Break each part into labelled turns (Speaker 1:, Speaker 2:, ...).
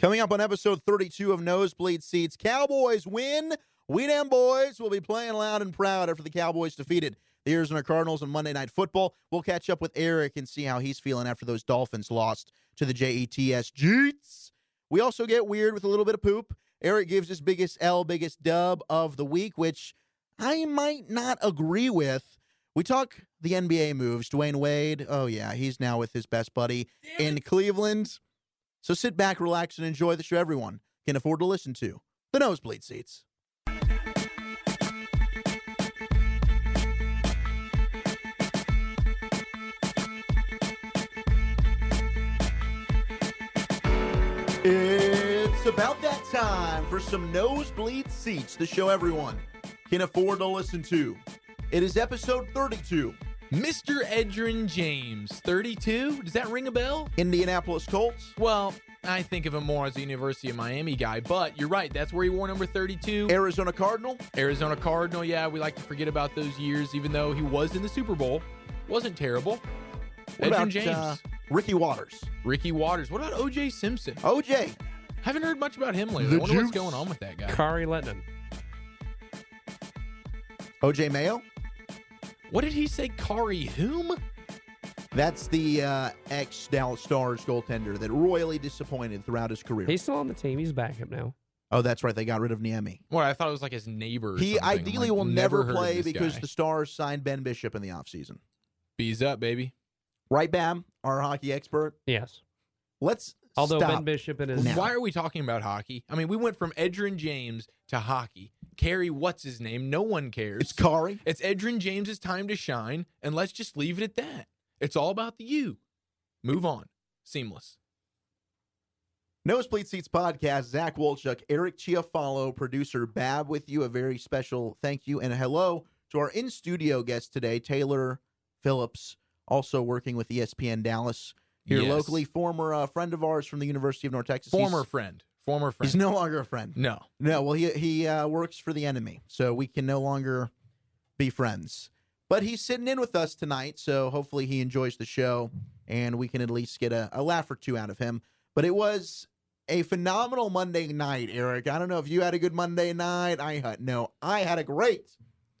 Speaker 1: Coming up on episode 32 of Nosebleed Seats, Cowboys win. We damn boys will be playing loud and proud after the Cowboys defeated the Arizona Cardinals on Monday Night Football. We'll catch up with Eric and see how he's feeling after those Dolphins lost to the E JETS Jets. We also get weird with a little bit of poop. Eric gives his biggest L, biggest dub of the week, which I might not agree with. We talk the NBA moves. Dwayne Wade, oh yeah, he's now with his best buddy in Cleveland. So sit back, relax, and enjoy the show everyone can afford to listen to. The Nosebleed Seats. It's about that time for some nosebleed seats, the show everyone can afford to listen to. It is episode 32.
Speaker 2: Mr. Edrin James, 32. Does that ring a bell?
Speaker 1: Indianapolis Colts,
Speaker 2: Well, I think of him more as a University of Miami guy, but you're right. That's where he wore number 32.
Speaker 1: Arizona Cardinal,
Speaker 2: Arizona Cardinal. Yeah, we like to forget about those years, even though he was in the Super Bowl. Wasn't terrible. Edrin
Speaker 1: about,
Speaker 2: James,
Speaker 1: uh, Ricky Waters,
Speaker 2: Ricky Waters. What about OJ Simpson?
Speaker 1: OJ,
Speaker 2: Haven't heard much about him lately.
Speaker 1: The
Speaker 2: I wonder what's
Speaker 1: juice.
Speaker 2: going on with that guy.
Speaker 3: Kari Lennon.
Speaker 1: OJ Mayo.
Speaker 2: What did he say? Kari whom?
Speaker 1: That's the uh, ex Dallas Stars goaltender that royally disappointed throughout his career.
Speaker 3: He's still on the team. He's backup now.
Speaker 1: oh, that's right. They got rid of Niemi.
Speaker 2: Well, I thought it was like his neighbor. or
Speaker 1: He
Speaker 2: something. I'm
Speaker 1: ideally
Speaker 2: like,
Speaker 1: will never,
Speaker 2: heard of
Speaker 1: play
Speaker 2: this
Speaker 1: because
Speaker 2: guy.
Speaker 1: the Stars signed Ben Bishop in the offseason.
Speaker 2: bees up, baby.
Speaker 1: Right, Bam, our hockey expert.
Speaker 3: Yes.
Speaker 1: Let's
Speaker 3: Although
Speaker 1: stop.
Speaker 3: Ben Bishop and his
Speaker 1: Now.
Speaker 2: Why are we talking about hockey? I mean, we went from Edrin James to hockey. Carey, what's his name? No one cares.
Speaker 1: It's Kari.
Speaker 2: It's Edrin James's time to shine, and let's just leave it at that. It's all about the you. Move on. Seamless.
Speaker 1: Nosebleed Seats podcast. Zach Wolchuk, Eric Chiafalo, producer Bab, with you. A very special thank you and a hello to our in studio guest today, Taylor Phillips, also working with E ESPN Dallas here
Speaker 2: Yes.
Speaker 1: locally, former uh, friend of ours from the University of North Texas. He's-
Speaker 2: Former friend. Former friend.
Speaker 1: He's no longer a friend.
Speaker 2: no.
Speaker 1: No, well, he he uh, works for the enemy, so we can no longer be friends. But he's sitting in with us tonight, so hopefully he enjoys the show, and we can at least get a, a laugh or two out of him. But it was a phenomenal Monday night, Eric. I don't know if you had a good Monday night. I had no. I had a great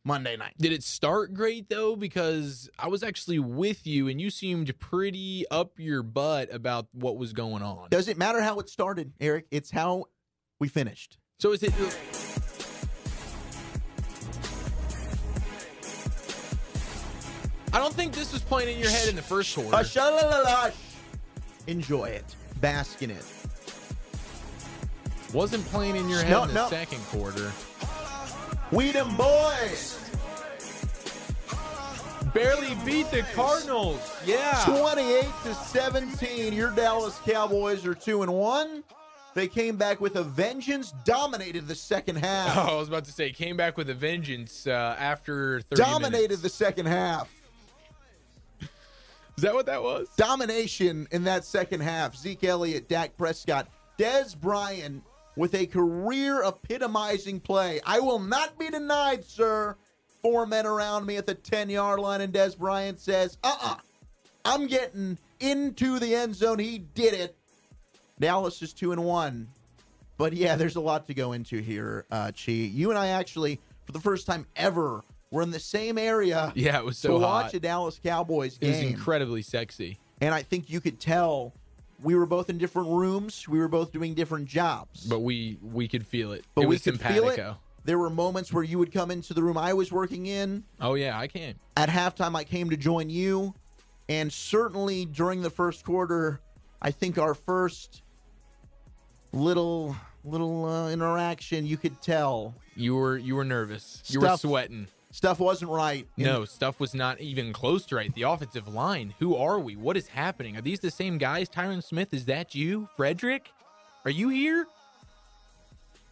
Speaker 1: Monday night.
Speaker 2: Did it start great though? Because I was actually with you, and you seemed pretty up your butt about what was going on.
Speaker 1: Doesn't matter how it started, Eric. It's how we finished.
Speaker 2: So is it? I don't think this was playing in your head in the first quarter.
Speaker 1: Uh, shalalalash. Enjoy it. Bask in it.
Speaker 2: Wasn't playing in your head
Speaker 1: No,
Speaker 2: in the
Speaker 1: no.
Speaker 2: second quarter.
Speaker 1: We them boys.
Speaker 2: Barely beat the Cardinals. Yeah.
Speaker 1: 28 to 17. Your Dallas Cowboys are 2 and 1. They came back with a vengeance, dominated the second half.
Speaker 2: Oh, I was about to say, came back with a vengeance uh, after 30
Speaker 1: dominated
Speaker 2: minutes.
Speaker 1: the second half.
Speaker 2: Is that what that was?
Speaker 1: Domination in that second half. Zeke Elliott, Dak Prescott, Des Bryant with a career epitomizing play. I will not be denied, sir. Four men around me at the 10 yard line, and Des Bryant says, uh uh-uh, uh, i am getting into the end zone. He did it. Dallas is two and one. But yeah, there's a lot to go into here, uh, Chi. You and I actually, for the first time ever, were in the same area
Speaker 2: Yeah, it was
Speaker 1: to
Speaker 2: so
Speaker 1: watch
Speaker 2: hot.
Speaker 1: a Dallas Cowboys
Speaker 2: It was
Speaker 1: game.
Speaker 2: incredibly sexy.
Speaker 1: and I think you could tell we were both in different rooms. We were both doing different jobs.
Speaker 2: But we we could feel it.
Speaker 1: But
Speaker 2: it
Speaker 1: we
Speaker 2: was
Speaker 1: could
Speaker 2: simpatico.
Speaker 1: feel it. There were moments where you would come into the room I was working in.
Speaker 2: Oh yeah, I can.
Speaker 1: At halftime, I came to join you. And certainly during the first quarter, I think our first little little uh, interaction, you could tell
Speaker 2: You were you were nervous. You
Speaker 1: Stuff.
Speaker 2: were sweating.
Speaker 1: stuff wasn't right. in
Speaker 2: No, stuff was not even close to right. The offensive line. Who are we? What is happening? Are these the same guys? Tyron Smith, is that you? Frederick? Are you here?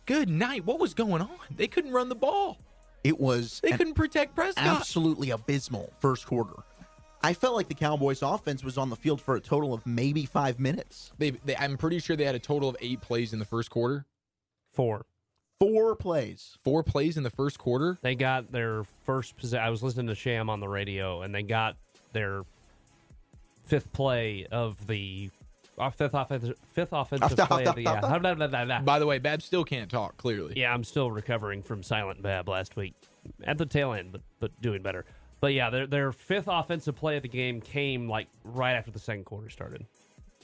Speaker 2: Good night. What was going on? They couldn't run the ball.
Speaker 1: It was
Speaker 2: They
Speaker 1: an
Speaker 2: couldn't protect Prescott.
Speaker 1: absolutely abysmal first quarter. I felt like the Cowboys offense was on the field for a total of maybe five minutes.
Speaker 2: They, they, I'm pretty sure they had a total of eight plays in the first quarter.
Speaker 3: four.
Speaker 1: Four plays.
Speaker 2: Four plays in the first quarter.
Speaker 3: They got their first possession. I was listening to Sham on the radio, and they got their fifth play of the Our fifth offensive fifth offensive play of the yeah. Blah, blah, blah, blah, blah.
Speaker 2: By the way, Bab still can't talk clearly.
Speaker 3: Yeah, I'm still recovering from silent bab last week, at the tail end, but but doing better. But yeah, their their fifth offensive play of the game came like right after the second quarter started.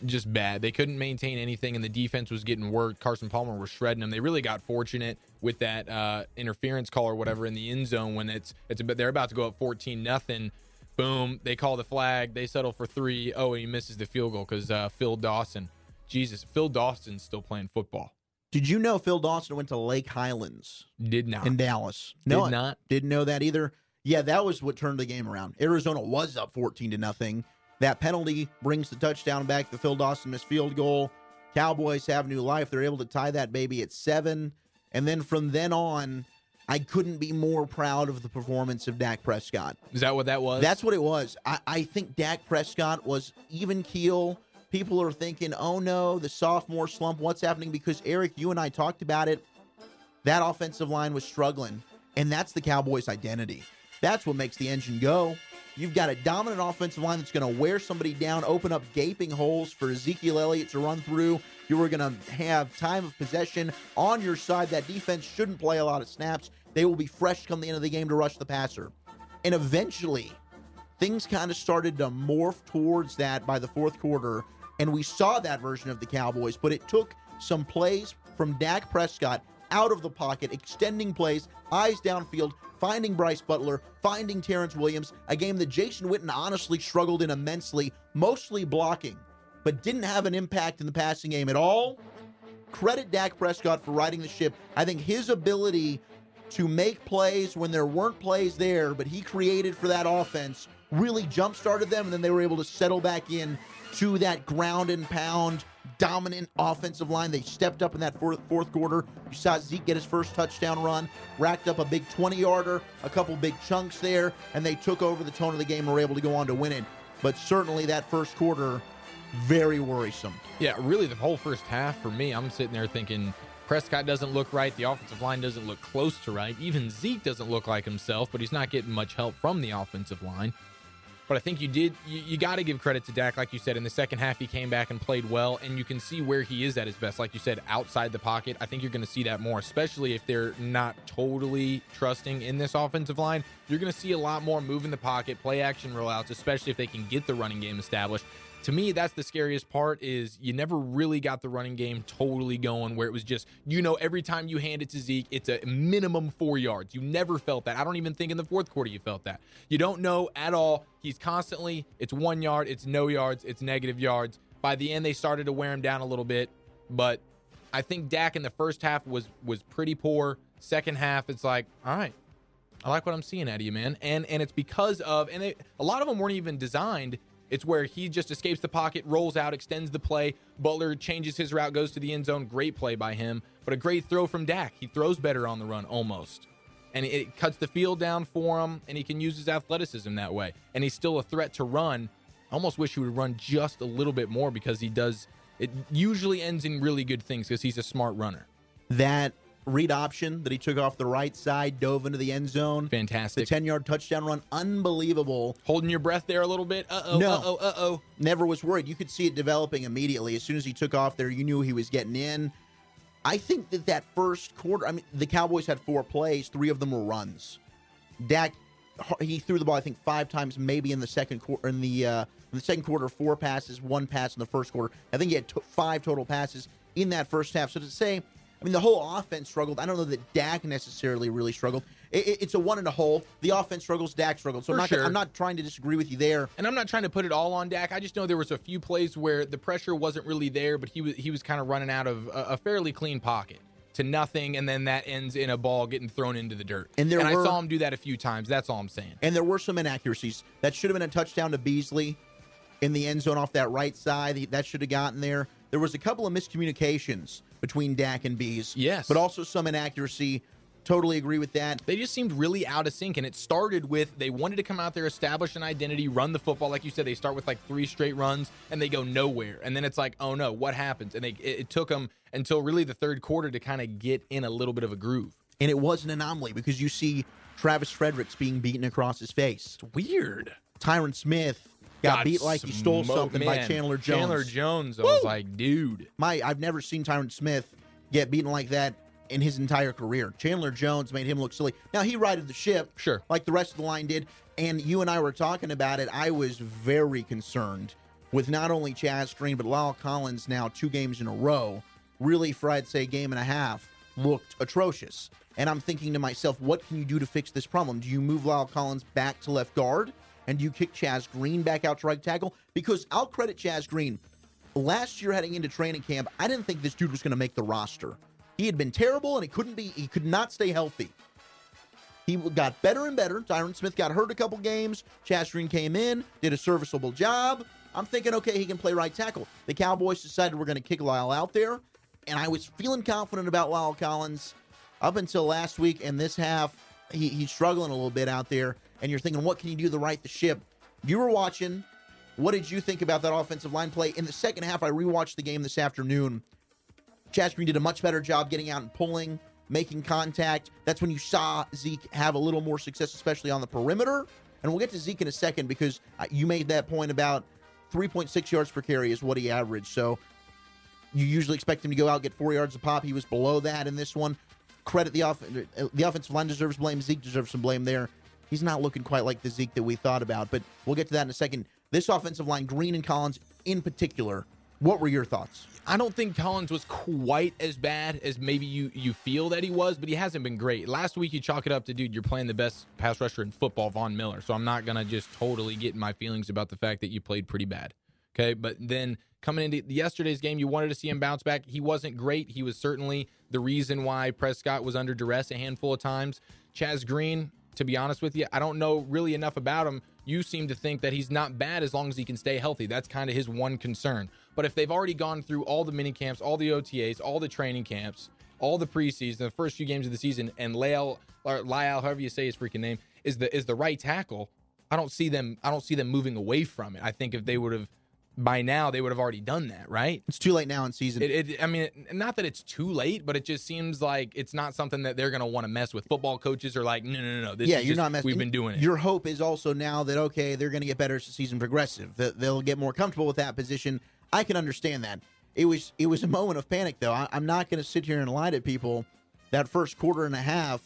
Speaker 2: Just bad. They couldn't maintain anything, and the defense was getting worked. Carson Palmer was shredding them. They really got fortunate with that uh, interference call or whatever in the end zone when it's it's about, they're about to go up fourteen nothing. Boom! They call the flag. They settle for three. Oh, and he misses the field goal because uh, Phil Dawson. Jesus, Phil Dawson's still playing football.
Speaker 1: Did you know Phil Dawson went to Lake Highlands
Speaker 2: Did not.
Speaker 1: in Dallas? No,
Speaker 2: Did
Speaker 1: I
Speaker 2: not.
Speaker 1: didn't know that either. Yeah, that was what turned the game around. Arizona was up 14 to nothing. That penalty brings the touchdown back. The Phil Dawson missed field goal. Cowboys have new life. They're able to tie that baby at seven. And then from then on, I couldn't be more proud of the performance of Dak Prescott.
Speaker 2: Is that what that was?
Speaker 1: That's what it was. I, I think Dak Prescott was even keel. People are thinking, oh no, the sophomore slump, what's happening? Because Eric, you and I talked about it. That offensive line was struggling. And that's the Cowboys' identity. That's what makes the engine go. You've got a dominant offensive line that's going to wear somebody down, open up gaping holes for Ezekiel Elliott to run through. You are going to have time of possession on your side. That defense shouldn't play a lot of snaps. They will be fresh come the end of the game to rush the passer. And eventually, things kind of started to morph towards that by the fourth quarter. And we saw that version of the Cowboys, but it took some plays from Dak Prescott out of the pocket, extending plays, eyes downfield, finding Bryce Butler, finding Terrence Williams, a game that Jason Witten honestly struggled in immensely, mostly blocking, but didn't have an impact in the passing game at all credit Dak Prescott for riding the ship. I think his ability to make plays when there weren't plays there, but he created for that offense, really jump started them, and then they were able to settle back in to that ground and pound dominant offensive line. They stepped up in that fourth, fourth quarter. You saw Zeke get his first touchdown run, racked up a big 20 yarder, a couple big chunks there, and they took over the tone of the game and were able to go on to win it. But certainly that first quarter, very worrisome.
Speaker 2: Yeah, really, the whole first half for me, I'm sitting there thinking Prescott doesn't look right. The offensive line doesn't look close to right. Even Zeke doesn't look like himself, but he's not getting much help from the offensive line. But I think you did, you, you got to give credit to Dak. Like you said, in the second half, he came back and played well, and you can see where he is at his best. Like you said, outside the pocket. I think you're going to see that more, especially if they're not totally trusting in this offensive line. You're going to see a lot more move in the pocket, play action rollouts, especially if they can get the running game established to me that's the scariest part is you never really got the running game totally going where it was just you know every time you hand it to zeke it's a minimum four yards you never felt that i don't even think in the fourth quarter you felt that you don't know at all he's constantly it's one yard it's no yards it's negative yards by the end they started to wear him down a little bit but i think dak in the first half was was pretty poor second half it's like all right I like what I'm seeing out of you, man. And and it's because of and it, a lot of them weren't even designed. It's where he just escapes the pocket, rolls out, extends the play. Butler changes his route, goes to the end zone. Great play by him, but a great throw from Dak. He throws better on the run almost. And it cuts the field down for him, and he can use his athleticism that way. And he's still a threat to run. I almost wish he would run just a little bit more because he does. It usually ends in really good things because he's a smart runner.
Speaker 1: that read option that he took off the right side, dove into the end zone. The
Speaker 2: Fantastic.
Speaker 1: 10 yard touchdown run, unbelievable.
Speaker 2: Holding your breath there a little bit. Uh oh.
Speaker 1: No.
Speaker 2: Uh oh. Uh oh.
Speaker 1: Never was worried. You could see it developing immediately. As soon as he took off there, you knew he was getting in. I think that that first quarter, I mean, the Cowboys had four plays, three of them were runs. Dak, he threw the ball, I think, five times, maybe in the second quarter. In the uh, in the second quarter, four passes, one pass in the first quarter. I think he had to five total passes in that first half. So to say, I mean, the whole offense struggled. I don't know that Dak necessarily really struggled. It, it- it's a one and a hole. The offense struggles. Dak struggled. So I'm
Speaker 2: For
Speaker 1: not, gonna-
Speaker 2: sure.
Speaker 1: I'm not trying to disagree with you there.
Speaker 2: And I'm not trying to put it all on Dak. I just know there was a few plays where the pressure wasn't really there, but he was he was kind of running out of a, a fairly clean pocket to nothing, and then that ends in a ball getting thrown into the dirt.
Speaker 1: And there
Speaker 2: and
Speaker 1: were-
Speaker 2: I saw him do that a few times. That's all I'm saying.
Speaker 1: And there were some inaccuracies. That should have been a touchdown to Beasley in the end zone off that right side. He- That should have gotten there. There was a couple of miscommunications between Dak and Bees.
Speaker 2: Yes.
Speaker 1: But also some inaccuracy. Totally agree with that.
Speaker 2: They just seemed really out of sync, and it started with they wanted to come out there, establish an identity, run the football. Like you said, they start with like three straight runs, and they go nowhere. And then it's like, oh no, what happens? And they it, it took them until really the third quarter to kind of get in a little bit of a groove.
Speaker 1: And it was an anomaly because you see Travis Fredericks being beaten across his face.
Speaker 2: Weird.
Speaker 1: Tyron Smith Got, beat like he stole
Speaker 2: smoked,
Speaker 1: something by
Speaker 2: man.
Speaker 1: Chandler Jones.
Speaker 2: Chandler Jones. I was like, dude.
Speaker 1: My, I've never seen Tyron Smith get beaten like that in his entire career. Chandler Jones made him look silly. Now he righted the ship,
Speaker 2: Sure.
Speaker 1: like the rest of the line did. And you and I were talking about it. I was very concerned with not only Chaz Green but Lyle Collins now two games in a row. Really, for I'd say game and a half, looked atrocious. And I'm thinking to myself, what can you do to fix this problem? Do you move Lyle Collins back to left guard? And do you kick Chaz Green back out to right tackle? Because I'll credit Chaz Green. Last year heading into training camp, I didn't think this dude was going to make the roster. He had been terrible and he couldn't be he could not stay healthy. He got better and better. Tyron Smith got hurt a couple games. Chaz Green came in, did a serviceable job. I'm thinking, okay, he can play right tackle. The Cowboys decided we're going to kick Lyle out there, and I was feeling confident about Lyle Collins up until last week. And this half, he, he's struggling a little bit out there. And you're thinking, what can you do to right the ship? You were watching. What did you think about that offensive line play in the second half? I rewatched the game this afternoon. Chaz Green did a much better job getting out and pulling, making contact. That's when you saw Zeke have a little more success, especially on the perimeter. And we'll get to Zeke in a second because uh, you made that point about 3.6 yards per carry is what he averaged. So you usually expect him to go out get four yards a pop. He was below that in this one. Credit the off the offensive line deserves blame. Zeke deserves some blame there. He's not looking quite like the Zeke that we thought about, but we'll get to that in a second. This offensive line, Green and Collins in particular, what were your thoughts?
Speaker 2: I don't think Collins was quite as bad as maybe you you feel that he was, but he hasn't been great. Last week you chalk it up to dude, you're playing the best pass rusher in football, Von Miller. So I'm not gonna just totally get in my feelings about the fact that you played pretty bad. Okay, but then coming into yesterday's game, you wanted to see him bounce back. He wasn't great. He was certainly the reason why Prescott was under duress a handful of times. Chaz Green, to be honest with you, I don't know really enough about him. You seem to think that he's not bad as long as he can stay healthy. That's kind of his one concern. But if they've already gone through all the mini camps, all the OTAs, all the training camps, all the preseason, the first few games of the season, and Lyle or Lyle, however you say his freaking name, is the is the right tackle. I don't see them. I don't see them moving away from it. I think if they would have by now, they would have already done that, right?
Speaker 1: It's too late now in season.
Speaker 2: It, it, I mean, not that it's too late, but it just seems like it's not something that they're going to want to mess with. Football coaches are like, no, no, no, no. This
Speaker 1: yeah,
Speaker 2: is
Speaker 1: you're
Speaker 2: just-
Speaker 1: not messing.
Speaker 2: We've been doing it.
Speaker 1: Your hope is also now that okay, they're going to get better as the season progresses. That they'll get more comfortable with that position. I can understand that. It was it was a moment of panic though. I, I'm not going to sit here and lie to people. That first quarter and a half,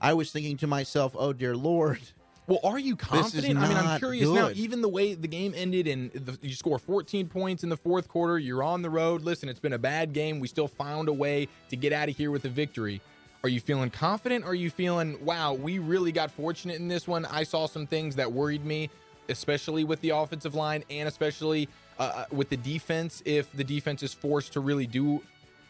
Speaker 1: I was thinking to myself, "Oh dear Lord,
Speaker 2: Well, are you
Speaker 1: is
Speaker 2: confident? I mean, I'm
Speaker 1: not
Speaker 2: curious now.
Speaker 1: good.
Speaker 2: Even the way the game ended, and the, you score 14 points in the fourth quarter, you're on the road. Listen, it's been a bad game. We still found a way to get out of here with a victory. Are you feeling confident? are you feeling, wow, we really got fortunate in this one? I saw some things that worried me, especially with the offensive line and especially uh, with the defense. If the defense is forced to really do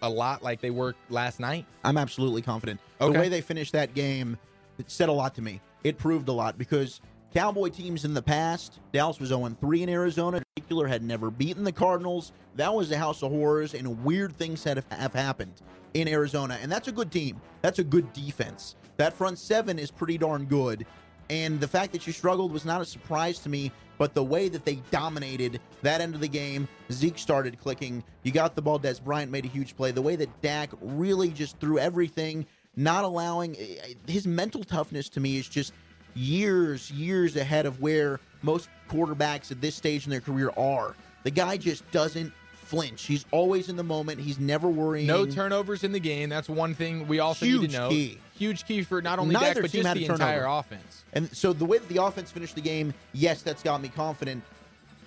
Speaker 2: a lot like they were last night,
Speaker 1: I'm absolutely confident. The
Speaker 2: Okay.
Speaker 1: way they finished that game it said a lot to me. It proved a lot because Cowboy teams in the past, Dallas was 0 3 in Arizona. In particular, had never beaten the Cardinals. That was a house of horrors, and weird things had have happened in Arizona. And that's a good team. That's a good defense. That front seven is pretty darn good. And the fact that you struggled was not a surprise to me, but the way that they dominated that end of the game, Zeke started clicking. You got the ball. Des Bryant made a huge play. The way that Dak really just threw everything, not allowing eh, his mental toughness to me is just years, years ahead of where most quarterbacks at this stage in their career are. The guy just doesn't flinch. He's always in the moment. He's never worrying.
Speaker 2: no turnovers in the game. That's one thing we also need
Speaker 1: Huge
Speaker 2: to know.
Speaker 1: key.
Speaker 2: Huge key for not only
Speaker 1: Neither
Speaker 2: Dak, but
Speaker 1: team
Speaker 2: just
Speaker 1: had a
Speaker 2: the
Speaker 1: turnover.
Speaker 2: entire offense.
Speaker 1: And so the way that the offense finished the game, yes, that's got me confident.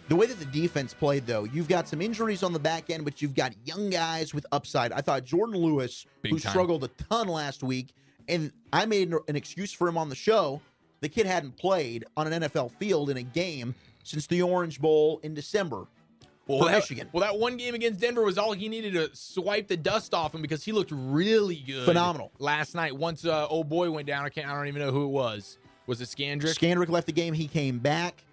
Speaker 1: The way that the defense played, though, you've got some injuries on the back end, but you've got young guys with upside. I thought Jordan Lewis,
Speaker 2: Big
Speaker 1: who
Speaker 2: time.
Speaker 1: struggled a ton last week, and I made an- an excuse for him on the show. The kid hadn't played on an NFL field in a game since the Orange Bowl in December.
Speaker 2: well,
Speaker 1: for
Speaker 2: that,
Speaker 1: Michigan.
Speaker 2: Well, that one game against Denver was all he needed to swipe the dust off him because he looked really good,
Speaker 1: Phenomenal.
Speaker 2: last night. Once uh, old boy went down, I can't. I don't even know who it was. Was it Scandrick?
Speaker 1: Scandrick left the game. He came back.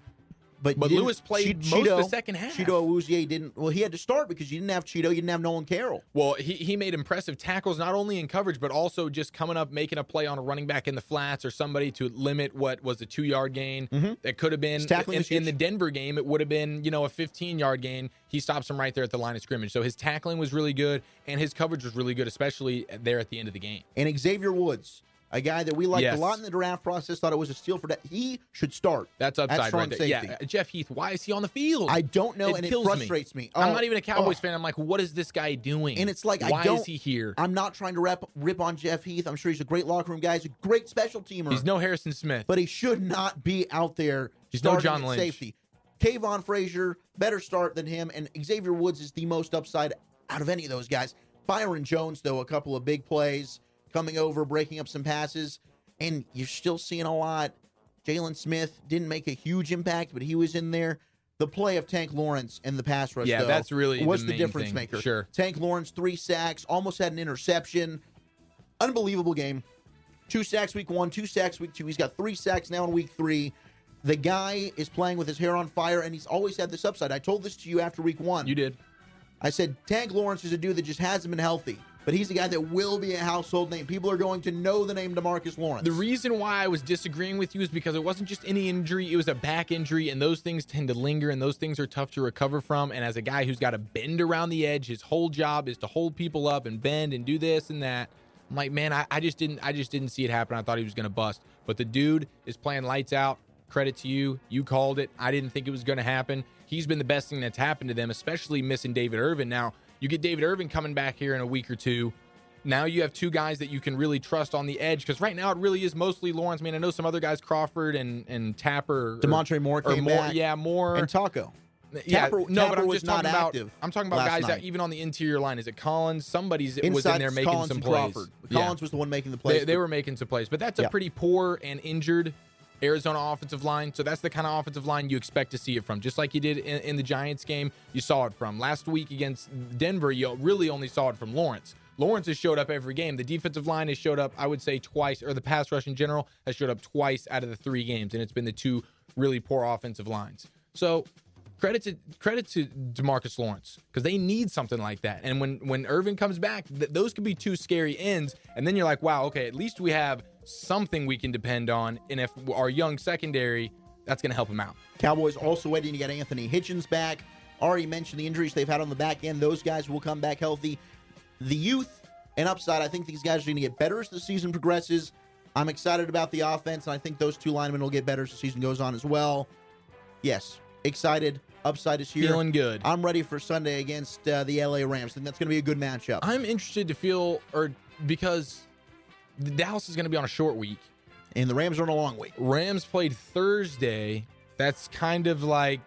Speaker 1: But,
Speaker 2: But
Speaker 1: didn't-
Speaker 2: Lewis played
Speaker 1: Che-
Speaker 2: most of the second half.
Speaker 1: Cheeto Awuzie didn't. Well, he had to start because you didn't have Cheeto. You didn't have Nolan Carroll.
Speaker 2: well, he, he made impressive tackles not only in coverage but also just coming up making a play on a running back in the flats or somebody to limit what was a two yard gain that could have been
Speaker 1: His Mm-hmm. tackling
Speaker 2: in,
Speaker 1: was
Speaker 2: in the
Speaker 1: huge.
Speaker 2: Denver game. It would have been you know a 15 yard gain. He stops him right there at the line of scrimmage. So his tackling was really good and his coverage was really good, especially there at the end of the game.
Speaker 1: and Xavier Woods. a guy that we liked
Speaker 2: Yes.
Speaker 1: a lot in the draft process, thought it was a steal for that. He should start.
Speaker 2: That's upside
Speaker 1: strong
Speaker 2: right there. Yeah,
Speaker 1: safety.
Speaker 2: Jeff Heath, why is he on the field?
Speaker 1: I don't know,
Speaker 2: It
Speaker 1: and it
Speaker 2: kills me.
Speaker 1: frustrates me.
Speaker 2: I'm
Speaker 1: Oh,
Speaker 2: not even a Cowboys
Speaker 1: oh.
Speaker 2: fan. I'm like, what is this guy doing?
Speaker 1: And it's like, I
Speaker 2: why is
Speaker 1: don't-
Speaker 2: he here?
Speaker 1: oh, I'm not trying to rep, rip on Jeff Heath. I'm sure he's a great locker room guy. He's a great special teamer.
Speaker 2: He's no Harrison Smith.
Speaker 1: but he should not be out there
Speaker 2: He's no
Speaker 1: starting
Speaker 2: John
Speaker 1: at
Speaker 2: Lynch.
Speaker 1: safety. Kayvon Frazier, better start than him, and Xavier Woods is the most upside out of any of those guys. Byron Jones, though, a couple of big plays coming over, breaking up some passes, and you're still seeing a lot. Jalen Smith didn't make a huge impact, but he was in there. The play of Tank Lawrence and the pass rush,
Speaker 2: Yeah,
Speaker 1: though,
Speaker 2: that's really the
Speaker 1: was the,
Speaker 2: main
Speaker 1: difference
Speaker 2: thing.
Speaker 1: maker.
Speaker 2: Sure.
Speaker 1: Tank Lawrence, three sacks, almost had an interception. Unbelievable game. Two sacks week one, two sacks week two. He's got three sacks now in week three. The guy is playing with his hair on fire, and he's always had this upside. I told this to you after week one.
Speaker 2: you did.
Speaker 1: I said Tank Lawrence is a dude that just hasn't been healthy, but he's a guy that will be a household name. People are going to know the name Demarcus Lawrence.
Speaker 2: The reason why I was disagreeing with you is because it wasn't just any injury, it was a back injury, and those things tend to linger and those things are tough to recover from. And as a guy who's got to bend around the edge, his whole job is to hold people up and bend and do this and that. I'm like, man, I, I just didn't I just didn't see it happen. I thought he was gonna bust. But the dude is playing lights out. Credit to you. You called it. I didn't think it was gonna happen. He's been the best thing that's happened to them, especially missing David Irvin. Now, you get David Irvin coming back here in a week or two. Now you have two guys that you can really trust on the edge because right now it really is mostly Lawrence. Man, I know some other guys, Crawford and and Tapper, or-
Speaker 1: Demontre Moore
Speaker 2: or
Speaker 1: came
Speaker 2: more,
Speaker 1: back.
Speaker 2: yeah, more.
Speaker 1: and Taco.
Speaker 2: yeah,
Speaker 1: Tapper-
Speaker 2: no,
Speaker 1: Tapper
Speaker 2: but I'm
Speaker 1: was
Speaker 2: just talking
Speaker 1: not
Speaker 2: about.
Speaker 1: active
Speaker 2: I'm talking about
Speaker 1: last
Speaker 2: guys
Speaker 1: night.
Speaker 2: that even on the interior line. Is it Collins? Somebody's was in
Speaker 1: Inside
Speaker 2: there
Speaker 1: is
Speaker 2: making
Speaker 1: Collins
Speaker 2: some
Speaker 1: and
Speaker 2: plays.
Speaker 1: Crawford.
Speaker 2: Yeah.
Speaker 1: Collins was the one making the plays.
Speaker 2: They, they were making some plays, but that's a
Speaker 1: Yeah.
Speaker 2: pretty poor and injured Arizona offensive line. So that's the kind of offensive line you expect to see it from. Just like you did in, in the Giants game, you saw it from last week against Denver. You really only saw it from Lawrence. Lawrence has showed up every game. The defensive line has showed up, I would say, twice, or the pass rush in general has showed up twice out of the three games, and it's been the two really poor offensive lines. So credit to credit to Demarcus Lawrence because they need something like that. And when when Irvin comes back, th- those could be two scary ends. And then you're like, wow, okay, at least we have something we can depend on. And if our young secondary, that's going to help him out.
Speaker 1: Cowboys also waiting to get Anthony Hitchens back. Already mentioned the injuries they've had on the back end. Those guys will come back healthy. The youth and upside, I think these guys are going to get better as the season progresses. I'm excited about the offense, and I think those two linemen will get better as the season goes on as well. Yes, excited. Upside is here.
Speaker 2: Feeling good.
Speaker 1: I'm ready for Sunday against uh, the LA Rams. I think that's going to be a good matchup.
Speaker 2: I'm interested to feel or because the Dallas is going to be on a short week.
Speaker 1: and the Rams are on a long week.
Speaker 2: Rams played Thursday. That's kind of like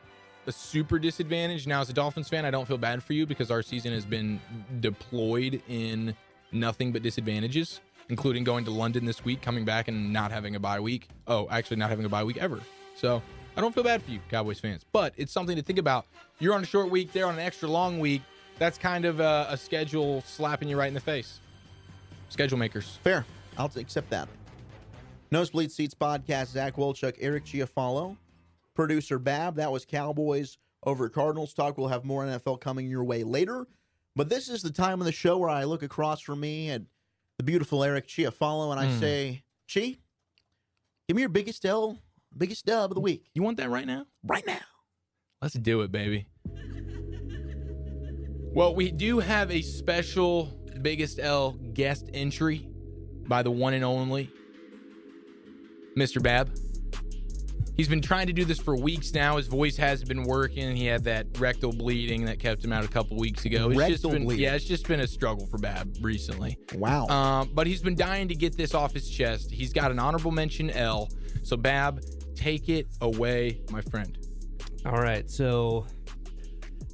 Speaker 2: a super disadvantage. Now, as a Dolphins fan, I don't feel bad for you because our season has been deployed in nothing but disadvantages, including going to London this week, coming back, and not having a bye week. Oh, actually, not having a bye week ever. So I don't feel bad for you, Cowboys fans, but it's something to think about. You're on a short week, they're on an extra long week. That's kind of a, a schedule slapping you right in the face. Schedule makers.
Speaker 1: Fair. I'll accept that. Nosebleed Seats Podcast, Zach Wolchuk, Eric Chiafalo, producer Bab. That was Cowboys over Cardinals talk. We'll have more NFL coming your way later. But this is the time of the show where I look across from me at the beautiful Eric Chiafalo and I
Speaker 2: Mm.
Speaker 1: say, Chi, give me your biggest L, biggest dub of the week
Speaker 2: You want that right now?
Speaker 1: right now.
Speaker 2: Let's do it, baby. Well, we do have a special Biggest L guest entry by the one and only Mr. Bab. He's been trying to do this for weeks now. His voice has been working. He had that rectal bleeding that kept him out a couple weeks ago. It's just
Speaker 1: Rectal
Speaker 2: been-
Speaker 1: bleeding.
Speaker 2: Yeah, it's just been a struggle for Bab recently.
Speaker 1: Wow.
Speaker 2: Um, but he's been dying to get this off his chest. He's got an honorable mention L. So, Bab, take it away, my friend.
Speaker 3: All right, so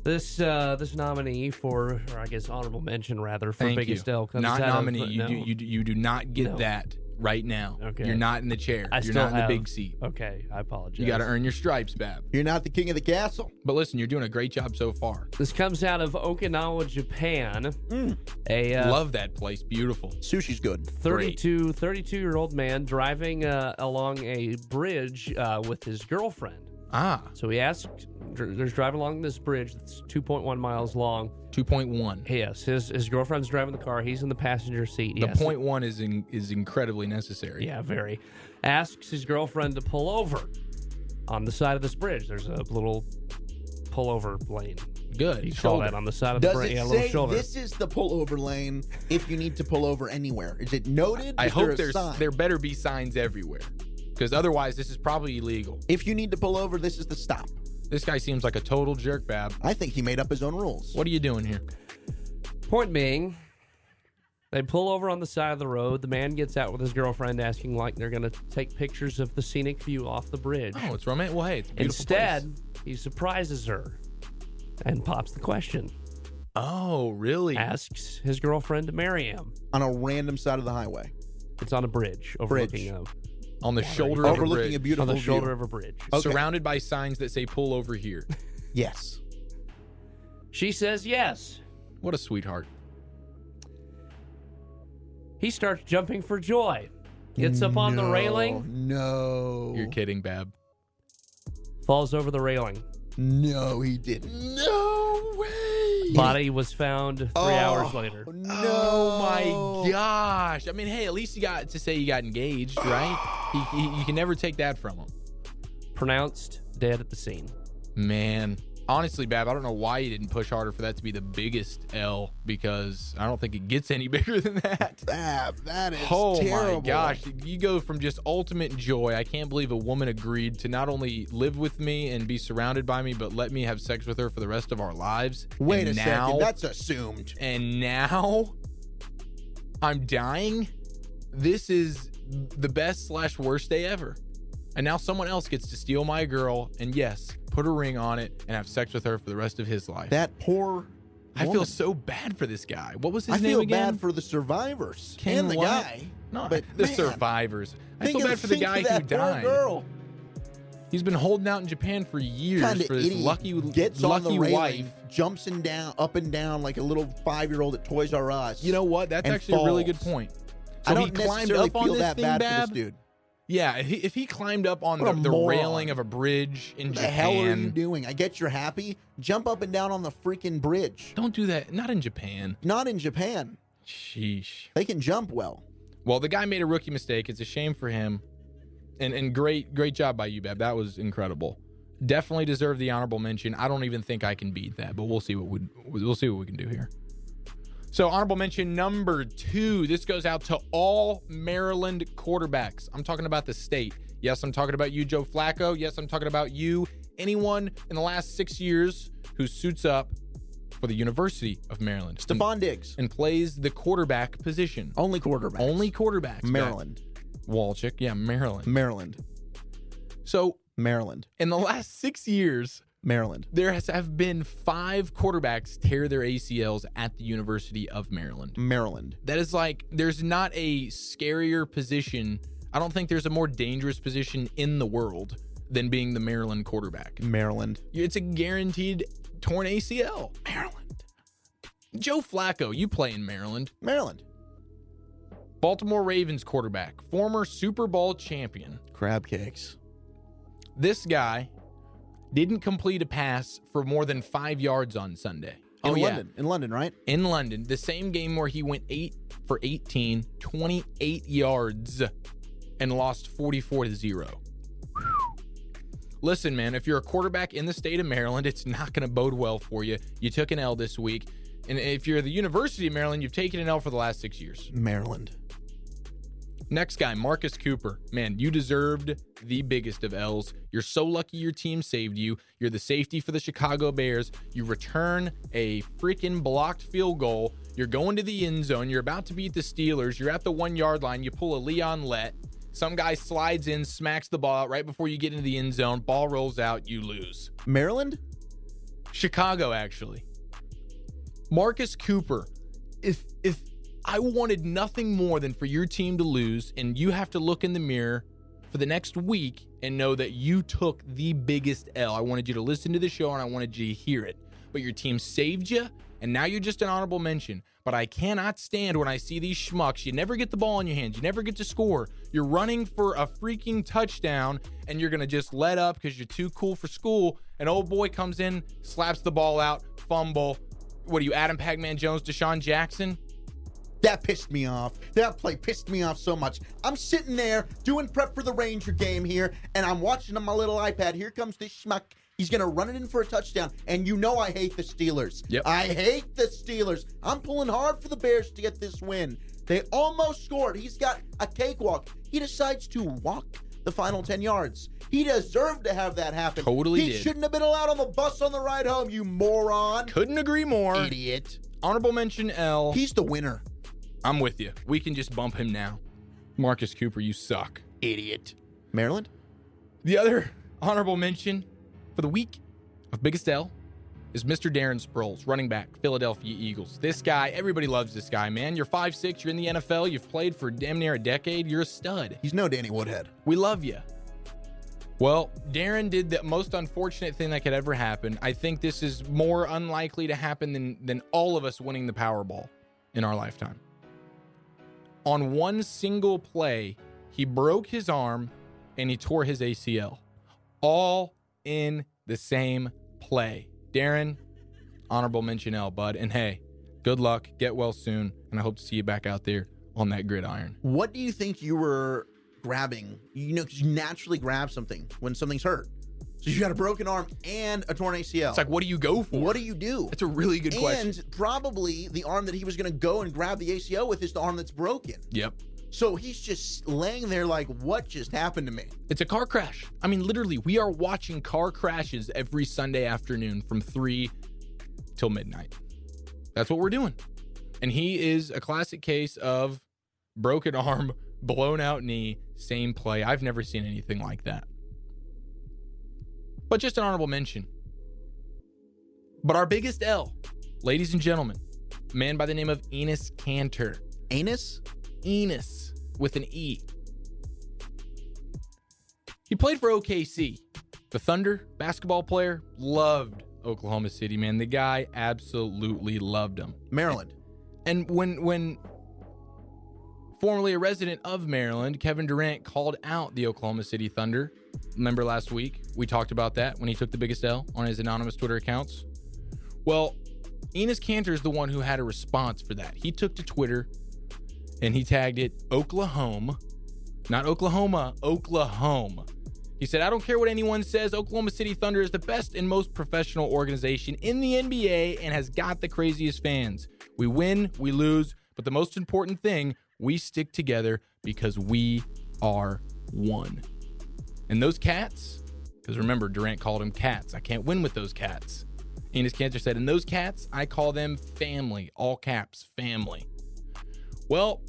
Speaker 3: this uh, this nominee for, or I guess honorable mention rather for
Speaker 2: Thank
Speaker 3: biggest
Speaker 2: you.
Speaker 3: L comes
Speaker 2: not
Speaker 3: out of-
Speaker 2: nominee. you,
Speaker 3: no.
Speaker 2: do, you, do, you do not get
Speaker 3: No.
Speaker 2: that right now.
Speaker 3: Okay.
Speaker 2: You're not in the chair.
Speaker 3: I
Speaker 2: You're
Speaker 3: still
Speaker 2: not in
Speaker 3: have-
Speaker 2: the big seat.
Speaker 3: Okay, I apologize.
Speaker 2: You got to earn your stripes, Bab.
Speaker 1: You're not the king of the castle.
Speaker 2: But listen, you're doing a great job so far. Mm.
Speaker 3: This comes out of Okinawa, Japan. A uh,
Speaker 2: Love that place. Beautiful.
Speaker 1: Sushi's good.
Speaker 3: 32, 32 year old man driving uh, along a bridge uh, with his girlfriend.
Speaker 2: Ah,
Speaker 3: So he asked, dr- there's driving along this bridge that's 2.1 miles long.
Speaker 2: 2.1.
Speaker 3: Yes, his, his girlfriend's driving the car. He's in the passenger seat. He
Speaker 2: The
Speaker 3: asks-
Speaker 2: point one is in, is incredibly necessary.
Speaker 3: Yeah, very. Asks his girlfriend to pull over on the side of this bridge. There's a little pullover lane.
Speaker 2: Good.
Speaker 3: You call
Speaker 2: shoulder.
Speaker 3: that on the side of the
Speaker 1: Does
Speaker 3: brain.
Speaker 1: it
Speaker 3: Yeah, a little
Speaker 1: say
Speaker 3: shoulder.
Speaker 1: this is the pullover lane if you need to pull over anywhere? Is it noted?
Speaker 2: I
Speaker 1: Is there
Speaker 2: hope
Speaker 1: a
Speaker 2: there's
Speaker 1: sign?
Speaker 2: there better be signs everywhere, because otherwise this is probably illegal.
Speaker 1: If you need to pull over, this is the stop.
Speaker 2: This guy seems like a total jerk, Bab.
Speaker 1: I think he made up his own rules.
Speaker 2: What are you doing here?
Speaker 3: Point being, they pull over on the side of the road. The man gets out with his girlfriend, asking like they're going to take pictures of the scenic view off the bridge.
Speaker 2: Oh, it's romantic. Well, hey, it's a beautiful place.
Speaker 3: Instead, he surprises her and pops the question,
Speaker 2: Oh, really?
Speaker 3: asks his girlfriend to marry him.
Speaker 1: On a random side of the highway,
Speaker 3: It's on a bridge overlooking a,
Speaker 2: On the shoulder of a
Speaker 1: overlooking a,
Speaker 2: bridge.
Speaker 1: beautiful
Speaker 3: on the
Speaker 1: view.
Speaker 3: shoulder of a bridge.
Speaker 1: Okay.
Speaker 2: surrounded by signs that say "pull over here."
Speaker 1: Yes.
Speaker 3: She says yes.
Speaker 2: what a sweetheart.
Speaker 3: He starts jumping for joy. Gets up on the
Speaker 1: No,
Speaker 3: railing,
Speaker 1: No.
Speaker 2: You're kidding, Bab.
Speaker 3: falls over the railing.
Speaker 1: No, he didn't. No way. Oh.
Speaker 3: Body was found three hours later.
Speaker 1: No.
Speaker 2: Oh my gosh! I mean, hey, at least you got to say you got engaged, right? He- he- you can never take that from him.
Speaker 3: Pronounced dead at the scene.
Speaker 2: Man, honestly, Bab, I don't know why you didn't push harder for that to be the biggest L because I don't think it gets any bigger than that.
Speaker 1: That, that is
Speaker 2: oh
Speaker 1: terrible.
Speaker 2: my gosh, you go from just ultimate joy. I can't believe a woman agreed to not only live with me and be surrounded by me, but let me have sex with her for the rest of our lives.
Speaker 1: Wait
Speaker 2: And
Speaker 1: a
Speaker 2: now,
Speaker 1: second. That's assumed.
Speaker 2: and now I'm dying. This is the best slash worst day ever. And now someone else gets to steal my girl and yes, put a ring on it and have sex with her for the rest of his life.
Speaker 1: That poor.
Speaker 2: I feel
Speaker 1: woman.
Speaker 2: so bad for this guy. What was his
Speaker 1: I
Speaker 2: name
Speaker 1: feel
Speaker 2: again?
Speaker 1: bad for the survivors
Speaker 2: Ken
Speaker 1: and the
Speaker 2: what?
Speaker 1: guy.
Speaker 2: no,
Speaker 1: but
Speaker 2: the
Speaker 1: man,
Speaker 2: survivors. I feel
Speaker 1: Think of-
Speaker 2: bad for the
Speaker 1: think
Speaker 2: guy
Speaker 1: of that
Speaker 2: who
Speaker 1: poor
Speaker 2: died.
Speaker 1: Girl.
Speaker 2: He's been holding out in Japan for years
Speaker 1: Kinda
Speaker 2: for this
Speaker 1: idiot
Speaker 2: lucky
Speaker 1: gets
Speaker 2: lucky
Speaker 1: on the railing,
Speaker 2: wife.
Speaker 1: jumps and down, up and down like a little five-year-old at Toys R Us.
Speaker 2: You know what? That's
Speaker 1: And
Speaker 2: actually a really good
Speaker 1: falls.
Speaker 2: point. So
Speaker 1: I don't
Speaker 2: he climbed
Speaker 1: necessarily
Speaker 2: up on
Speaker 1: feel
Speaker 2: this
Speaker 1: that
Speaker 2: thing,
Speaker 1: bad
Speaker 2: Bab.
Speaker 1: for this dude.
Speaker 2: Yeah, if he, if he climbed up on
Speaker 1: What
Speaker 2: the,
Speaker 1: a
Speaker 2: the
Speaker 1: moron.
Speaker 2: railing of a bridge in
Speaker 1: What the
Speaker 2: Japan,
Speaker 1: hell are you doing? I get you're happy. Jump up and down on the freaking bridge.
Speaker 2: don't do that. Not in Japan.
Speaker 1: Not in Japan.
Speaker 2: Sheesh.
Speaker 1: They can jump well.
Speaker 2: Well, the guy made a rookie mistake. It's a shame for him, and and great great job by you, Bab. That was incredible. Definitely deserve the honorable mention. I don't even think I can beat that, but we'll see what we we'll see what we can do here. So honorable mention number two. This goes out to all Maryland quarterbacks. I'm talking about the state. Yes, I'm talking about you, Joe Flacco. Yes, I'm talking about you. Anyone in the last six years who suits up for the University of Maryland and-
Speaker 1: Stephon Diggs,
Speaker 2: and plays the quarterback position.
Speaker 1: only quarterback.
Speaker 2: Only quarterbacks.
Speaker 1: Maryland,
Speaker 2: Walchick. Yeah, Maryland.
Speaker 1: Maryland,
Speaker 2: So
Speaker 1: Maryland,
Speaker 2: in the last six years,
Speaker 1: Maryland.
Speaker 2: there has have been five quarterbacks tear their ACLs at the University of Maryland.
Speaker 1: Maryland.
Speaker 2: That is like there's not a scarier position. I don't think there's a more dangerous position in the world than being the Maryland quarterback.
Speaker 1: Maryland.
Speaker 2: It's a guaranteed torn ACL. Maryland. Joe Flacco, you play in Maryland.
Speaker 1: Maryland.
Speaker 2: Baltimore Ravens quarterback, former Super Bowl champion.
Speaker 1: Crab cakes.
Speaker 2: this guy didn't complete a pass for more than five yards on Sunday.
Speaker 1: In
Speaker 2: oh,
Speaker 1: London. In London, right?
Speaker 2: yeah. In London, the same game where he went eight for 18, 28 yards, and lost 44 to zero. Listen, man, if you're a quarterback in the state of Maryland, it's not going to bode well for you. You took an L this week. And if you're the University of Maryland, you've taken an L for the last six years.
Speaker 1: Maryland.
Speaker 2: Next guy, Marcus Cooper. Man, you deserved the biggest of L's. You're so lucky your team saved you. You're the safety for the Chicago Bears. You return a freaking blocked field goal. You're going to the end zone. You're about to beat the Steelers. You're at the one yard line. You pull a Leon Let. Some guy slides in, smacks the ball out right before you get into the end zone. Ball rolls out. You lose.
Speaker 1: Maryland?
Speaker 2: Chicago, actually. Marcus Cooper, if if I wanted nothing more than for your team to lose, and you have to look in the mirror for the next week and know that you took the biggest L. I wanted you to listen to the show and I wanted you to hear it. But your team saved you, and now you're just an honorable mention. But I cannot stand when I see these schmucks. You never get the ball in your hands. You never get to score. You're running for a freaking touchdown, and you're gonna just let up because you're too cool for school. An old boy comes in, slaps the ball out, fumble. What are you, Adam Pagman Jones, Deshaun Jackson?
Speaker 1: That pissed me off. That play pissed me off so much. I'm sitting there doing prep for the Ranger game here, and I'm watching on my little iPad. Here comes this schmuck He's going to run it in for a touchdown. And you know I hate the Steelers.
Speaker 2: Yep.
Speaker 1: I hate the Steelers. I'm pulling hard for the Bears to get this win. They almost scored. He's got a cakewalk. He decides to walk the final 10 yards. He deserved to have that happen.
Speaker 2: Totally
Speaker 1: He
Speaker 2: did.
Speaker 1: shouldn't have been allowed on the bus on the ride home, you moron.
Speaker 2: Couldn't agree more.
Speaker 1: Idiot.
Speaker 2: Honorable mention L.
Speaker 1: He's the winner.
Speaker 2: I'm with you. We can just bump him now. Marcus Cooper, you suck.
Speaker 1: Idiot. Maryland?
Speaker 2: The other honorable mention for the week of Biggest L is Mr. Darren Sproles, running back, Philadelphia Eagles. This guy, everybody loves this guy, man. You're 5'6, you're in the NFL, you've played for damn near a decade, you're a stud.
Speaker 1: He's no Danny Woodhead.
Speaker 2: We love you. Well, Darren did the most unfortunate thing that could ever happen. I think this is more unlikely to happen than than all of us winning the Powerball in our lifetime. On one single play, he broke his arm and he tore his ACL. All in the same play. Darren, honorable mention L, bud. And hey, good luck. Get well soon. And I hope to see you back out there on that gridiron.
Speaker 1: What do you think you were grabbing? You know, 'cause you naturally grab something when something's hurt. So you got a broken arm and a torn ACL.
Speaker 2: It's like, what do you go for?
Speaker 1: what do you do?
Speaker 2: That's a really good question.
Speaker 1: and probably the arm that he was going to go and grab the ACL with is the arm that's broken.
Speaker 2: Yep.
Speaker 1: So he's just laying there like, what just happened to me?
Speaker 2: It's a car crash. I mean, literally, we are watching car crashes every Sunday afternoon from three till midnight. That's what we're doing. And he is a classic case of broken arm, blown out knee, same play. I've never seen anything like that. But just an honorable mention. But our biggest L, ladies and gentlemen, a man by the name of Enos Cantor.
Speaker 1: Anus?
Speaker 2: Enos with an E. He played for OKC, the Thunder basketball player, loved Oklahoma City, man. The guy absolutely loved him.
Speaker 1: Maryland.
Speaker 2: And when when formerly a resident of Maryland, Kevin Durant called out the Oklahoma City Thunder. Remember last week we talked about that when he took the biggest L on his anonymous Twitter accounts. Well, Enos Cantor is the one who had a response for that. He took to Twitter and he tagged it Oklahoma, not Oklahoma, Oklahoma. He said, I don't care what anyone says, Oklahoma City Thunder is the best and most professional organization in the NBA and has got the craziest fans. We win, we lose, but the most important thing, we stick together because we are one. And those cats, because remember, Durant called them cats. I can't win with those cats. Enos Cantor said, and those cats, I call them family, all caps, family. Well,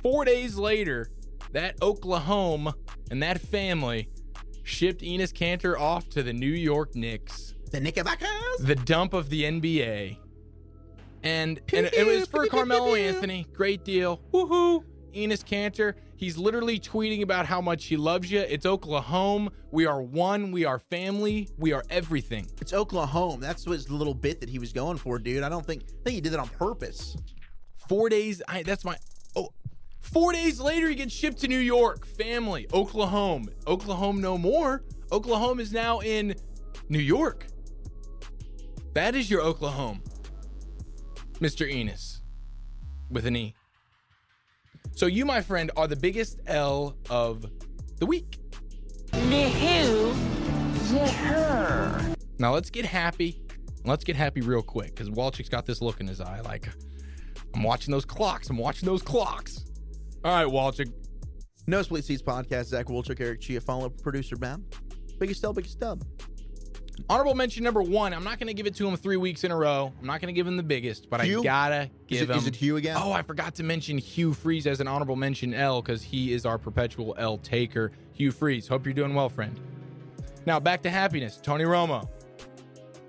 Speaker 2: four days later, that Oklahoma and that family shipped Enos Cantor off to the New York Knicks,
Speaker 1: The Knickerbockers?
Speaker 2: the dump of the NBA. And, and it was for Carmelo Anthony. Great deal. Woohoo. Enos Cantor. He's literally tweeting about how much he loves you. It's Oklahoma. We are one. We are family. We are everything.
Speaker 1: It's Oklahoma. That's was the little bit that he was going for, dude. I don't think I think he did that on purpose.
Speaker 2: Four days. I, that's my. Oh, four days later, he gets shipped to New York. Family, Oklahoma, Oklahoma, no more. Oklahoma is now in New York. That is your Oklahoma, Mr. Enos, with an E. So you, my friend, are the biggest L of the week.
Speaker 4: The who? The her.
Speaker 2: Now let's get happy. Let's get happy real quick because Walchick's got this look in his eye like, I'm watching those clocks. I'm watching those clocks. All right, Walchick,
Speaker 1: Nosebleed Seats podcast, Zach Wolchuk, Eric Chia, follow producer Bam. Biggest dub, biggest dub.
Speaker 2: Honorable mention number one. I'm not going to give it to him three weeks in a row. I'm not going to give him the biggest, but
Speaker 1: Hugh?
Speaker 2: I gotta give
Speaker 1: Is it,
Speaker 2: him.
Speaker 1: is it Hugh again?
Speaker 2: Oh, I forgot to mention Hugh Freeze as an honorable mention L because he is our perpetual L taker. Hugh Freeze, hope you're doing well, friend. Now back to happiness. Tony Romo,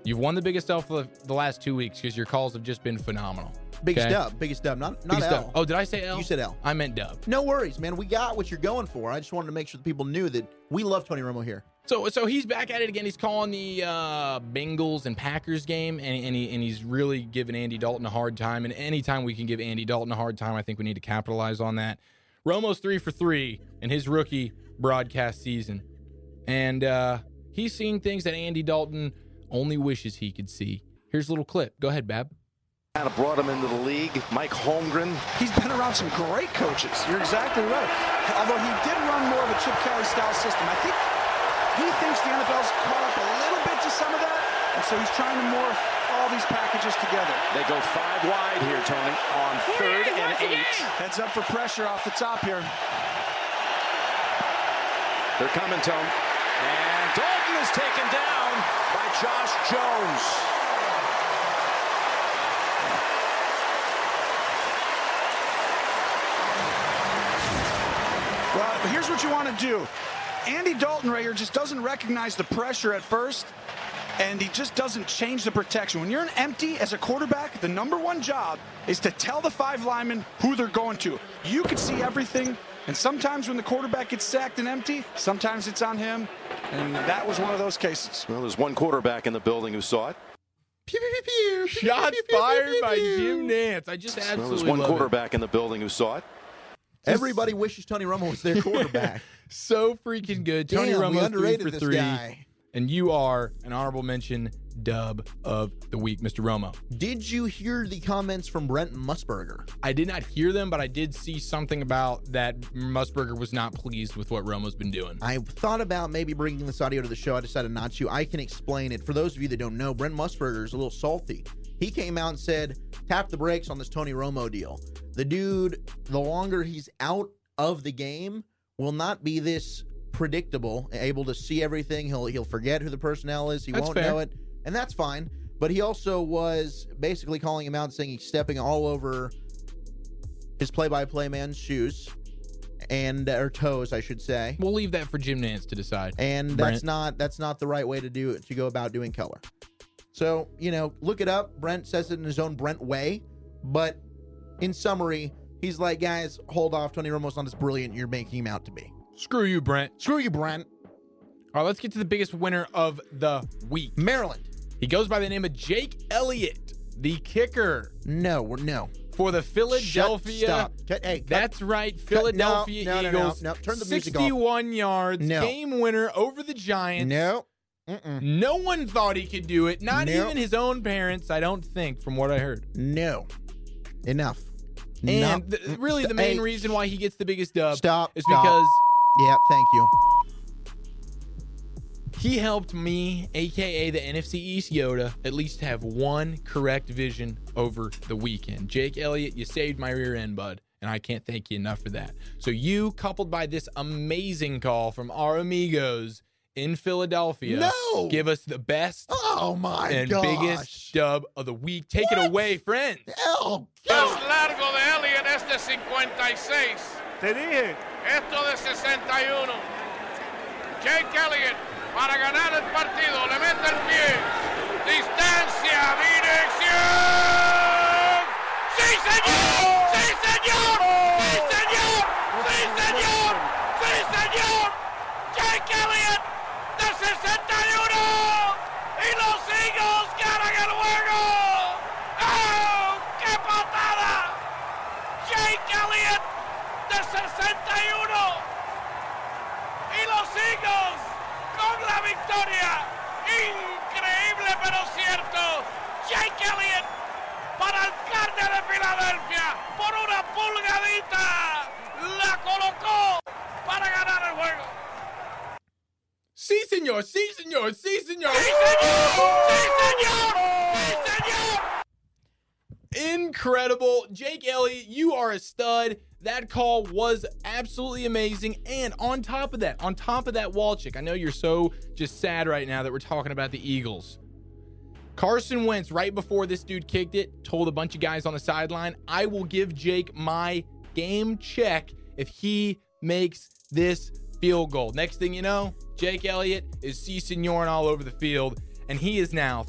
Speaker 2: you've won the biggest L for the, the last two weeks because your calls have just been phenomenal.
Speaker 1: biggest
Speaker 2: okay.
Speaker 1: dub, biggest dub. Not not
Speaker 2: Biggest
Speaker 1: L.
Speaker 2: dub. Oh, did I say L?
Speaker 1: You said L.
Speaker 2: I meant dub.
Speaker 1: No worries, man. We got what you're going for. I just wanted to make sure that people knew that we love Tony Romo here.
Speaker 2: So so he's back at it again. He's calling the uh, Bengals and Packers game, and and, he, and he's really giving Andy Dalton a hard time. And anytime we can give Andy Dalton a hard time, I think we need to capitalize on that. Romo's three for three in his rookie broadcast season, and uh, he's seeing things that Andy Dalton only wishes he could see. Here's a little clip. Go ahead, Bab.
Speaker 5: kind of brought him into the league. Mike Holmgren. He's been around some great coaches. You're exactly right. Although he did run more of a Chip Kelly style system. I think he thinks the NFL's caught up a little bit to And so he's trying to morph all these packages together.
Speaker 6: They go five wide here, Tony, on third and eight.
Speaker 5: Heads up for pressure off the top here.
Speaker 6: They're coming, Tony. And Dalton is taken down by Josh Jones.
Speaker 5: Well, here's what you want to do. Andy Dalton right here just doesn't recognize the pressure at first, and he just doesn't change the protection. When you're an empty as a quarterback, the number one job is to tell the five linemen who they're going to. You can see everything, and sometimes when the quarterback gets sacked and empty, sometimes it's on him, and that was one of those cases.
Speaker 6: Well, there's one quarterback in the building who saw it.
Speaker 1: Pew, pew, pew, pew, pew,
Speaker 2: Shots
Speaker 1: pew, pew,
Speaker 2: fired
Speaker 1: pew,
Speaker 2: by
Speaker 1: pew.
Speaker 2: Jim Nance. I just
Speaker 6: Well, there's
Speaker 2: absolutely
Speaker 6: one
Speaker 2: love
Speaker 6: quarterback in the building who saw it.
Speaker 1: Everybody wishes Tony Romo was their quarterback.
Speaker 2: it. So freaking good. Tony
Speaker 1: Damn, we
Speaker 2: Romo three
Speaker 1: underrated
Speaker 2: for
Speaker 1: this
Speaker 2: three.
Speaker 1: guy.
Speaker 2: And you are an honorable mention dub of the week, Mr. Romo.
Speaker 1: Did you hear the comments from Brent Musburger?
Speaker 2: I did not hear them, but I did see something about that Musburger was not pleased with what Romo's been doing.
Speaker 1: I thought about maybe bringing this audio to the show. I decided not to. I can explain it. For those of you that don't know, Brent Musburger is a little salty. He came out and said, tap the brakes on this Tony Romo deal. The dude, the longer he's out of the game, will not be this predictable, able to see everything. He'll he'll forget who the personnel is. He
Speaker 2: That's
Speaker 1: won't
Speaker 2: fair.
Speaker 1: know it. And that's fine. But he also was basically calling him out, saying he's stepping all over his play-by-play man's shoes and or toes, I should say
Speaker 2: We'll leave that for Jim Nance to decide.
Speaker 1: and that's
Speaker 2: Brent.
Speaker 1: not that's not the right way to do to go about doing color. So you know, look it up. Brent says it in his own Brent way, but in summary, he's like, guys, hold off. Tony Romo's not as brilliant you're making him out to be.
Speaker 2: Screw you, Brent.
Speaker 1: Screw you, Brent.
Speaker 2: All right, let's get to the biggest winner of the week.
Speaker 1: Maryland.
Speaker 2: He goes by the name of Jake Elliott, the kicker
Speaker 1: No, we're no.
Speaker 2: for the
Speaker 1: Shut-
Speaker 2: Philadelphia.
Speaker 1: Stop. Cut- hey, cut-
Speaker 2: That's right,
Speaker 1: no,
Speaker 2: Philadelphia
Speaker 1: no, no, no,
Speaker 2: Eagles.
Speaker 1: no. Turn the music off.
Speaker 2: 61 yards,
Speaker 1: No.
Speaker 2: game winner over the Giants.
Speaker 1: no. Mm-mm.
Speaker 2: No one thought he could do it. Not
Speaker 1: No.
Speaker 2: even his own parents, I don't think, from what I heard.
Speaker 1: No. Enough.
Speaker 2: And
Speaker 1: No.
Speaker 2: th- really, the
Speaker 1: Hey,
Speaker 2: main reason why he gets the biggest dub
Speaker 1: Stop,
Speaker 2: is
Speaker 1: stop.
Speaker 2: because
Speaker 1: Yeah. Thank you.
Speaker 2: he helped me, aka the NFC East Yoda, at least have one correct vision over the weekend. Jake Elliott, you saved my rear end, bud. And I can't thank you enough for that. So, you coupled by this amazing call from our amigos in Philadelphia,
Speaker 1: No!
Speaker 2: give us the best
Speaker 1: Oh my
Speaker 2: and
Speaker 1: gosh.
Speaker 2: biggest dub of the week. Take it away, friends.
Speaker 1: Oh God.
Speaker 7: largo de este Elliot es de 56.
Speaker 8: Te dije.
Speaker 7: Esto de 61. Jake Elliott para ganar el partido le mete el pie. Distancia, dirección. ¡Sí, señor! ¡Sí, señor! ¡Sí, señor! ¡Sí, señor! ¡Sí, señor! Jake Elliott de 61. Y los Eagles ganan el juego. ¡Oh, qué patada! Jake Elliott de 61 y los Eagles con la victoria. Increíble pero cierto. Jake Elliott para el carne de Filadelfia por una pulgadita. La colocó para ganar el juego.
Speaker 2: Si, senor. Si, senor. Si,
Speaker 7: ¡Sí,
Speaker 2: senor.
Speaker 7: señor! ¡Sí, señor! ¡Sí, señor!
Speaker 2: Incredible. Jake Elliott, you are a stud. That call was absolutely amazing. And on top of that, on top of that, Walchick, I know you're so just sad right now that we're talking about the Eagles. Carson Wentz, right before this dude kicked it, told a bunch of guys on the sideline, I will give Jake my game check if he makes this field goal. Next thing you know, Jake Elliott is C Signorin all over the field, and he is now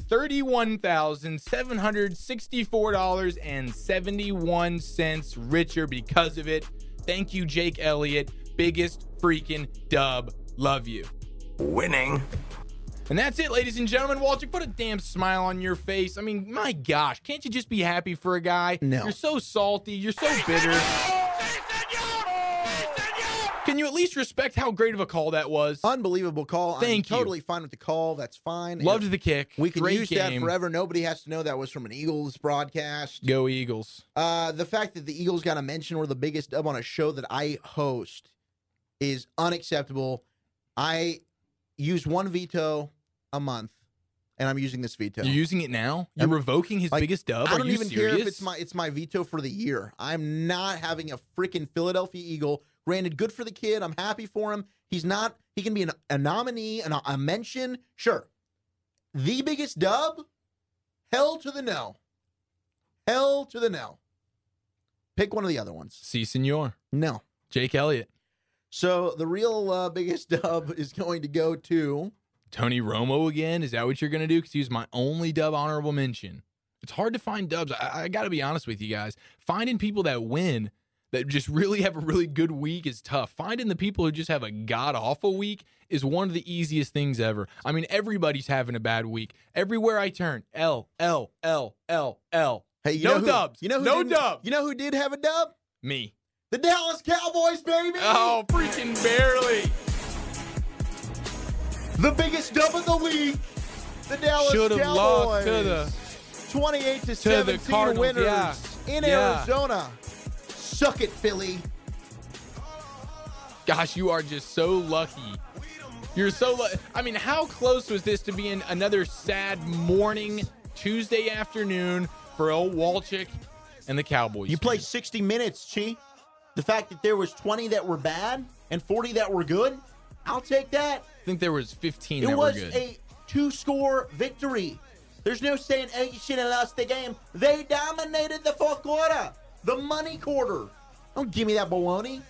Speaker 2: $31,764.71 richer because of it. Thank you, Jake Elliott. Biggest freaking dub. Love you. And that's it, ladies and gentlemen. Walter, put a damn smile on your face. I mean, my gosh, can't you just be happy for a guy?
Speaker 1: No.
Speaker 2: You're so salty. You're so bitter.
Speaker 7: ¡Sí, señor! ¡Sí, señor!
Speaker 2: Can you at least respect how great of a call that was?
Speaker 1: Unbelievable call.
Speaker 2: Thank you.
Speaker 1: I'm Totally fine with the call. That's fine.
Speaker 2: Loved the kick.
Speaker 1: We can
Speaker 2: Great
Speaker 1: use that
Speaker 2: game.
Speaker 1: forever. Nobody has to know that was from an Eagles broadcast.
Speaker 2: Go Eagles.
Speaker 1: Uh, the fact that the Eagles got a mention were the biggest dub on a show that I host is unacceptable. I use one veto a month. and I'm using this veto.
Speaker 2: You're using it now. You're
Speaker 1: I'm-
Speaker 2: revoking his
Speaker 1: like,
Speaker 2: biggest dub.
Speaker 1: I
Speaker 2: Are
Speaker 1: don't
Speaker 2: you
Speaker 1: even
Speaker 2: serious?
Speaker 1: care if it's my it's my veto for the year. I'm not having a freaking Philadelphia Eagle. Granted, good for the kid. I'm happy for him. He's not. He can be an, a nominee, an, a mention. Sure. The biggest dub. Hell to the no. Hell to the no. Pick one of the other ones.
Speaker 2: Si, senor.
Speaker 1: No.
Speaker 2: Jake Elliott,
Speaker 1: So the real uh, biggest dub is going to go to.
Speaker 2: Tony Romo again. Is that what you're gonna do? Because he was my only dub honorable mention. It's hard to find dubs. I, I got to be honest with you guys. Finding people that win, that just really have a really good week, is tough. Finding the people who just have a god awful week is one of the easiest things ever. I mean, everybody's having a bad week. Everywhere I turn, L L L L L.
Speaker 1: Hey, you
Speaker 2: No
Speaker 1: know who-
Speaker 2: dubs.
Speaker 1: You know who
Speaker 2: No
Speaker 1: didn't-
Speaker 2: dub.
Speaker 1: You know who did have a dub?
Speaker 2: Me.
Speaker 1: The Dallas Cowboys, baby.
Speaker 2: Oh, freaking barely.
Speaker 1: The biggest dub of the week. The Dallas
Speaker 2: Should've
Speaker 1: Cowboys.
Speaker 2: lost to the-
Speaker 1: 28 to,
Speaker 2: the
Speaker 1: 17
Speaker 2: Cardinals,
Speaker 1: winners
Speaker 2: yeah.
Speaker 1: in
Speaker 2: Yeah.
Speaker 1: Arizona. Suck it, Philly.
Speaker 2: Gosh, you are just so lucky. You're so lucky. I mean, how close was this to being another sad morning Tuesday afternoon for old Walchick and the Cowboys?
Speaker 1: You play
Speaker 2: team?
Speaker 1: 60 minutes, Chi. The fact that there was 20 that were bad and 40 that were good, I'll take that.
Speaker 2: I think there was 15
Speaker 1: it
Speaker 2: that
Speaker 1: was
Speaker 2: were good.
Speaker 1: a two-score victory. There's no saying, oh, you should have lost the game. They dominated the fourth quarter, the money quarter. Don't give me that baloney.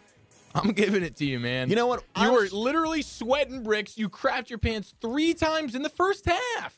Speaker 2: I'm giving it to you, man.
Speaker 1: You know what?
Speaker 2: You
Speaker 1: I
Speaker 2: were
Speaker 1: was-
Speaker 2: literally sweating bricks. You crapped your pants three times in the first half.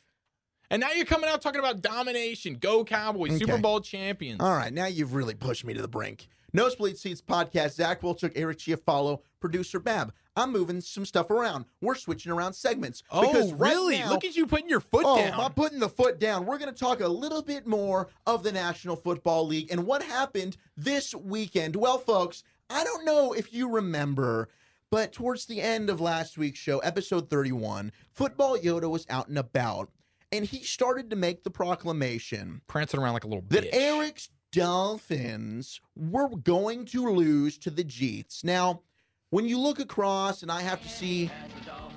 Speaker 2: And now you're coming out talking about domination. Go Cowboys, Super
Speaker 1: Okay. Uh,
Speaker 2: Bowl champions.
Speaker 1: All right, now you've really pushed me to the brink. Nosebleed Seats podcast. Zach Wilczek, Eric Chiafalo, producer Bab. I'm moving some stuff around. We're switching around segments.
Speaker 2: oh,
Speaker 1: because right
Speaker 2: really?
Speaker 1: now-
Speaker 2: Look at you putting your foot
Speaker 1: oh,
Speaker 2: down.
Speaker 1: I'm putting the foot down. We're going to talk a little bit more of the National Football League and what happened this weekend. Well, folks, I don't know if you remember, but towards the end of last week's show, episode 31, Football Yoda was out and about, and he started to make the proclamation
Speaker 2: Prancing around like a little
Speaker 1: that
Speaker 2: bitch.
Speaker 1: Eric's Dolphins were going to lose to the Jeets. Now, when you look across and I have to see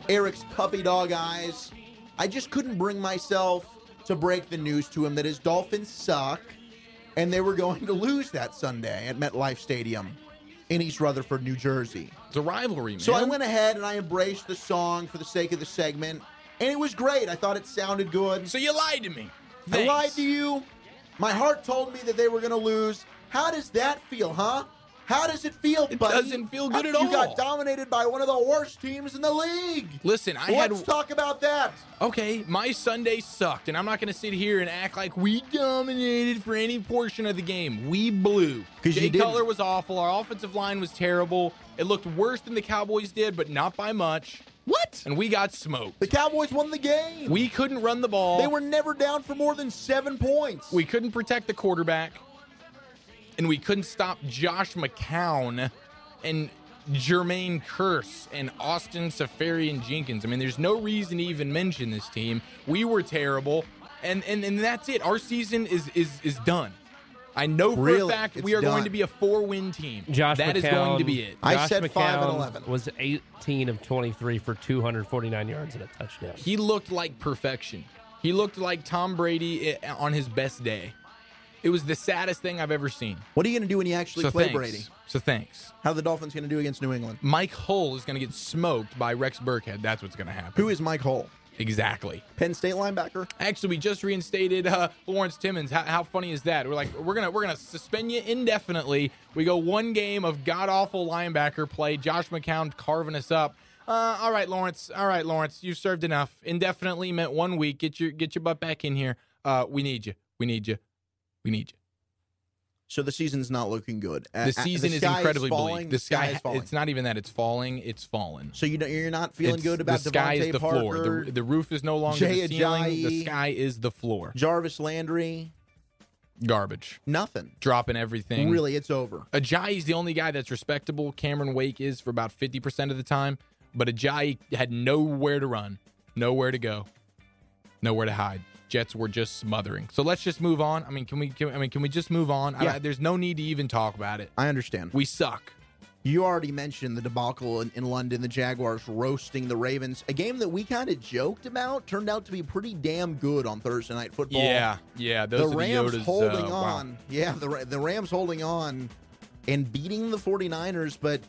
Speaker 1: Eric's puppy dog eyes, I just couldn't bring myself to break the news to him that his Dolphins suck and they were going to lose that Sunday at MetLife Stadium in East Rutherford, New Jersey.
Speaker 2: It's a rivalry, man.
Speaker 1: So I went ahead and I embraced the song for the sake of the segment, and it was great. I thought it sounded good.
Speaker 2: So you lied to me.
Speaker 1: I
Speaker 2: Thanks.
Speaker 1: lied to you. My heart told me that they were going to lose. How does that feel, huh? How does it feel,
Speaker 2: It
Speaker 1: buddy?
Speaker 2: doesn't feel good
Speaker 1: After
Speaker 2: at
Speaker 1: You got
Speaker 2: all.
Speaker 1: dominated by one of the worst teams in the league.
Speaker 2: Listen, I
Speaker 1: Let's
Speaker 2: had
Speaker 1: talk about that.
Speaker 2: okay. My Sunday sucked, and I'm not going to sit here and act like we dominated for any portion of the game. We blew.
Speaker 1: 'Cause you
Speaker 2: Jay
Speaker 1: didn't.
Speaker 2: Cutler was awful. Our offensive line was terrible. It looked worse than the Cowboys did, but not by much.
Speaker 1: What?
Speaker 2: And we got smoked.
Speaker 1: The Cowboys won the game.
Speaker 2: We couldn't run the ball.
Speaker 1: they were never down for more than seven points.
Speaker 2: We couldn't protect the quarterback, and we couldn't stop Josh McCown and Jermaine Curse and Austin Safarian Jenkins. I mean, there's no reason to even mention this team. We were terrible, and and, and that's it. Our season is is is done. I know for
Speaker 1: Oh, Really?
Speaker 2: a fact
Speaker 1: It's
Speaker 2: we are going
Speaker 1: done.
Speaker 2: to be a four-win team.
Speaker 3: Josh
Speaker 2: That is
Speaker 3: McCown-
Speaker 2: going to be it.
Speaker 1: I
Speaker 3: Josh
Speaker 1: said five and
Speaker 3: McCown
Speaker 1: 11.
Speaker 3: Was 18 of 23 for 249 yards and a touchdown.
Speaker 2: He looked like perfection. He looked like Tom Brady i- on his best day. It was the saddest thing I've ever seen.
Speaker 1: what are you going to do when you actually
Speaker 2: So
Speaker 1: play
Speaker 2: thanks.
Speaker 1: Brady?
Speaker 2: So thanks.
Speaker 1: How are the Dolphins going to do against New England?
Speaker 2: Mike Hull is going to get smoked by Rex Burkhead. That's what's going to happen.
Speaker 1: Who is Mike Hole?
Speaker 2: exactly?
Speaker 1: Penn State linebacker?
Speaker 2: Actually, we just reinstated uh, Lawrence Timmons. How, how funny is that? We're like, we're gonna we're gonna suspend you indefinitely. We go one game of god awful linebacker play. Josh McCown carving us up. Uh, all right, Lawrence. All right, Lawrence. You've served enough. Indefinitely meant one week. Get your get your butt back in here. Uh, we need you. We need you. We need you.
Speaker 1: So the season's not looking good. Uh,
Speaker 2: The season is
Speaker 1: sky
Speaker 2: incredibly
Speaker 1: falling.
Speaker 2: bleak. The sky.
Speaker 1: is falling.
Speaker 2: It's not even that. It's falling. It's fallen.
Speaker 1: So you don't, you're not feeling
Speaker 2: It's-
Speaker 1: good about
Speaker 2: the sky
Speaker 1: Devontae
Speaker 2: is the
Speaker 1: Parker,
Speaker 2: floor. The, the roof is no longer
Speaker 1: Jay
Speaker 2: the ceiling.
Speaker 1: Ajayi.
Speaker 2: The sky is the floor.
Speaker 1: Jarvis Landry,
Speaker 2: Garbage.
Speaker 1: nothing.
Speaker 2: Dropping everything.
Speaker 1: Really, it's over.
Speaker 2: Ajayi's the only guy that's respectable. Cameron Wake is for about 50% of the time, but Ajayi had nowhere to run, nowhere to go, nowhere to hide. Jets were just smothering. So let's just move on. I mean, can we? Can, I mean, can we just move on? I-
Speaker 1: Yeah.
Speaker 2: there's no need to even talk about it.
Speaker 1: I understand.
Speaker 2: We suck.
Speaker 1: You already mentioned the debacle in, in London, the Jaguars roasting the Ravens. A game that we kind of joked about turned out to be pretty damn good on Thursday Night Football.
Speaker 2: Yeah, yeah. Those
Speaker 1: the
Speaker 2: are
Speaker 1: Rams
Speaker 2: Yodas, uh,
Speaker 1: holding
Speaker 2: wow.
Speaker 1: on. Yeah, the, Ra- the Rams holding on and beating the 49ers. But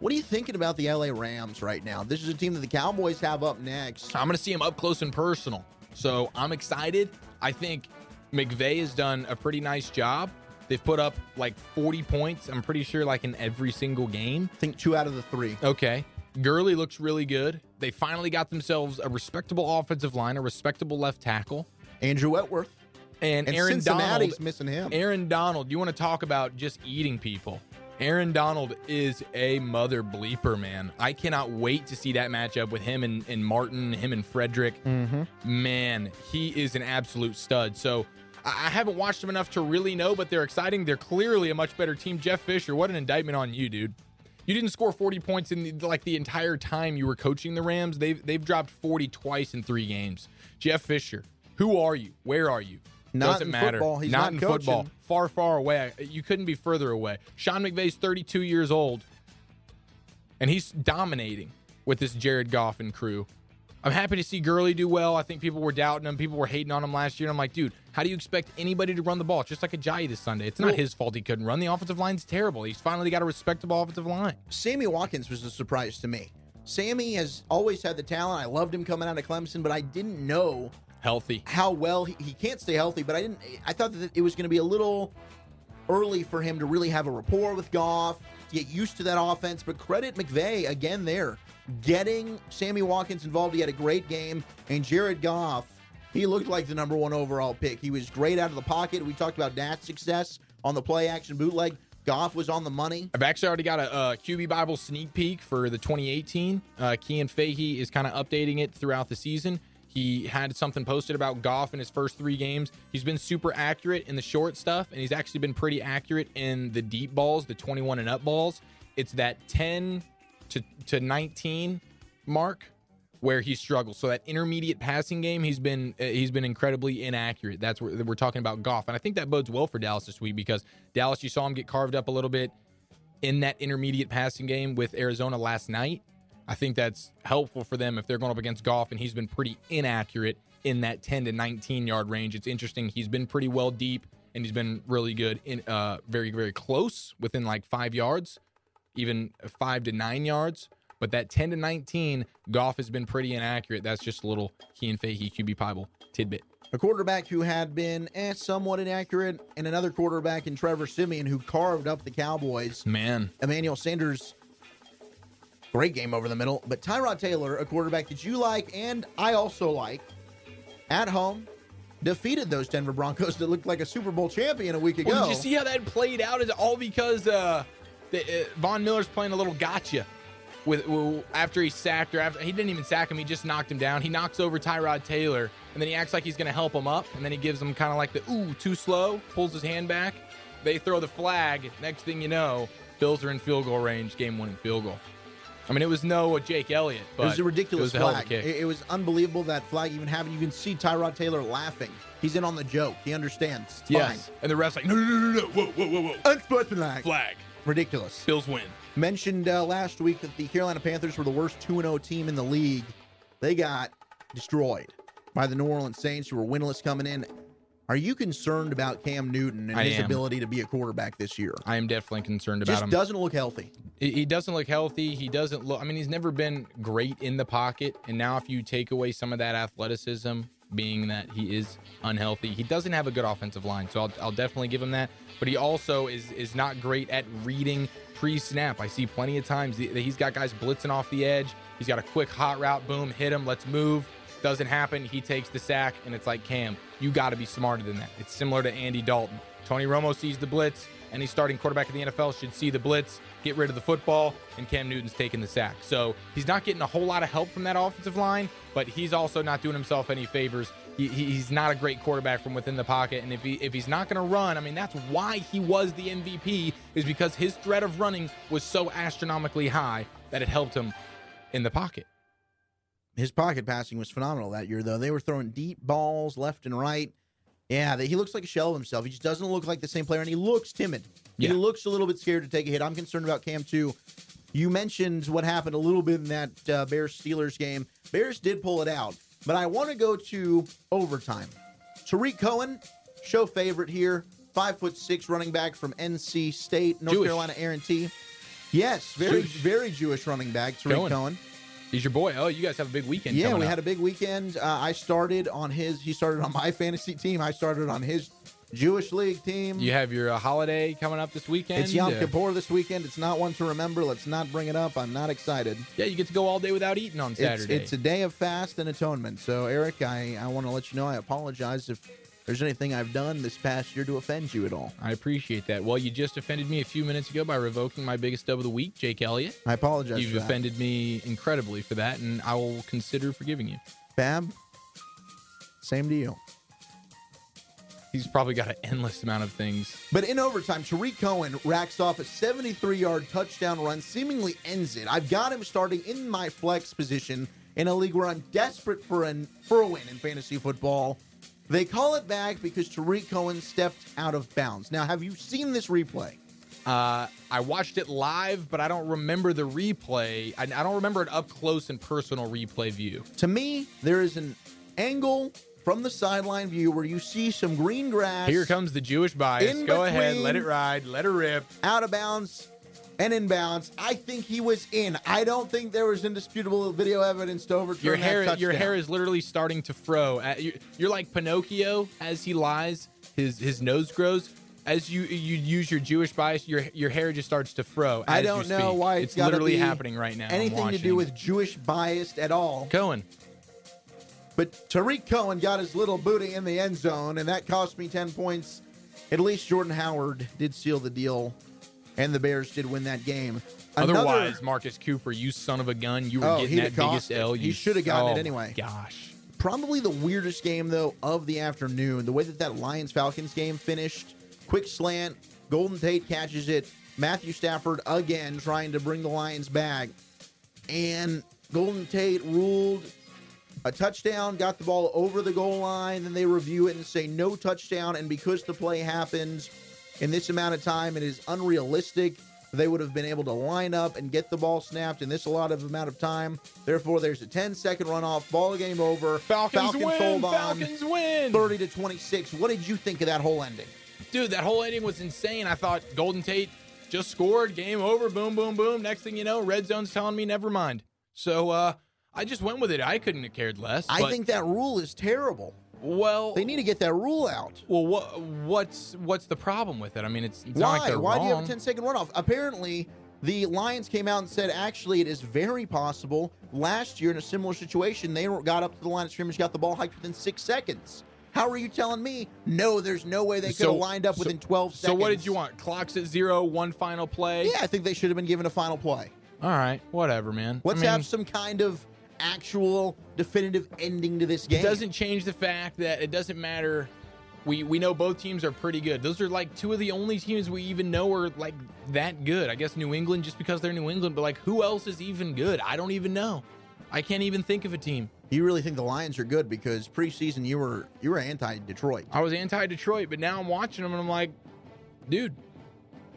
Speaker 1: what are you thinking about the LA Rams right now? This is a team that the Cowboys have up next.
Speaker 2: I'm going to see him up close and personal. So I'm excited. I think McVay has done a pretty nice job. They've put up like 40 points, I'm pretty sure, like in every single game.
Speaker 1: I think two out of the three.
Speaker 2: Okay. Gurley looks really good. They finally got themselves a respectable offensive line, a respectable left tackle,
Speaker 1: Andrew Wetworth
Speaker 2: and,
Speaker 1: and
Speaker 2: Aaron
Speaker 1: Cincinnati's
Speaker 2: Donald.
Speaker 1: missing him.
Speaker 2: Aaron Donald, you want to talk about just eating people. Aaron Donald is a mother bleeper, man. I cannot wait to see that matchup with him and, and Martin, him and Frederick.
Speaker 1: Mm-hmm.
Speaker 2: Man, he is an absolute stud. So I, I haven't watched him enough to really know, but they're exciting. They're clearly a much better team. Jeff Fisher, what an indictment on you, dude. You didn't score 40 points in the, like the entire time you were coaching the Rams. They've they've dropped 40 twice in three games. Jeff Fisher, who are you? Where are you?
Speaker 1: Not
Speaker 2: Doesn't
Speaker 1: in
Speaker 2: matter.
Speaker 1: football. He's not
Speaker 2: in
Speaker 1: coaching.
Speaker 2: football. Far, far away. You couldn't be further away. Sean McVay's 32 years old, and he's dominating with this Jared Goff and crew. I'm happy to see Gurley do well. I think people were doubting him. People were hating on him last year. And I'm like, dude, how do you expect anybody to run the ball? It's just like a Ajayi this Sunday. It's not his fault he couldn't run. The offensive line's terrible. He's finally got a respectable offensive line.
Speaker 1: Sammy Watkins was a surprise to me. Sammy has always had the talent. I loved him coming out of Clemson, but I didn't know
Speaker 2: Healthy.
Speaker 1: how well he, he can't stay healthy. But I didn't. I thought that it was going to be a little early for him to really have a rapport with Goff, to get used to that offense. But credit McVay again there, getting Sammy Watkins involved. He had a great game, and Jared Goff. He looked like the number one overall pick. He was great out of the pocket. We talked about Nat's success on the play action bootleg. Goff was on the money.
Speaker 2: I've actually already got a, uh QB Bible sneak peek for the 2018. Uh, Kean Fahey is kind of updating it throughout the season. He had something posted about Goff in his first three games. He's been super accurate in the short stuff, and he's actually been pretty accurate in the deep balls, the 21 and up balls. It's that 10 to, to 19 mark where he struggles. So that intermediate passing game, he's been uh, he's been incredibly inaccurate. That's where we're talking about Goff, and I think that bodes well for Dallas this week because Dallas, you saw him get carved up a little bit in that intermediate passing game with Arizona last night. I think that's helpful for them if they're going up against Goff, and he's been pretty inaccurate in that 10 to 19 yard range. It's interesting. He's been pretty well deep, and he's been really good in uh, very very close within like five yards, even five to nine yards. But that 10 to 19, Goff has been pretty inaccurate. That's just a little he and Fahey QB Bible tidbit.
Speaker 1: a quarterback who had been eh, somewhat inaccurate, and another quarterback in Trevor Simeon who carved up the Cowboys.
Speaker 2: Man,
Speaker 1: Emmanuel Sanders, great game over the middle. But Tyrod Taylor, a quarterback that you like and I also like, at home, defeated those Denver Broncos that looked like a Super Bowl champion a week ago.
Speaker 2: Well, did you see how that played out? It's all because uh, the, uh, Von Miller's playing a little gotcha with, with after he sacked or after he didn't even sack him. He just knocked him down. He knocks over Tyrod Taylor, and then he acts like he's going to help him up, and then he gives him kind of like the ooh too slow, pulls his hand back. They throw the flag. Next thing you know, Bills are in field goal range, game winning field goal. I mean, it was no uh, Jake Elliott, but
Speaker 1: it was a ridiculous
Speaker 2: it was a hell of a
Speaker 1: flag.
Speaker 2: kick.
Speaker 1: It, it was unbelievable that flag even happened. You can see Tyrod Taylor laughing. He's in on the joke. He understands. It's
Speaker 2: yes, and the refs like no, no, no, no, no, whoa, whoa, whoa, whoa,
Speaker 1: fine. Unsportsmanlike.
Speaker 2: flag.
Speaker 1: Ridiculous.
Speaker 2: Bills win.
Speaker 1: mentioned uh, last week that the Carolina Panthers were the worst 2 0 team in the league. They got destroyed by the New Orleans Saints, who were winless coming in. Are you concerned about Cam Newton and
Speaker 2: I
Speaker 1: his
Speaker 2: am.
Speaker 1: ability to be a quarterback this year?
Speaker 2: I am definitely concerned about
Speaker 1: Just
Speaker 2: him.
Speaker 1: doesn't look healthy.
Speaker 2: he he doesn't look healthy. He doesn't look. I mean, he's never been great in the pocket, and now if you take away some of that athleticism, being that he is unhealthy, he doesn't have a good offensive line. So I'll, I'll definitely give him that. But he also is is not great at reading pre-snap. I see plenty of times that he's got guys blitzing off the edge. He's got a quick hot route, boom, hit him, let's move. Doesn't happen. He takes the sack, and it's like Cam, you got to be smarter than that. It's similar to Andy Dalton. Tony Romo sees the blitz. Any starting quarterback in the NFL should see the blitz, get rid of the football, and Cam Newton's taking the sack. So he's not getting a whole lot of help from that offensive line, but he's also not doing himself any favors. He, he- he's not a great quarterback from within the pocket, and if he if he's not going to run, I mean that's why he was the MVP is because his threat of running was so astronomically high that it helped him in the pocket.
Speaker 1: His pocket passing was phenomenal that year, though. They were throwing deep balls left and right. Yeah, that he looks like a shell of himself. He just doesn't look like the same player, and he looks timid.
Speaker 2: Yeah.
Speaker 1: He looks a little bit scared to take a hit. I'm concerned about Cam too. You mentioned what happened a little bit in that uh, Bears Steelers game. Bears did pull it out, but I want to go to overtime. Tariq Cohen, show favorite here, five foot six running back from NC State, North
Speaker 2: Jewish.
Speaker 1: Carolina A and T. Yes, very
Speaker 2: Jewish.
Speaker 1: very Jewish running back, Tariq
Speaker 2: Cohen.
Speaker 1: Cohen.
Speaker 2: He's your boy. Oh, you guys have a big weekend.
Speaker 1: Yeah,
Speaker 2: coming
Speaker 1: we
Speaker 2: up.
Speaker 1: had a big weekend. Uh, I started on his. He started on my fantasy team. I started on his Jewish league team.
Speaker 2: You have your uh, holiday coming up this weekend.
Speaker 1: It's Yom
Speaker 2: Uh,
Speaker 1: Kippur this weekend. It's not one to remember. Let's not bring it up. I'm not excited.
Speaker 2: Yeah, Uh, you get to go all day without eating on
Speaker 1: It's,
Speaker 2: Saturday.
Speaker 1: it's a day of fast and atonement. So, Eric, I, I want to let you know I apologize if there's anything I've done this past year to offend you at all.
Speaker 2: I appreciate that. Well, you just offended me a few minutes ago by revoking my biggest dub of the week, Jake Elliott.
Speaker 1: I apologize
Speaker 2: You've
Speaker 1: for that.
Speaker 2: offended me incredibly for that, and I will consider forgiving you.
Speaker 1: Fab, same to you.
Speaker 2: He's probably got an endless amount of things.
Speaker 1: But in overtime, Tariq Cohen racks off a 73 yard touchdown run, seemingly ends it. I've got him starting in my flex position in a league where I'm desperate for, an, for a win in fantasy football. They call it back because Tariq Cohen stepped out of bounds. Now, have you seen this replay?
Speaker 2: Uh, I watched it live, but I don't remember the replay. I, I don't remember an up close and personal replay view.
Speaker 1: To me, there is an angle from the sideline view where you see some green grass
Speaker 2: Here comes the Jewish bias.
Speaker 1: In
Speaker 2: Go ahead,
Speaker 1: between-
Speaker 2: let it ride, let it rip.
Speaker 1: out of bounds and inbounds. I think he was in. I don't think there was indisputable video evidence to overturn
Speaker 2: Your
Speaker 1: that
Speaker 2: hair,
Speaker 1: touchdown.
Speaker 2: your hair is literally starting to fro. Uh, you- You're like Pinocchio as he lies. His his nose grows. As you you use your Jewish bias, your your hair just starts to fro.
Speaker 1: I
Speaker 2: as you
Speaker 1: don't know
Speaker 2: speak.
Speaker 1: why
Speaker 2: it's
Speaker 1: gotta
Speaker 2: literally
Speaker 1: be
Speaker 2: happening right now. I'm
Speaker 1: Anything to
Speaker 2: watching.
Speaker 1: do with Jewish biased at all.
Speaker 2: Cohen?
Speaker 1: But Tariq Cohen got his little booty in the end zone, and that cost me 10 points. At least Jordan Howard did seal the deal, and the Bears did win that game. Another-
Speaker 2: Otherwise, Marcus Cooper, you son of a gun, you were
Speaker 1: Oh,
Speaker 2: getting
Speaker 1: he'd
Speaker 2: that
Speaker 1: have cost
Speaker 2: biggest
Speaker 1: it.
Speaker 2: L.
Speaker 1: He
Speaker 2: You
Speaker 1: should have gotten
Speaker 2: oh
Speaker 1: it
Speaker 2: my
Speaker 1: anyway.
Speaker 2: Gosh,
Speaker 1: probably the weirdest game, though, of the afternoon. The way that that Lions Falcons game finished quick slant, Golden Tate catches it, Matthew Stafford again trying to bring the Lions back. And Golden Tate ruled a touchdown, got the ball over the goal line, then they review it and say no touchdown. And because the play happens in this amount of time, it is unrealistic. They would have been able to line up and get the ball snapped in this allotted amount of time. Therefore, there's a 10 second runoff, ball game over.
Speaker 2: Falcons, win!
Speaker 1: hold on.
Speaker 2: Falcons win!
Speaker 1: 30 to 26. What did you think of that whole ending?
Speaker 2: Dude, that whole ending was insane. I thought Golden Tate just scored, game over, boom, boom, boom. Next thing you know, red zone's telling me never mind. So uh, I just went with it. I couldn't have cared less.
Speaker 1: I
Speaker 2: but,
Speaker 1: think that rule is terrible.
Speaker 2: well,
Speaker 1: They need to get that rule out.
Speaker 2: well, what what's what's the problem with it? I mean, it's, it's not
Speaker 1: Why?
Speaker 2: like they're
Speaker 1: Why do you have
Speaker 2: wrong.
Speaker 1: a 10 second runoff? Apparently, the Lions came out and said, actually, it is very possible. Last year, in a similar situation, they were- got up to the line of scrimmage, got the ball hiked within six seconds. How are you telling me? No, there's no way they could
Speaker 2: So-
Speaker 1: have lined up
Speaker 2: so-
Speaker 1: within 12
Speaker 2: So
Speaker 1: seconds.
Speaker 2: what did you want? Clocks at zero, one final play.
Speaker 1: Yeah, I think they should have been given a final play.
Speaker 2: All right, whatever, man.
Speaker 1: Let's
Speaker 2: I mean,
Speaker 1: have some kind of actual definitive ending to this game.
Speaker 2: It doesn't change the fact that it doesn't matter. We we know both teams are pretty good. Those are like two of the only teams we even know are like that good. I guess New England just because they're New England, but like who else is even good? I don't even know. I can't even think of a team.
Speaker 1: You really think the Lions are good because preseason you were you were anti Detroit.
Speaker 2: I was anti Detroit, but now I'm watching them and I'm like, dude,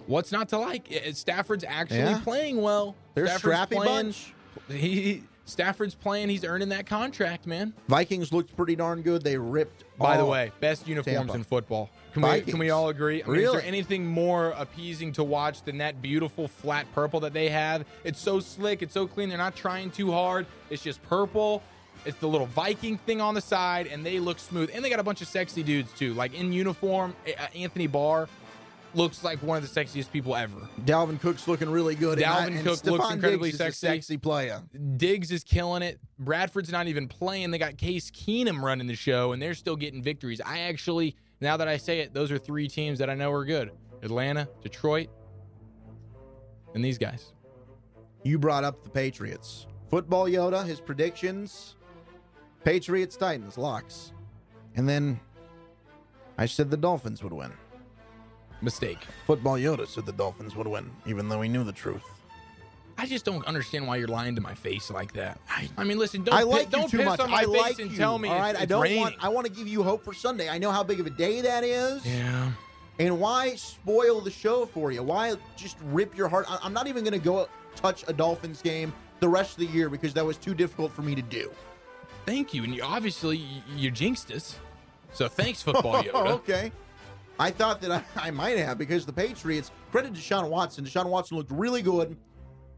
Speaker 2: what's not to like? I- Stafford's actually
Speaker 1: Yeah.
Speaker 2: playing well.
Speaker 1: They're a
Speaker 2: Stafford's
Speaker 1: scrappy
Speaker 2: playing-
Speaker 1: bunch.
Speaker 2: He Stafford's playing. He's earning that contract, man.
Speaker 1: Vikings looked pretty darn good. They ripped.
Speaker 2: By the
Speaker 1: all-
Speaker 2: way, best uniforms
Speaker 1: Tampa.
Speaker 2: in football. Can we, can we
Speaker 1: Vikings.
Speaker 2: all agree? I mean, Is
Speaker 1: Really?
Speaker 2: there anything more appeasing to watch than that beautiful flat purple that they have? It's so slick. It's so clean. They're not trying too hard. It's just purple. It's the little Viking thing on the side, and they look smooth. And they got a bunch of sexy dudes too, like in uniform. A- uh, Anthony Barr looks like one of the sexiest people ever.
Speaker 1: Dalvin Cook's looking really good. and I-
Speaker 2: Dalvin
Speaker 1: and
Speaker 2: Cook looks
Speaker 1: Stephon
Speaker 2: incredibly
Speaker 1: Diggs is a
Speaker 2: sexy.
Speaker 1: sexy player.
Speaker 2: Diggs is killing it. Bradford's not even playing. They got Case Keenum running the show, and they're still getting victories. I actually, now that I say it, those are three teams that I know are good Atlanta, Detroit, and these guys.
Speaker 1: You brought up the Patriots. Football Yoda, his predictions. Patriots, Titans, locks. And then I said the Dolphins would win.
Speaker 2: Mistake.
Speaker 1: Football Yoda said the Dolphins would win, even though he knew the truth.
Speaker 2: I just don't understand why you're lying to my face like that. I, mean, listen, don't
Speaker 1: I
Speaker 2: pi-
Speaker 1: like you
Speaker 2: don't
Speaker 1: too
Speaker 2: piss
Speaker 1: much.
Speaker 2: on my
Speaker 1: I
Speaker 2: face
Speaker 1: like
Speaker 2: and
Speaker 1: you.
Speaker 2: tell me
Speaker 1: all
Speaker 2: it's-
Speaker 1: right,
Speaker 2: it's
Speaker 1: I don't
Speaker 2: raining.
Speaker 1: want. I want to give you hope for Sunday. I know how big of a day that is.
Speaker 2: yeah.
Speaker 1: And why spoil the show for you? Why just rip your heart? I- I'm not even going to go touch a Dolphins game the rest of the year because that was too difficult for me to do.
Speaker 2: Thank you, and you obviously y- you jinxed us. So thanks, football Yoda.
Speaker 1: okay. I thought that I, I might have because the Patriots, credit to Deshaun Watson. Deshaun Watson looked really good.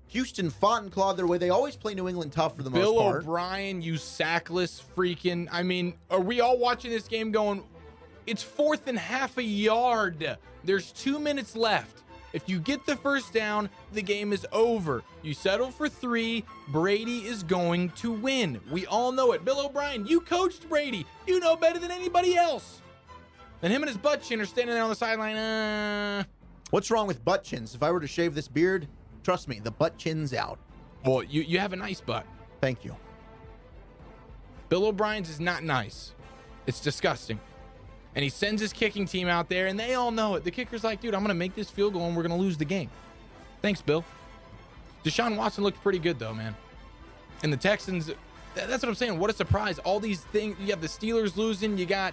Speaker 1: Houston fought and clawed their way. They always play New England tough for the
Speaker 2: Bill
Speaker 1: most part.
Speaker 2: O'Brien, you sackless freaking. I mean, are we all watching this game going, it's fourth and half a yard? There's two minutes left. If you get the first down, the game is over. You settle for three. Brady is going to win. We all know it. Bill O'Brien, you coached Brady. You know better than anybody else. And him and his butt chin are standing there on the sideline. Uh,
Speaker 1: What's wrong with butt chins? If I were to shave this beard, trust me, the butt chin's out.
Speaker 2: well, you, you have a nice butt.
Speaker 1: Thank you.
Speaker 2: Bill O'Brien's is not nice. It's disgusting. And he sends his kicking team out there, and they all know it. The kicker's like, dude, I'm going to make this field goal, and we're going to lose the game. Thanks, Bill. Deshaun Watson looked pretty good, though, man. And the Texans, th- that's what I'm saying. What a surprise. All these things. You have the Steelers losing. You got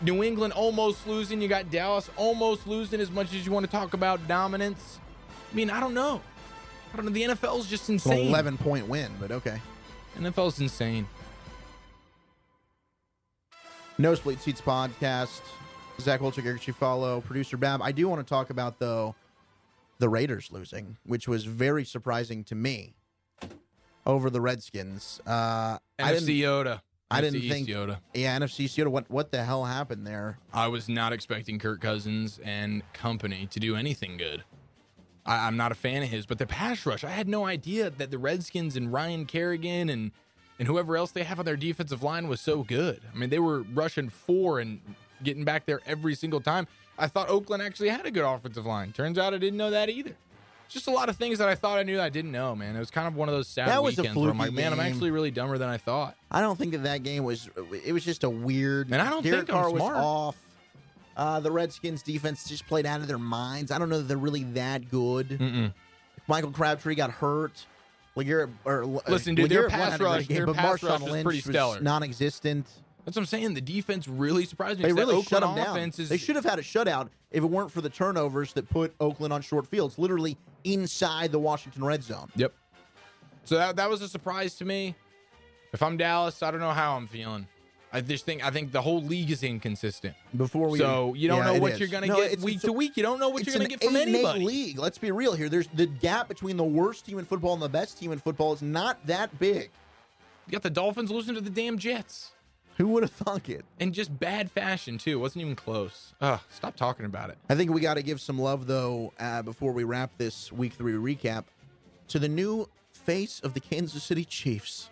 Speaker 2: New England almost losing. You got Dallas almost losing as much as you want to talk about dominance. I mean, I don't know. I don't know. The NFL's just
Speaker 1: It's an
Speaker 2: insane.
Speaker 1: 11 point win, but okay.
Speaker 2: NFL's insane.
Speaker 1: Nosebleed Seats podcast. Zach Wolchek, Eric Chifalo, producer Bab. I do want to talk about, though, the Raiders losing, which was very surprising to me over the Redskins. Uh, I
Speaker 2: NFC
Speaker 1: didn't,
Speaker 2: Yoda.
Speaker 1: I
Speaker 2: NFC
Speaker 1: didn't
Speaker 2: East
Speaker 1: think-
Speaker 2: Yoda.
Speaker 1: yeah, NFC Seattle. What, what the hell happened there?
Speaker 2: I was not expecting Kirk Cousins and company to do anything good. I, I'm not a fan of his, but the pass rush, I had no idea that the Redskins and Ryan Kerrigan and and whoever else they have on their defensive line was so good. I mean, they were rushing four and getting back there every single time. I thought Oakland actually had a good offensive line. Turns out I didn't know that either. Just a lot of things that I thought I knew that I didn't know, man. It was kind of one of those sad
Speaker 1: That was a
Speaker 2: weekends where I'm
Speaker 1: fluky
Speaker 2: like, man, I'm
Speaker 1: game.
Speaker 2: actually really dumber than I thought.
Speaker 1: I don't think that that game was. It was just a weird.
Speaker 2: And I don't
Speaker 1: Derek
Speaker 2: think I'm
Speaker 1: Carr was
Speaker 2: smart.
Speaker 1: off. Uh, the Redskins defense just played out of their minds. I don't know that they're really that good.
Speaker 2: Mm-mm.
Speaker 1: Michael Crabtree got hert. Legarrette or uh,
Speaker 2: Listen, dude,
Speaker 1: LeGarrette
Speaker 2: their
Speaker 1: Blount
Speaker 2: pass
Speaker 1: had a great
Speaker 2: rush- their
Speaker 1: but
Speaker 2: pass
Speaker 1: Marshawn
Speaker 2: rush was
Speaker 1: Lynch
Speaker 2: pretty stellar.
Speaker 1: non-existent.
Speaker 2: That's what I'm saying. The defense really surprised me.
Speaker 1: They
Speaker 2: 'cause that
Speaker 1: really shut
Speaker 2: Oakland
Speaker 1: them down.
Speaker 2: offense Is,
Speaker 1: They should have had a shutout if it weren't for the turnovers that put Oakland on short fields, literally inside the Washington red zone.
Speaker 2: Yep. So that, that was a surprise to me. If I'm Dallas, I don't know how I'm feeling. I just think I think the whole league is inconsistent.
Speaker 1: Before we,
Speaker 2: So you don't
Speaker 1: Yeah,
Speaker 2: know
Speaker 1: it
Speaker 2: what
Speaker 1: is.
Speaker 2: you're gonna
Speaker 1: No,
Speaker 2: get
Speaker 1: it's-
Speaker 2: week
Speaker 1: it's-
Speaker 2: to week. You don't know what
Speaker 1: it's
Speaker 2: you're gonna
Speaker 1: an
Speaker 2: get from
Speaker 1: eight and eight
Speaker 2: anybody.
Speaker 1: league. Let's be real here. There's the gap between the worst team in football and the best team in football is not that big.
Speaker 2: You got the Dolphins losing to the damn Jets.
Speaker 1: Who would have thunk it?
Speaker 2: And just bad fashion too. Wasn't even close. Ugh, stop talking about it.
Speaker 1: I think we got to give some love though uh, before we wrap this week three recap to the new face of the Kansas City Chiefs,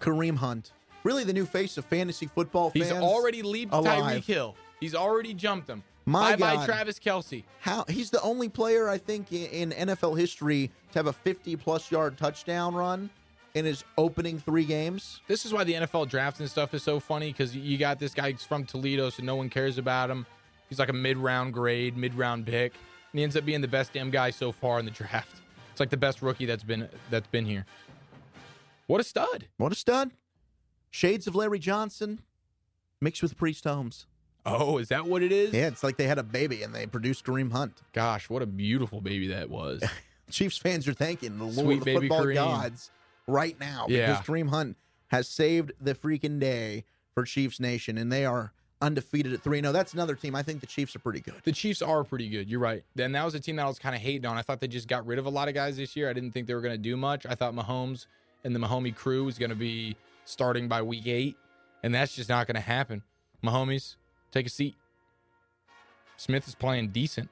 Speaker 1: Kareem Hunt. Really, the new face of fantasy football.
Speaker 2: He's
Speaker 1: fans.
Speaker 2: already leaped
Speaker 1: alive.
Speaker 2: Tyreek Hill. He's already jumped him.
Speaker 1: My
Speaker 2: bye bye
Speaker 1: God.
Speaker 2: Travis Kelsey.
Speaker 1: How he's the only player I think i- in NFL history to have a 50 plus yard touchdown run in his opening three games.
Speaker 2: This is why the NFL draft and stuff is so funny because you got this guy who's from Toledo, so no one cares about him. He's like a mid round grade, mid round pick, and he ends up being the best damn guy so far in the draft. It's like the best rookie that's been that's been here. What a stud!
Speaker 1: What a stud! Shades of Larry Johnson mixed with Priest Holmes.
Speaker 2: Oh, is that what it is?
Speaker 1: Yeah, it's like they had a baby and they produced Kareem Hunt.
Speaker 2: Gosh, what a beautiful baby that was.
Speaker 1: Chiefs fans are thanking the Lord
Speaker 2: Sweet
Speaker 1: of the
Speaker 2: baby
Speaker 1: football
Speaker 2: Kareem.
Speaker 1: gods right now
Speaker 2: Yeah.
Speaker 1: because Kareem Hunt has saved the freaking day for Chiefs Nation, and they are undefeated at 3 0. That's another team. I think the Chiefs are pretty good.
Speaker 2: The Chiefs are pretty good. You're right. Then that was a team that I was kind of hating on. I thought they just got rid of a lot of guys this year. I didn't think they were going to do much. I thought Mahomes and the Mahomie crew was going to be starting by week eight, and that's just not going to happen. Mahomes, take a seat. Smith is playing decent.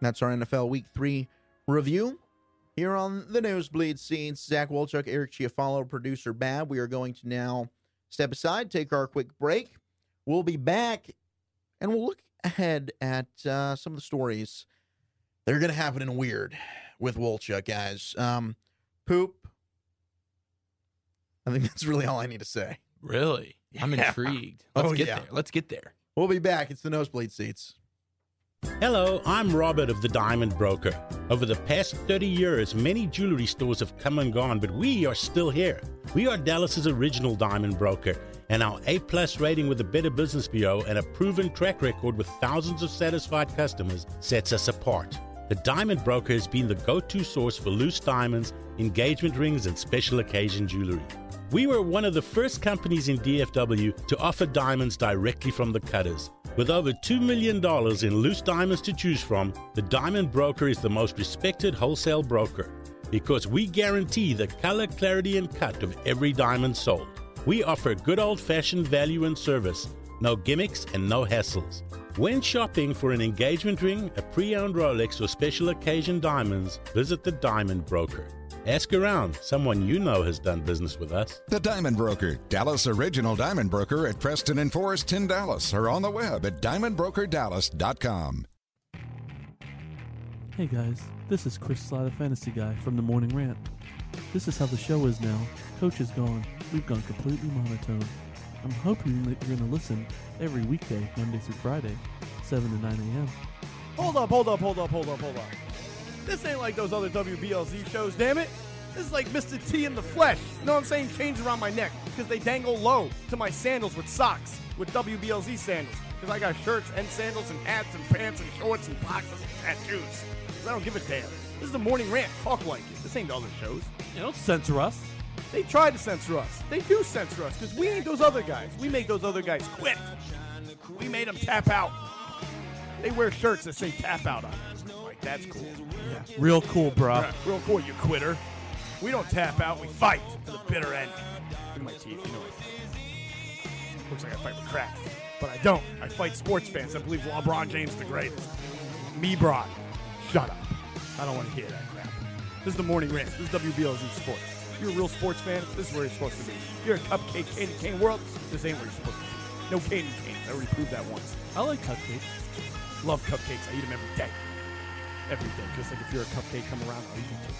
Speaker 1: That's our NFL Week 3 review. Here on the Nosebleed Scenes, Zach Wolchuk, Eric Chiafalo, producer Bab. We are going to now step aside, take our quick break. We'll be back, and we'll look ahead at uh, some of the stories that are going to happen in Weird with Wolchuk, guys. Um, poop. I think that's really all I need to say.
Speaker 2: Really? I'm intrigued.
Speaker 1: Oh,
Speaker 2: Let's get
Speaker 1: yeah.
Speaker 2: there. Let's get there.
Speaker 1: We'll be back. It's the Nosebleed Seats.
Speaker 8: Hello, I'm Robert of the Diamond Broker. Over the past 30 years, many jewelry stores have come and gone, but we are still here. We are Dallas's original diamond broker, and our A plus rating with the Better Business Bureau and a proven track record with thousands of satisfied customers sets us apart. The Diamond Broker has been the go to source for loose diamonds, engagement rings, and special occasion jewelry. We were one of the first companies in DFW to offer diamonds directly from the cutters. With over $2 million in loose diamonds to choose from, the Diamond Broker is the most respected wholesale broker because we guarantee the color, clarity, and cut of every diamond sold. We offer good old fashioned value and service, no gimmicks and no hassles. When shopping for an engagement ring, a pre owned Rolex, or special occasion diamonds, visit the Diamond Broker. Ask around, someone you know has done business with us.
Speaker 9: The Diamond Broker, Dallas original Diamond Broker at Preston and Forest in Dallas, or on the web at diamondbrokerdallas.com.
Speaker 10: Hey guys, this is Chris Sly, the fantasy guy from the Morning Rant. This is how the show is now. Coach is gone. We've gone completely monotone. I'm hoping that you're going to listen every weekday, Monday through Friday, 7 to 9 a.m.
Speaker 11: Hold up, hold up, hold up, hold up, hold up. This ain't like those other WBLZ shows, damn it. This is like Mr. T in the flesh. You know what I'm saying? Chains around my neck because they dangle low to my sandals with socks, with WBLZ sandals. Because I got shirts and sandals and hats and pants and shorts and boxes and tattoos. Because I don't give a damn. This is the morning rant. Talk like it. This ain't the other shows.
Speaker 10: Yeah, don't censor us.
Speaker 11: They try to censor us. They do censor us because we ain't those other guys. We make those other guys quit. We made them tap out. They wear shirts that say tap out on them. Like, that's cool.
Speaker 10: Real cool, bruh.
Speaker 11: Yeah, Real cool, you quitter. We don't tap out, we fight to the bitter end. Look at my teeth, you know it. Looks like I fight with crack. But I don't. I fight sports fans that believe LeBron James is the greatest. Me, Bron. Shut up. I don't want to hear that crap. This is the morning rant. This is WBLZ Sports. If you're a real sports fan, this is where you're supposed to be. If you're a cupcake candy cane world, this ain't where you're supposed to be. No candy canes. I already proved that once.
Speaker 10: I like cupcakes.
Speaker 11: Love cupcakes. I eat them every day. Every day. Just like if you're a cupcake, come around, I'll eat you too.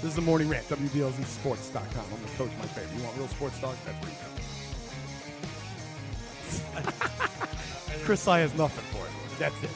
Speaker 11: This is the morning rant, WBLZSports.com. I'm the coach, my favorite. You want real sports talk? That's where you come. Chris I has nothing for it. That's it.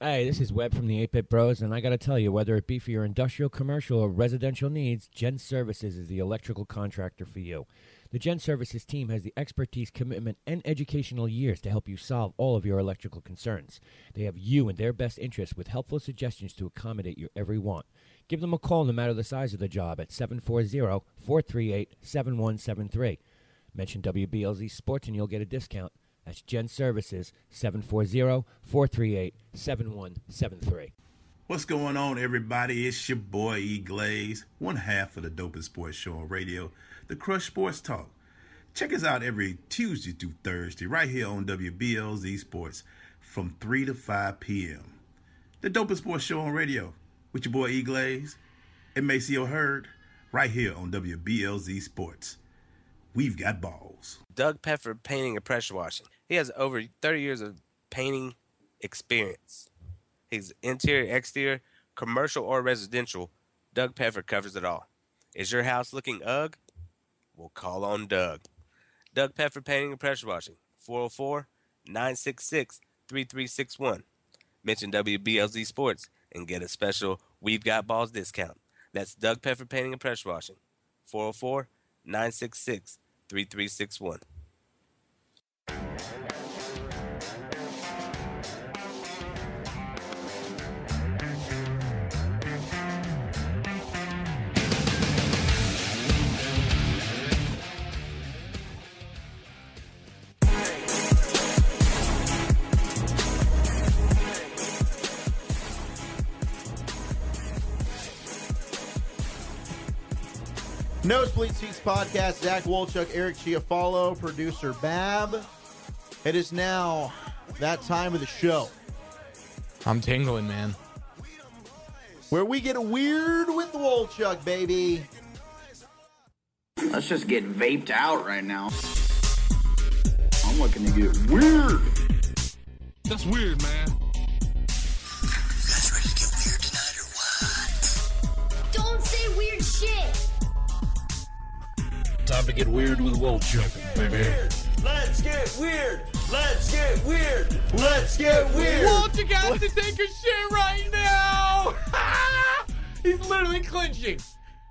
Speaker 12: Hey, this is Webb from the 8-Bit Bros, and I got to tell you, whether it be for your industrial, commercial, or residential needs, Gen Services is the electrical contractor for you. The Gen Services team has the expertise, commitment, and educational years to help you solve all of your electrical concerns. They have you in their best interest with helpful suggestions to accommodate your every want. Give them a call no matter the size of the job at 740-438-7173. Mention WBLZ Sports and you'll get a discount. That's Gen Services, 740 438 7173.
Speaker 13: What's going on, everybody? It's your boy E Glaze, one half of the dopest sports show on radio, the Crush Sports Talk. Check us out every Tuesday through Thursday, right here on WBLZ Sports, from 3 to 5 p.m. The dopest sports show on radio, with your boy E Glaze and Maceo Hurd, right here on WBLZ Sports. We've got balls.
Speaker 14: Doug Peffer painting and pressure washing. He has over 30 years of painting experience. He's interior, exterior, commercial, or residential. Doug Peffer covers it all. Is your house looking ugh? We'll call on Doug. Doug Peffer painting and pressure washing. 404 966 3361. Mention WBLZ Sports and get a special We've Got Balls discount. That's Doug Peffer painting and pressure washing. 404 966 3361.
Speaker 1: Nosebleed Seats Podcast, Zach Wolchuk, Eric Chiafalo, producer Bab. It is now that time of the show
Speaker 2: I'm tingling, man.
Speaker 1: where we get weird with Wolchuk, baby.
Speaker 15: Let's just get vaped out right now. I'm looking to get weird.
Speaker 16: That's weird, man.
Speaker 17: Don't say weird shit.
Speaker 16: Time to get weird with Wolchuk, baby.
Speaker 18: Let's get weird. Let's get weird. Let's get weird.
Speaker 2: Walter got to take a shit right now. He's literally clinching.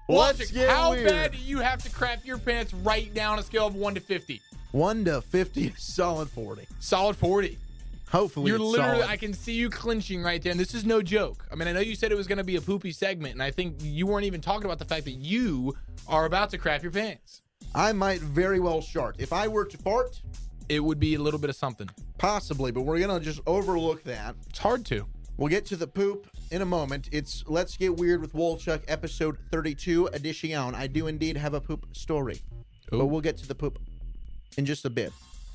Speaker 1: Let's
Speaker 2: Walter,
Speaker 1: get
Speaker 2: how
Speaker 1: weird.
Speaker 2: bad do you have to crap your pants right now on a scale of one to fifty?
Speaker 1: One to fifty is solid forty.
Speaker 2: Solid forty.
Speaker 1: Hopefully,
Speaker 2: You're
Speaker 1: it's
Speaker 2: literally.
Speaker 1: solid.
Speaker 2: I can see you clinching right there, and this is no joke. I mean, I know you said it was going to be a poopy segment, and I think you weren't even talking about the fact that you are about to crap your pants.
Speaker 1: I might very well shart. If I were to fart,
Speaker 2: it would be a little bit of something.
Speaker 1: Possibly, but we're gonna just overlook that.
Speaker 2: It's hard to.
Speaker 1: We'll get to the poop in a moment. It's Let's Get Weird with Wolchuk, episode 32, edition. I do indeed have a poop story, but we'll get to the poop in just a bit.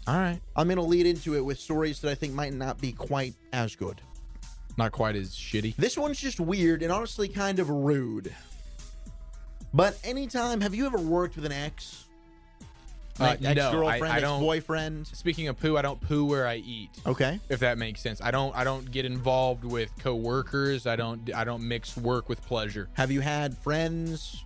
Speaker 2: All right.
Speaker 1: I'm gonna lead into it with stories that I think might not be quite as good.
Speaker 2: Not quite as shitty.
Speaker 1: This one's just weird and honestly kind of rude. But anytime, have you ever worked with an ex?
Speaker 2: Uh,
Speaker 1: Like
Speaker 2: no, I-
Speaker 1: ex-girlfriend,
Speaker 2: I don't-
Speaker 1: ex-boyfriend?
Speaker 2: Speaking of poo, I don't poo where I eat.
Speaker 1: Okay.
Speaker 2: If that makes sense. I don't I don't get involved with coworkers. I don't I don't mix work with pleasure.
Speaker 1: Have you had friends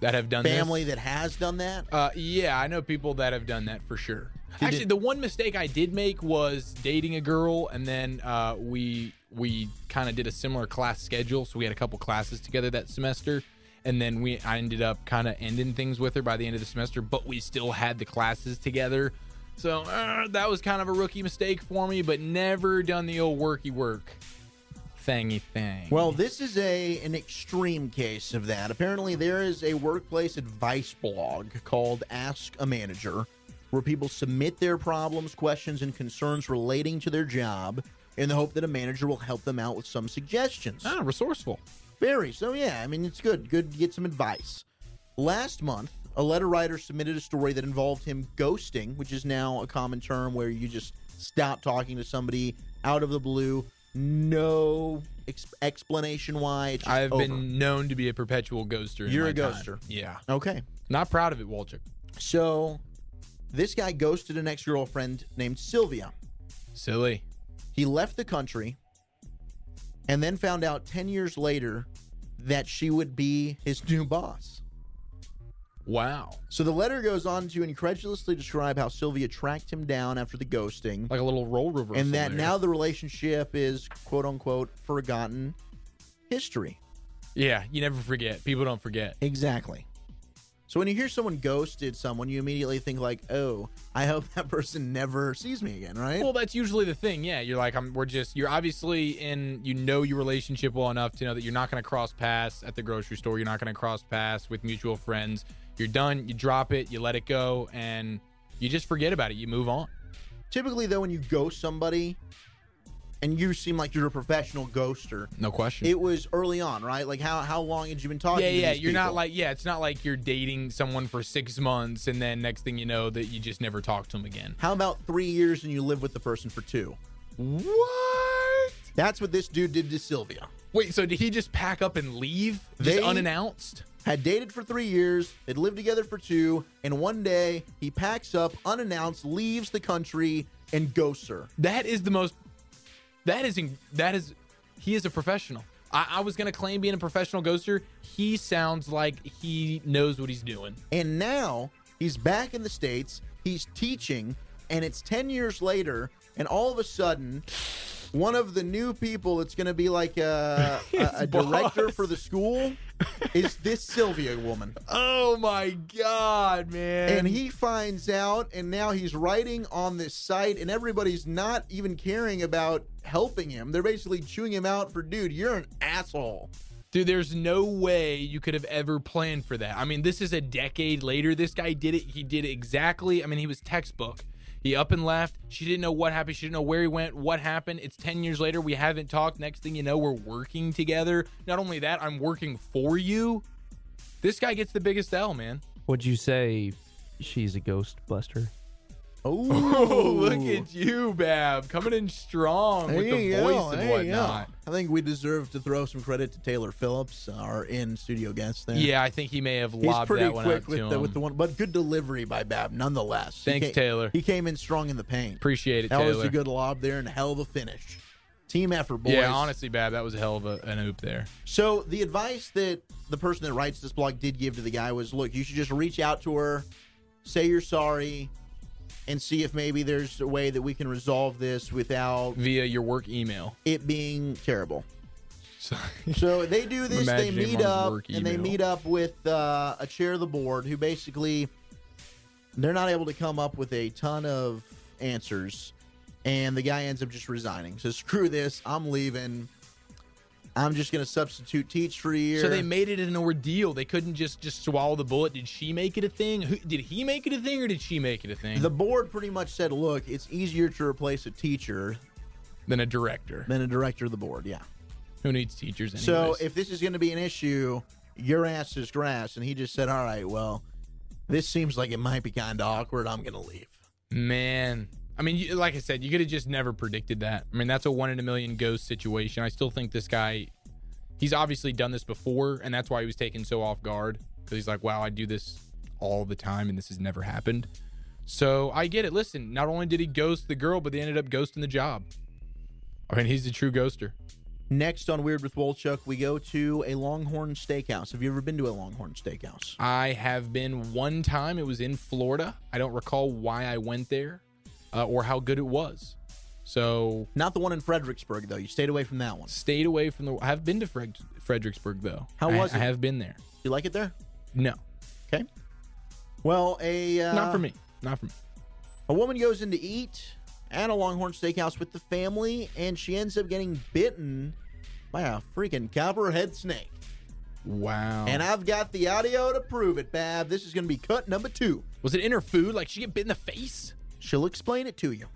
Speaker 2: that have done
Speaker 1: Family
Speaker 2: this?
Speaker 1: that has done that?
Speaker 2: Uh, yeah, I know people that have done that for sure. Actually, the one mistake I did make was dating a girl, and then uh, we we kind of did a similar class schedule, so we had a couple classes together that semester, and then we I ended up kind of ending things with her by the end of the semester, but we still had the classes together. So uh, that was kind of a rookie mistake for me, but never done the old worky work thingy thing.
Speaker 1: Well, this is a an extreme case of that. Apparently, there is a workplace advice blog called Ask a Manager, where people submit their problems, questions, and concerns relating to their job in the hope that a manager will help them out with some suggestions.
Speaker 2: Ah, resourceful.
Speaker 1: Very. So, yeah, I mean, it's good. Good to get some advice. Last month, a letter writer submitted a story that involved him ghosting, which is now a common term where you just stop talking to somebody out of the blue, no ex- explanation why. It's just
Speaker 2: I've
Speaker 1: over.
Speaker 2: been known to be a perpetual ghoster. in
Speaker 1: You're a
Speaker 2: my time.
Speaker 1: ghoster.
Speaker 2: Yeah.
Speaker 1: Okay.
Speaker 2: Not proud of it, Walchuk.
Speaker 1: So, this guy ghosted an ex girlfriend named Sylvia.
Speaker 2: Silly.
Speaker 1: He left the country and then found out 10 years later that she would be his new boss.
Speaker 2: Wow.
Speaker 1: So, the letter goes on to incredulously describe how Sylvia tracked him down after the ghosting.
Speaker 2: Like a little role reversal.
Speaker 1: and that
Speaker 2: there.
Speaker 1: now the relationship is quote unquote forgotten history.
Speaker 2: Yeah, you never forget. People don't forget.
Speaker 1: Exactly. So when you hear someone ghosted someone, you immediately think like, "Oh, I hope that person never sees me again," right?
Speaker 2: Well, that's usually the thing. Yeah, you're like, I'm, we're just, you're obviously in, you know, your relationship well enough to know that you're not going to cross paths at the grocery store. You're not going to cross paths with mutual friends. You're done. You drop it. You let it go, and you just forget about it. You move on.
Speaker 1: Typically, though, when you ghost somebody, and you seem like you're a professional ghoster,
Speaker 2: No question.
Speaker 1: it was early on, right? Like how how long had you been talking?
Speaker 2: yeah,
Speaker 1: to
Speaker 2: yeah.
Speaker 1: these
Speaker 2: You're not
Speaker 1: people?
Speaker 2: like, yeah. It's not like you're dating someone for six months and then next thing you know that you just never talk to them again.
Speaker 1: How about three years and you live with the person for two?
Speaker 2: What?
Speaker 1: That's what this dude did to Sylvia.
Speaker 2: Wait, so did he just pack up and leave? Just
Speaker 1: They-
Speaker 2: unannounced?
Speaker 1: Had dated for three years, had lived together for two, and one day he packs up unannounced, leaves the country, and ghosts her.
Speaker 2: That is the most. That is in- that is. He is a professional. I, I was gonna claim being a professional ghoster. He sounds like he knows what he's doing.
Speaker 1: And now he's back in the States, he's teaching, and it's 10 years later, and all of a sudden, one of the new people that's going to be like uh, a, a, a director for the school is this Sylvia woman.
Speaker 2: Oh my god, man!
Speaker 1: And he finds out, and now he's writing on this site, and everybody's not even caring about helping him. They're basically chewing him out for, dude, you're an asshole.
Speaker 2: Dude, there's no way you could have ever planned for that. I mean, this is a decade later. This guy did it. He did it exactly. I mean, he was textbook. He up and left. She didn't know what happened. She didn't know where he went, what happened. It's 10 years later. We haven't talked. Next thing you know, we're working together. Not only that, I'm working for you. This guy gets the biggest L, man.
Speaker 3: Would you say she's a ghost buster?
Speaker 2: Oh, look at you, Bab, coming in strong with
Speaker 1: There
Speaker 2: the
Speaker 1: you
Speaker 2: voice
Speaker 1: go,
Speaker 2: and
Speaker 1: there you go.
Speaker 2: whatnot.
Speaker 1: I think we deserve to throw some credit to Taylor Phillips, our in studio guest. There,
Speaker 2: Yeah, I think he may have
Speaker 1: he's
Speaker 2: lobbed
Speaker 1: pretty
Speaker 2: that one
Speaker 1: quick
Speaker 2: out
Speaker 1: with
Speaker 2: to
Speaker 1: the
Speaker 2: him.
Speaker 1: with the one, but good delivery by Bab nonetheless. He
Speaker 2: Thanks,
Speaker 1: came-
Speaker 2: Taylor.
Speaker 1: He came in strong in the paint.
Speaker 2: Appreciate it,
Speaker 1: that
Speaker 2: Taylor.
Speaker 1: was a good lob there and a hell of a finish. Team effort, boys.
Speaker 2: Yeah, honestly, Bab, that was a hell of a, an oop there.
Speaker 1: So the advice that the person that writes this blog did give to the guy was, look, you should just reach out to her, say you're sorry, and see if maybe there's a way that we can resolve this without
Speaker 2: via your work email.
Speaker 1: it being terrible. So they do this. They
Speaker 2: Imagining
Speaker 1: meet
Speaker 2: mom's
Speaker 1: up
Speaker 2: work
Speaker 1: and they
Speaker 2: email.
Speaker 1: meet up with uh, a chair of the board who basically they're not able to come up with a ton of answers, and the guy ends up just resigning. So screw this, I'm leaving. I'm just gonna substitute teach for a year.
Speaker 2: So they made it an ordeal. They couldn't just just swallow the bullet. Did she make it a thing? Who, did he make it a thing, or did she make it a thing?
Speaker 1: the board pretty much said, "Look, it's easier to replace a teacher
Speaker 2: than a director.
Speaker 1: than a director of the board." Yeah.
Speaker 2: Who needs teachers? Anyways?
Speaker 1: So if this is going to be an issue, your ass is grass. And he just said, all right, well, this seems like it might be kind of awkward. I'm going to leave.
Speaker 2: Man, I mean, you, like I said, you could have just never predicted that. I mean, that's a one in a million ghost situation. I still think this guy, he's obviously done this before, and that's why he was taken so off guard because he's like, wow, I do this all the time, and this has never happened. So I get it. Listen, not only did he ghost the girl, but they ended up ghosting the job. I mean, he's the true ghoster.
Speaker 1: Next on Weird with Wolchuk, we go to a Longhorn Steakhouse. Have you ever been to a Longhorn Steakhouse?
Speaker 2: I have been one time. It was in Florida. I don't recall why I went there uh, or how good it was. So
Speaker 1: not the one in Fredericksburg though. You stayed away from that one.
Speaker 2: Stayed away from the. I've been to Fred, Fredericksburg though.
Speaker 1: How
Speaker 2: I-
Speaker 1: was
Speaker 2: I
Speaker 1: it?
Speaker 2: have been there.
Speaker 1: You like it there?
Speaker 2: No,
Speaker 1: Okay. Well, a uh,
Speaker 2: not for me. Not for me.
Speaker 1: A woman goes in to eat at a Longhorn Steakhouse with the family, and she ends up getting bitten by a freaking copperhead snake.
Speaker 2: Wow.
Speaker 1: And I've got the audio to prove it, Bab. This is going to be cut number two.
Speaker 2: Was it in her food? Like she get bit in the face?
Speaker 1: She'll explain it to you.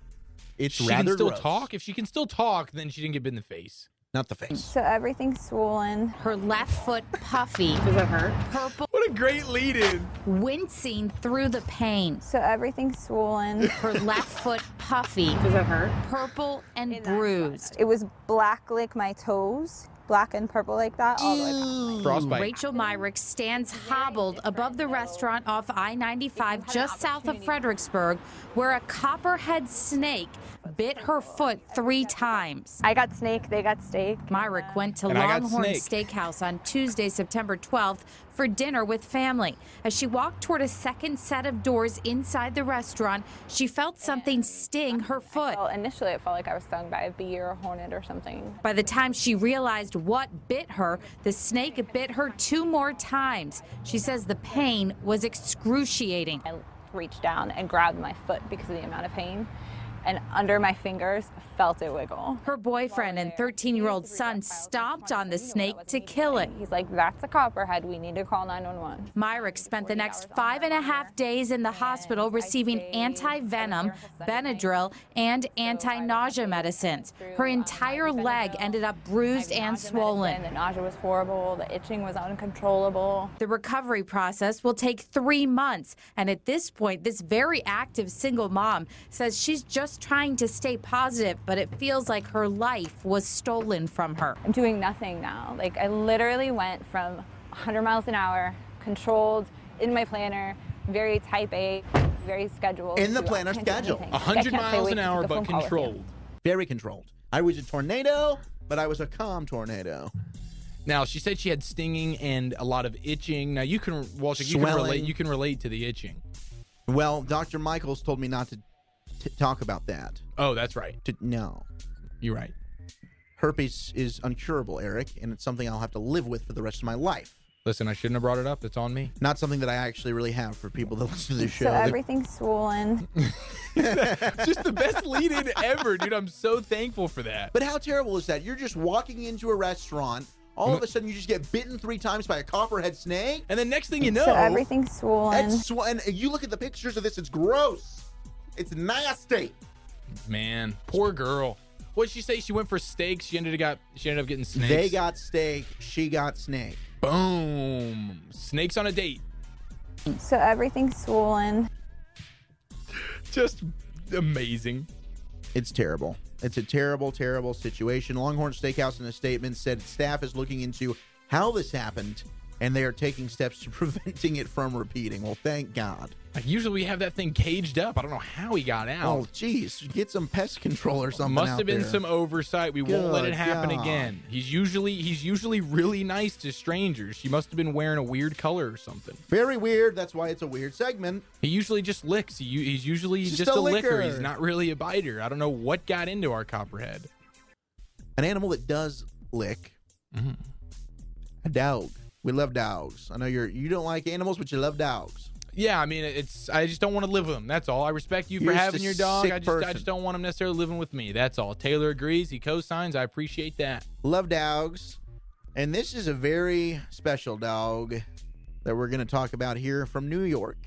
Speaker 1: It's
Speaker 2: she
Speaker 1: rather
Speaker 2: can still
Speaker 1: gross.
Speaker 2: talk. If she can still talk, then she didn't get bit in the face.
Speaker 1: Not the face.
Speaker 19: So everything's swollen. Her left foot puffy. Does it hurt? Purple.
Speaker 2: What a great lead in.
Speaker 19: Wincing through the pain. So everything's swollen. Her left foot puffy. Does it hurt? Purple and bruised. It was black like my toes. Black and purple like that all the way back.
Speaker 2: Frostbite.
Speaker 19: Rachel Myrick stands hobbled above the restaurant off I 95 just south of Fredericksburg, where a copperhead snake bit her foot three times. I got snake, they got steak. Myrick went to
Speaker 20: And I got
Speaker 19: Longhorn
Speaker 20: snake.
Speaker 19: Steakhouse on Tuesday, September 12th for dinner with family. As she walked toward a second set of doors inside the restaurant, she felt something sting her foot. Well, initially it felt like I was stung by a bee or a hornet or something. By the time she realized what bit her, the snake bit her two more times. She says the pain was excruciating. I reached down and grabbed my foot because of the amount of pain and under my fingers felt it wiggle. Her boyfriend and 13 year old son stomped on the snake to kill it. He's like, that's a copperhead. We need to call 911. Myrick spent the next five and a half days in the hospital receiving anti venom, Benadryl, and anti nausea medicines. Her entire leg ended up bruised and swollen. The nausea was horrible. The itching was uncontrollable. The recovery process will take three months. And at this point, this very active single mom says she's just trying to stay positive, but it feels like her life was stolen from her.
Speaker 20: I'm doing nothing now. Like I literally went from 100 miles an hour, controlled in my planner, very type A, very scheduled.
Speaker 1: In the
Speaker 20: to, I
Speaker 1: planner
Speaker 20: can't do
Speaker 1: schedule.
Speaker 20: anything.
Speaker 2: A
Speaker 20: Like, I
Speaker 2: hundred
Speaker 20: can't say
Speaker 2: miles
Speaker 20: wait
Speaker 2: an
Speaker 20: to take
Speaker 2: hour,
Speaker 20: a
Speaker 2: but
Speaker 20: phone call with you.
Speaker 2: controlled.
Speaker 1: Very controlled. I was a tornado, but I was a calm tornado.
Speaker 2: Now she said she had stinging and a lot of itching. Now you can Walsh, you can
Speaker 1: Swelling.
Speaker 2: relate. You can relate to the itching.
Speaker 1: Well, Dr. Michaels told me not to t- talk about that.
Speaker 2: Oh, that's right.
Speaker 1: To, no.
Speaker 2: You're right.
Speaker 1: Herpes is uncurable, Eric, and it's something I'll have to live with for the rest of my life.
Speaker 2: Listen, I shouldn't have brought it up. It's on me.
Speaker 1: Not something that I actually really have for people that listen to this show.
Speaker 19: So everything's swollen.
Speaker 2: Just the best lead in ever, dude. I'm so thankful for that.
Speaker 1: but how terrible is that? You're just walking into a restaurant, all of a sudden you just get bitten three times by a copperhead snake,
Speaker 2: and then next thing you know,
Speaker 19: So everything's swollen.
Speaker 1: That's sw- and you look at the pictures of this, it's gross. It's nasty.
Speaker 2: Man, poor girl. What'd she say? She went for steaks. She ended up got. She ended up getting snakes.
Speaker 1: They got steak, she got snake.
Speaker 2: boom. Snakes on a date.
Speaker 19: So everything's swollen.
Speaker 2: Just amazing.
Speaker 1: It's terrible. It's a terrible, terrible situation. Longhorn Steakhouse, in a statement, said staff is looking into how this happened and they are taking steps to preventing it from repeating. Well, thank God.
Speaker 2: Like, usually we have that thing caged up. I don't know how he got out.
Speaker 1: Oh, jeez, get some pest control or something.
Speaker 2: Must
Speaker 1: out
Speaker 2: have been
Speaker 1: there.
Speaker 2: some oversight. We won't let
Speaker 1: Good
Speaker 2: it happen
Speaker 1: God.
Speaker 2: again. He's usually he's usually really nice to strangers. She must have been wearing a weird color or something.
Speaker 1: Very weird. That's why it's a weird segment.
Speaker 2: He usually just licks. He, u- he's usually
Speaker 1: Just
Speaker 2: just,
Speaker 1: a
Speaker 2: a licker.
Speaker 1: licker.
Speaker 2: He's not really a biter. I don't know what got into our copperhead.
Speaker 1: An animal that does lick.
Speaker 2: Mm-hmm.
Speaker 1: A dog. We love dogs. I know you're you don't like animals, but you love dogs.
Speaker 2: Yeah, I mean it's I just don't want to live with him. That's all. I respect you for
Speaker 1: You're just
Speaker 2: having
Speaker 1: a
Speaker 2: your dog.
Speaker 1: sick
Speaker 2: I just I
Speaker 1: person.
Speaker 2: just don't want him necessarily living with me. That's all. Taylor agrees. He co-signs. I appreciate that.
Speaker 1: Love dogs. And this is a very special dog that we're going to talk about here from New York.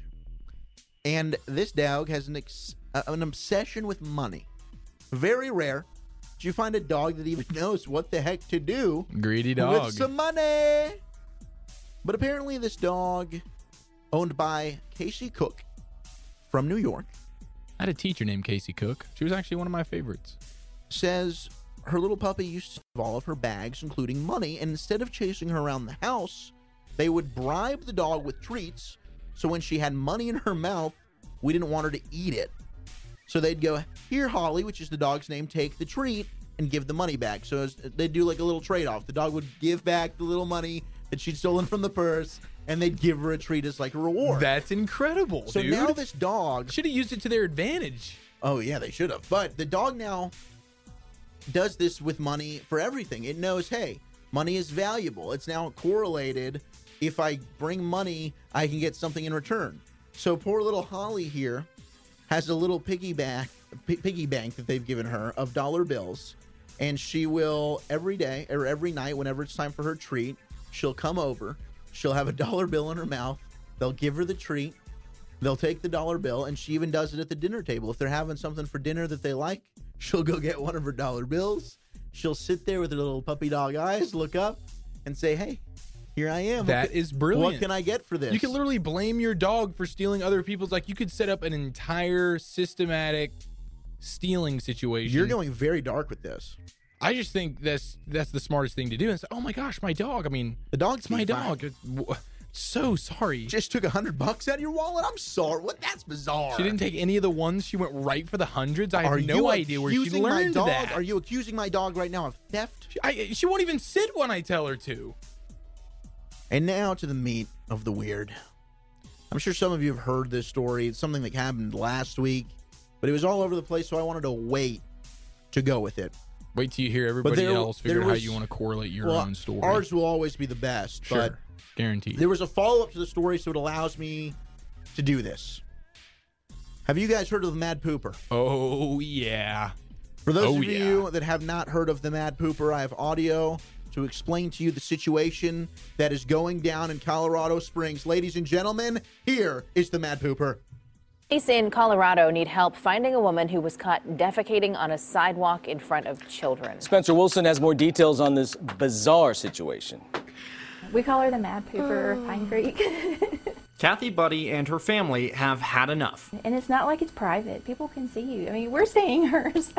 Speaker 1: And this dog has an ex- uh, an obsession with money. Very rare. Do you find a dog that even knows what the heck to do
Speaker 2: Greedy
Speaker 1: with
Speaker 2: dog.
Speaker 1: some money? But apparently, this dog, owned by Casey Cook from New York,
Speaker 2: I had a teacher named Casey Cook. She was actually one of my favorites.
Speaker 1: says her little puppy used to have all of her bags, including money, and instead of chasing her around the house, they would bribe the dog with treats. So when she had money in her mouth, we didn't want her to eat it. So they'd go, Here, Holly, which is the dog's name, take the treat and give the money back. So as- they'd do like a little trade off. The dog would give back the little money that she'd stolen from the purse, and they'd give her a treat as like a reward.
Speaker 2: That's incredible.
Speaker 1: So
Speaker 2: dude.
Speaker 1: now this dog
Speaker 2: should have used it to their advantage.
Speaker 1: Oh yeah, they should have. But the dog now does this with money for everything. It knows, hey, money is valuable. It's now correlated. If I bring money, I can get something in return. So poor little Holly here has a little piggy bank, pi- piggy bank that they've given her of dollar bills, and she will every day or every night, whenever it's time for her treat, she'll come over. She'll have a dollar bill in her mouth. They'll give her the treat. They'll take the dollar bill, and she even does it at the dinner table. If they're having something for dinner that they like, she'll go get one of her dollar bills. She'll sit there with her little puppy dog eyes, look up, and say, "Hey, here I am."
Speaker 2: That
Speaker 1: That
Speaker 2: is
Speaker 1: is
Speaker 2: brilliant.
Speaker 1: What can I get for this?
Speaker 2: You can literally blame your dog for stealing other people's. Like you could set up an entire systematic stealing situation.
Speaker 1: You're going very dark with this.
Speaker 2: I just think that's that's the smartest thing to do. And it's oh my gosh, my dog. I mean,
Speaker 1: the dog's
Speaker 2: my
Speaker 1: be fine.
Speaker 2: dog. It's- w- So sorry.
Speaker 1: Just took a hundred bucks out of your wallet. I'm sorry. What? That's bizarre.
Speaker 2: She didn't take any of the ones. She went right for the hundreds. I have
Speaker 1: Are you
Speaker 2: no idea where she
Speaker 1: accusing my
Speaker 2: learned
Speaker 1: dog?
Speaker 2: that.
Speaker 1: Are you accusing my dog right now of theft?
Speaker 2: She, I, she won't even sit when I tell her to.
Speaker 1: And now to the meat of the weird. I'm sure some of you have heard this story. It's something that happened last week, but it was all over the place, so I wanted to wait to go with it.
Speaker 2: Wait till you hear everybody
Speaker 1: there-
Speaker 2: else figure
Speaker 1: there
Speaker 2: out how
Speaker 1: was-
Speaker 2: you want to correlate your
Speaker 1: Well,
Speaker 2: own story.
Speaker 1: Ours will always be the best,
Speaker 2: Sure.
Speaker 1: but
Speaker 2: guaranteed.
Speaker 1: there was a follow up to the story, so it allows me to do this. Have you guys heard of the Mad Pooper?
Speaker 2: Oh yeah.
Speaker 1: For those
Speaker 2: Oh,
Speaker 1: of you that have not heard of the Mad Pooper, I have audio to explain to you the situation that is going down in Colorado Springs. Ladies and gentlemen, here is the Mad Pooper.
Speaker 21: Police in Colorado need help finding a woman who was caught defecating on a sidewalk in front of children.
Speaker 22: Spencer Wilson has more details on this bizarre situation.
Speaker 20: We call her the Mad Pooper Pine Creek.
Speaker 23: Kathy Buddy and her family have had enough.
Speaker 20: and it's not like it's private. People can see you. I mean, we're seeing her, so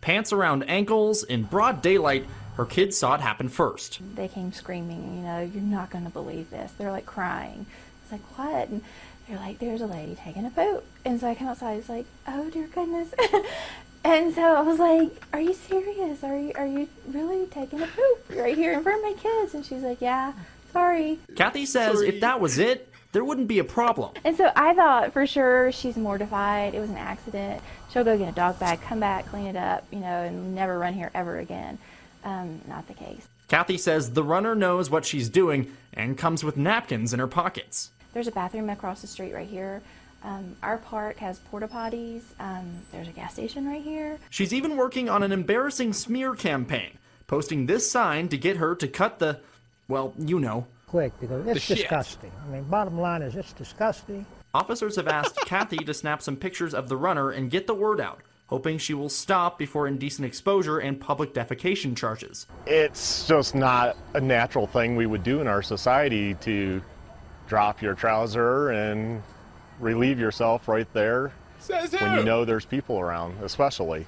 Speaker 23: Pants around ankles, in broad daylight, her kids saw it happen first.
Speaker 20: they came screaming, you know, you're not going to believe this. They're like crying. It's like, what? And they're like, there's a lady taking a poop. And so I come outside. It's like, oh dear goodness. and so I was like, are you serious? Are you are you really taking a poop right here in front of my kids? And she's like, yeah. Sorry.
Speaker 23: Kathy says if that was it, there wouldn't be a problem.
Speaker 20: And so I thought for sure she's mortified. It was an accident. She'll go get a dog bag, come back, clean it up, you know, and never run here ever again. Um, not the case.
Speaker 23: Kathy says the runner knows what she's doing and comes with napkins in her pockets.
Speaker 20: There's a bathroom across the street right here. Um, our park has porta potties. Um, there's a gas station right here.
Speaker 23: She's even working on an embarrassing smear campaign, posting this sign to get her to cut the, well, you know.
Speaker 24: quick because
Speaker 23: The
Speaker 24: it's
Speaker 23: shit.
Speaker 24: disgusting. I mean, bottom line is it's disgusting.
Speaker 23: Officers have asked Kathy to snap some pictures of the runner and get the word out, hoping she will stop before indecent exposure and public defecation charges.
Speaker 25: It's just not a natural thing we would do in our society to drop your trouser and relieve yourself right there
Speaker 2: Says
Speaker 25: when you
Speaker 2: who?
Speaker 25: know there's people around, especially.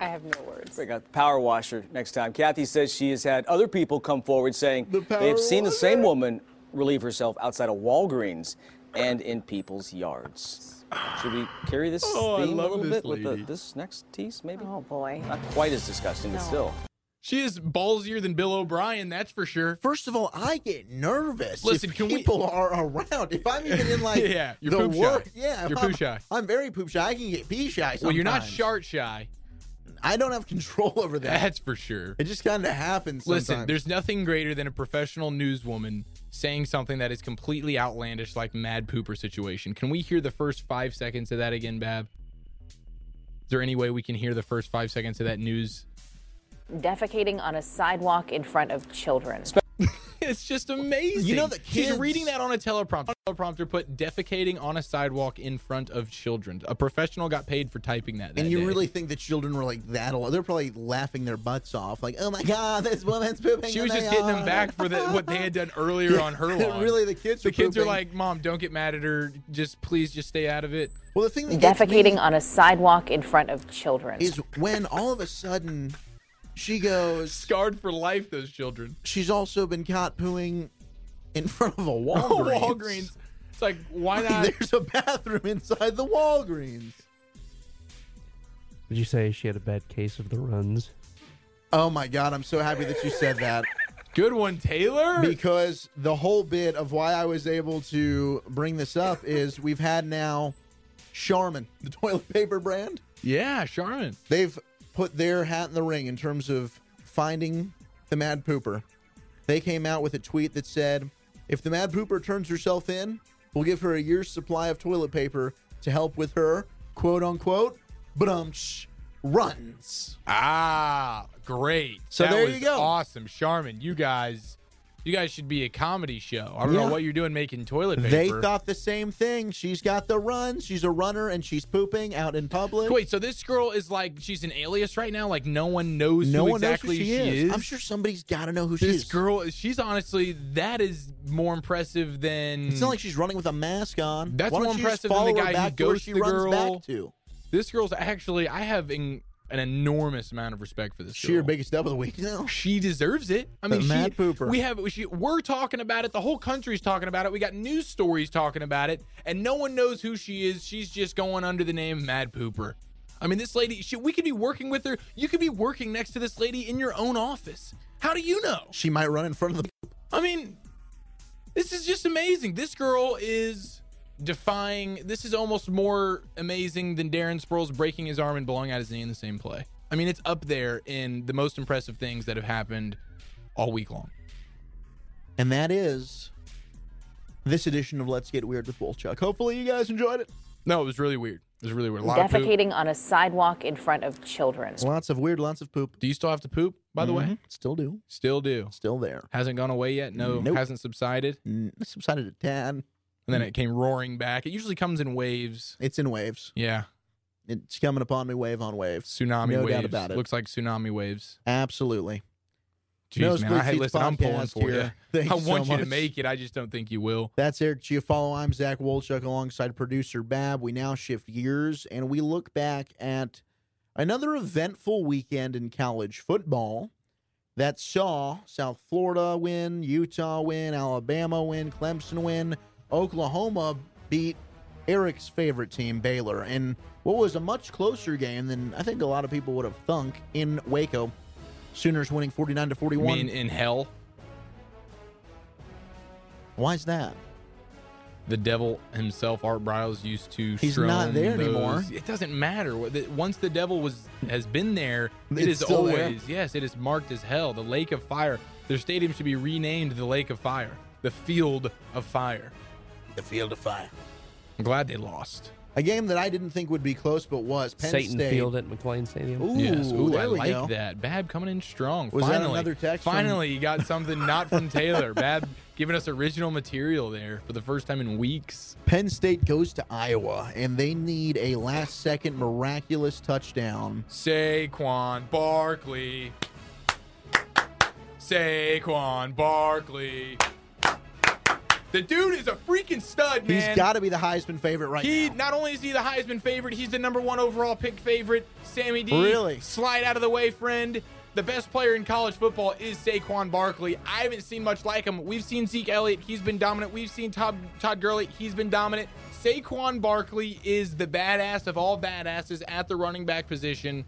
Speaker 21: I have no words.
Speaker 22: Bring out the power washer next time. Kathy says she has had other people come forward saying they have seen the same woman relieve herself outside of Walgreens and in people's yards. Should we carry this
Speaker 23: Oh, I
Speaker 22: theme
Speaker 23: love
Speaker 22: a little
Speaker 23: this
Speaker 22: bit with
Speaker 23: lady.
Speaker 22: the, this next tease, maybe?
Speaker 21: Oh boy.
Speaker 22: Not quite as disgusting, but
Speaker 1: No.
Speaker 22: still.
Speaker 2: She is ballsier than Bill O'Brien, that's for sure.
Speaker 1: First of all, I get nervous.
Speaker 2: Listen,
Speaker 1: if
Speaker 2: can we-
Speaker 1: people are around. If I'm even in like
Speaker 2: Yeah, you're
Speaker 1: the
Speaker 2: poop shy.
Speaker 1: work, yeah, if
Speaker 2: You're
Speaker 1: I'm,
Speaker 2: poop shy.
Speaker 1: I'm very poop shy. I can get pee shy. Sometimes.
Speaker 2: Well, you're not shart shy.
Speaker 1: I don't have control over that.
Speaker 2: That's for sure.
Speaker 1: It just kind of happens.
Speaker 2: Listen,
Speaker 1: sometimes.
Speaker 2: there's nothing greater than a professional newswoman saying something that is completely outlandish, like Mad Pooper situation. Can we hear the first five seconds of that again, Bab? Is there any way we can hear the first five seconds of that news?
Speaker 21: Defecating on a sidewalk in front of children.
Speaker 2: It's just amazing.
Speaker 21: You know that
Speaker 2: she's
Speaker 21: kids-
Speaker 2: reading that on a teleprompter. Teleprompter put defecating on a sidewalk in front of children. A professional got paid for typing that. that
Speaker 1: and you
Speaker 2: day.
Speaker 1: really think the children were like that? al- They're probably laughing their butts off, like, "Oh my god, this woman's pooping."
Speaker 2: She
Speaker 1: on
Speaker 2: was
Speaker 1: my
Speaker 2: just getting them
Speaker 1: yard."
Speaker 2: back for the, what they had done earlier on her lawn.
Speaker 1: Really, the kids
Speaker 2: The
Speaker 1: were
Speaker 2: kids are
Speaker 1: pooping.
Speaker 2: like, "Mom, don't get mad at her. Just please, just stay out of it."
Speaker 1: Well, the thing
Speaker 21: Defecating on a sidewalk in front of children.
Speaker 1: is when all of a sudden she goes
Speaker 2: scarred for life. Those children.
Speaker 1: She's also been caught pooing in front of a Oh, Walgreens.
Speaker 2: Walgreens. It's like, why
Speaker 1: Like,
Speaker 2: not?
Speaker 1: There's a bathroom inside the Walgreens.
Speaker 3: Did you say she had a bad case of the runs?
Speaker 1: Oh my god, I'm so happy that you said that.
Speaker 2: Good one, Taylor.
Speaker 1: Because the whole bit of why I was able to bring this up is we've had now Charmin, the toilet paper brand.
Speaker 2: Yeah, Charmin.
Speaker 1: They've put their hat in the ring in terms of finding the mad pooper. They came out with a tweet that said, "If the mad pooper turns herself in, we'll give her a year's supply of toilet paper to help with her quote unquote brunch runs."
Speaker 2: Ah, great.
Speaker 1: So
Speaker 2: That
Speaker 1: there
Speaker 2: was
Speaker 1: you go.
Speaker 2: Awesome, Charmin. You guys, you guys should be a comedy show. I don't
Speaker 1: Yeah.
Speaker 2: know what you're doing making toilet paper.
Speaker 1: They thought the same thing. She's got the runs. She's a runner, and she's pooping out in public.
Speaker 2: Wait, so this girl is like she's an alias right now. Like no one knows
Speaker 1: no
Speaker 2: who
Speaker 1: one knows
Speaker 2: exactly
Speaker 1: who
Speaker 2: she is.
Speaker 1: I'm sure somebody's got to know who she
Speaker 2: this
Speaker 1: is.
Speaker 2: girl is. She's honestly that is more impressive than.
Speaker 1: It's not like she's running with a mask on.
Speaker 2: That's
Speaker 1: Why don't
Speaker 2: more
Speaker 1: you just
Speaker 2: impressive than the
Speaker 1: follow her
Speaker 2: guy who
Speaker 1: back to where
Speaker 2: goes
Speaker 1: she
Speaker 2: the
Speaker 1: runs
Speaker 2: girl.
Speaker 1: back to.
Speaker 2: This girl's actually. I have en- an enormous amount of respect for this.
Speaker 1: She your
Speaker 2: girl.
Speaker 1: biggest dub of the week now.
Speaker 2: She deserves it. I
Speaker 1: The
Speaker 2: mean, she,
Speaker 1: mad pooper.
Speaker 2: We have she, we're talking about it. The whole country's talking about it. We got news stories talking about it, and no one knows who she is. She's just going under the name Mad Pooper. I mean, this lady. She, we could be working with her. You could be working next to this lady in your own office. How do you know?
Speaker 1: She might run in front of the.
Speaker 2: I mean, this is just amazing. This girl is defying. This is almost more amazing than Darren Sproles breaking his arm and blowing out his knee in the same play. I mean, it's up there in the most impressive things that have happened all week long.
Speaker 1: And that is this edition of Let's Get Weird with Wolchuk. Hopefully, you guys enjoyed it.
Speaker 2: No, it was really weird. It was really weird. A lot of poop.
Speaker 21: Defecating on a sidewalk in front of children.
Speaker 1: Lots of weird, lots of poop.
Speaker 2: Do you still have to poop? By the way,
Speaker 1: Mhm. still do,
Speaker 2: still do.
Speaker 1: still there.
Speaker 2: Hasn't gone away yet. No,
Speaker 1: Nope.
Speaker 2: hasn't subsided.
Speaker 1: Mm, subsided a tad.
Speaker 2: And then it came roaring back. It usually comes in waves.
Speaker 1: It's in waves.
Speaker 2: Yeah,
Speaker 1: It's coming upon me, wave on wave.
Speaker 2: tsunami
Speaker 1: no
Speaker 2: waves.
Speaker 1: doubt about it.
Speaker 2: Looks like tsunami waves.
Speaker 1: Absolutely.
Speaker 2: Jeez, man.
Speaker 1: Nosebleed
Speaker 2: I, hey,
Speaker 1: Seats
Speaker 2: listen, I'm pulling
Speaker 1: podcast
Speaker 2: for
Speaker 1: here.
Speaker 2: you.
Speaker 1: Thank
Speaker 2: I
Speaker 1: you so
Speaker 2: want you to
Speaker 1: much.
Speaker 2: make it. I just don't think you will.
Speaker 1: That's Eric Chiafalo. I'm Zach Wolchuk alongside producer Bab. We now shift gears and we look back at another eventful weekend in college football that saw South Florida win, Utah win, Alabama win, Clemson win, Oklahoma beat Eric's favorite team, Baylor, in what was a much closer game than I think a lot of people would have thunk in Waco. Sooners winning 49 to
Speaker 2: You
Speaker 1: 41.
Speaker 2: mean in hell?
Speaker 1: Why is that?
Speaker 2: The devil himself, Art Briles, used to.
Speaker 1: He's not
Speaker 2: strum
Speaker 1: there
Speaker 2: those-
Speaker 1: anymore.
Speaker 2: It doesn't matter. What the- Once the devil was has been there, it
Speaker 1: It's
Speaker 2: is
Speaker 1: still there.
Speaker 2: always yes. It is marked as hell. The lake of fire. Their stadium should be renamed the Lake of Fire. The Field of Fire.
Speaker 1: The field of fire.
Speaker 2: I'm glad they lost.
Speaker 1: A game that I didn't think would be close, but was Penn
Speaker 3: Satan
Speaker 1: State.
Speaker 3: Field at McLean Stadium.
Speaker 1: Ooh,
Speaker 2: yes. Ooh,
Speaker 1: there
Speaker 2: I
Speaker 1: we
Speaker 2: like
Speaker 1: go.
Speaker 2: that. Bab coming in strong.
Speaker 1: Was that
Speaker 2: finally,
Speaker 1: another text from-
Speaker 2: Finally, you got something not from Taylor. Bab giving us original material there for the first time in weeks.
Speaker 1: Penn State goes to Iowa, and they need a last-second miraculous touchdown.
Speaker 2: Saquon Barkley. Saquon Barkley. The dude is a freaking stud, man.
Speaker 1: He's got to be the Heisman favorite right
Speaker 2: he
Speaker 1: now.
Speaker 2: not only is he the Heisman favorite, he's the number one overall pick favorite. Sammy D,
Speaker 1: Really?
Speaker 2: slide out of the way, friend. The best player in college football is Saquon Barkley. I haven't seen much like him. We've seen Zeke Elliott; he's been dominant. We've seen Todd, Todd Gurley; he's been dominant. Saquon Barkley is the badass of all badasses at the running back position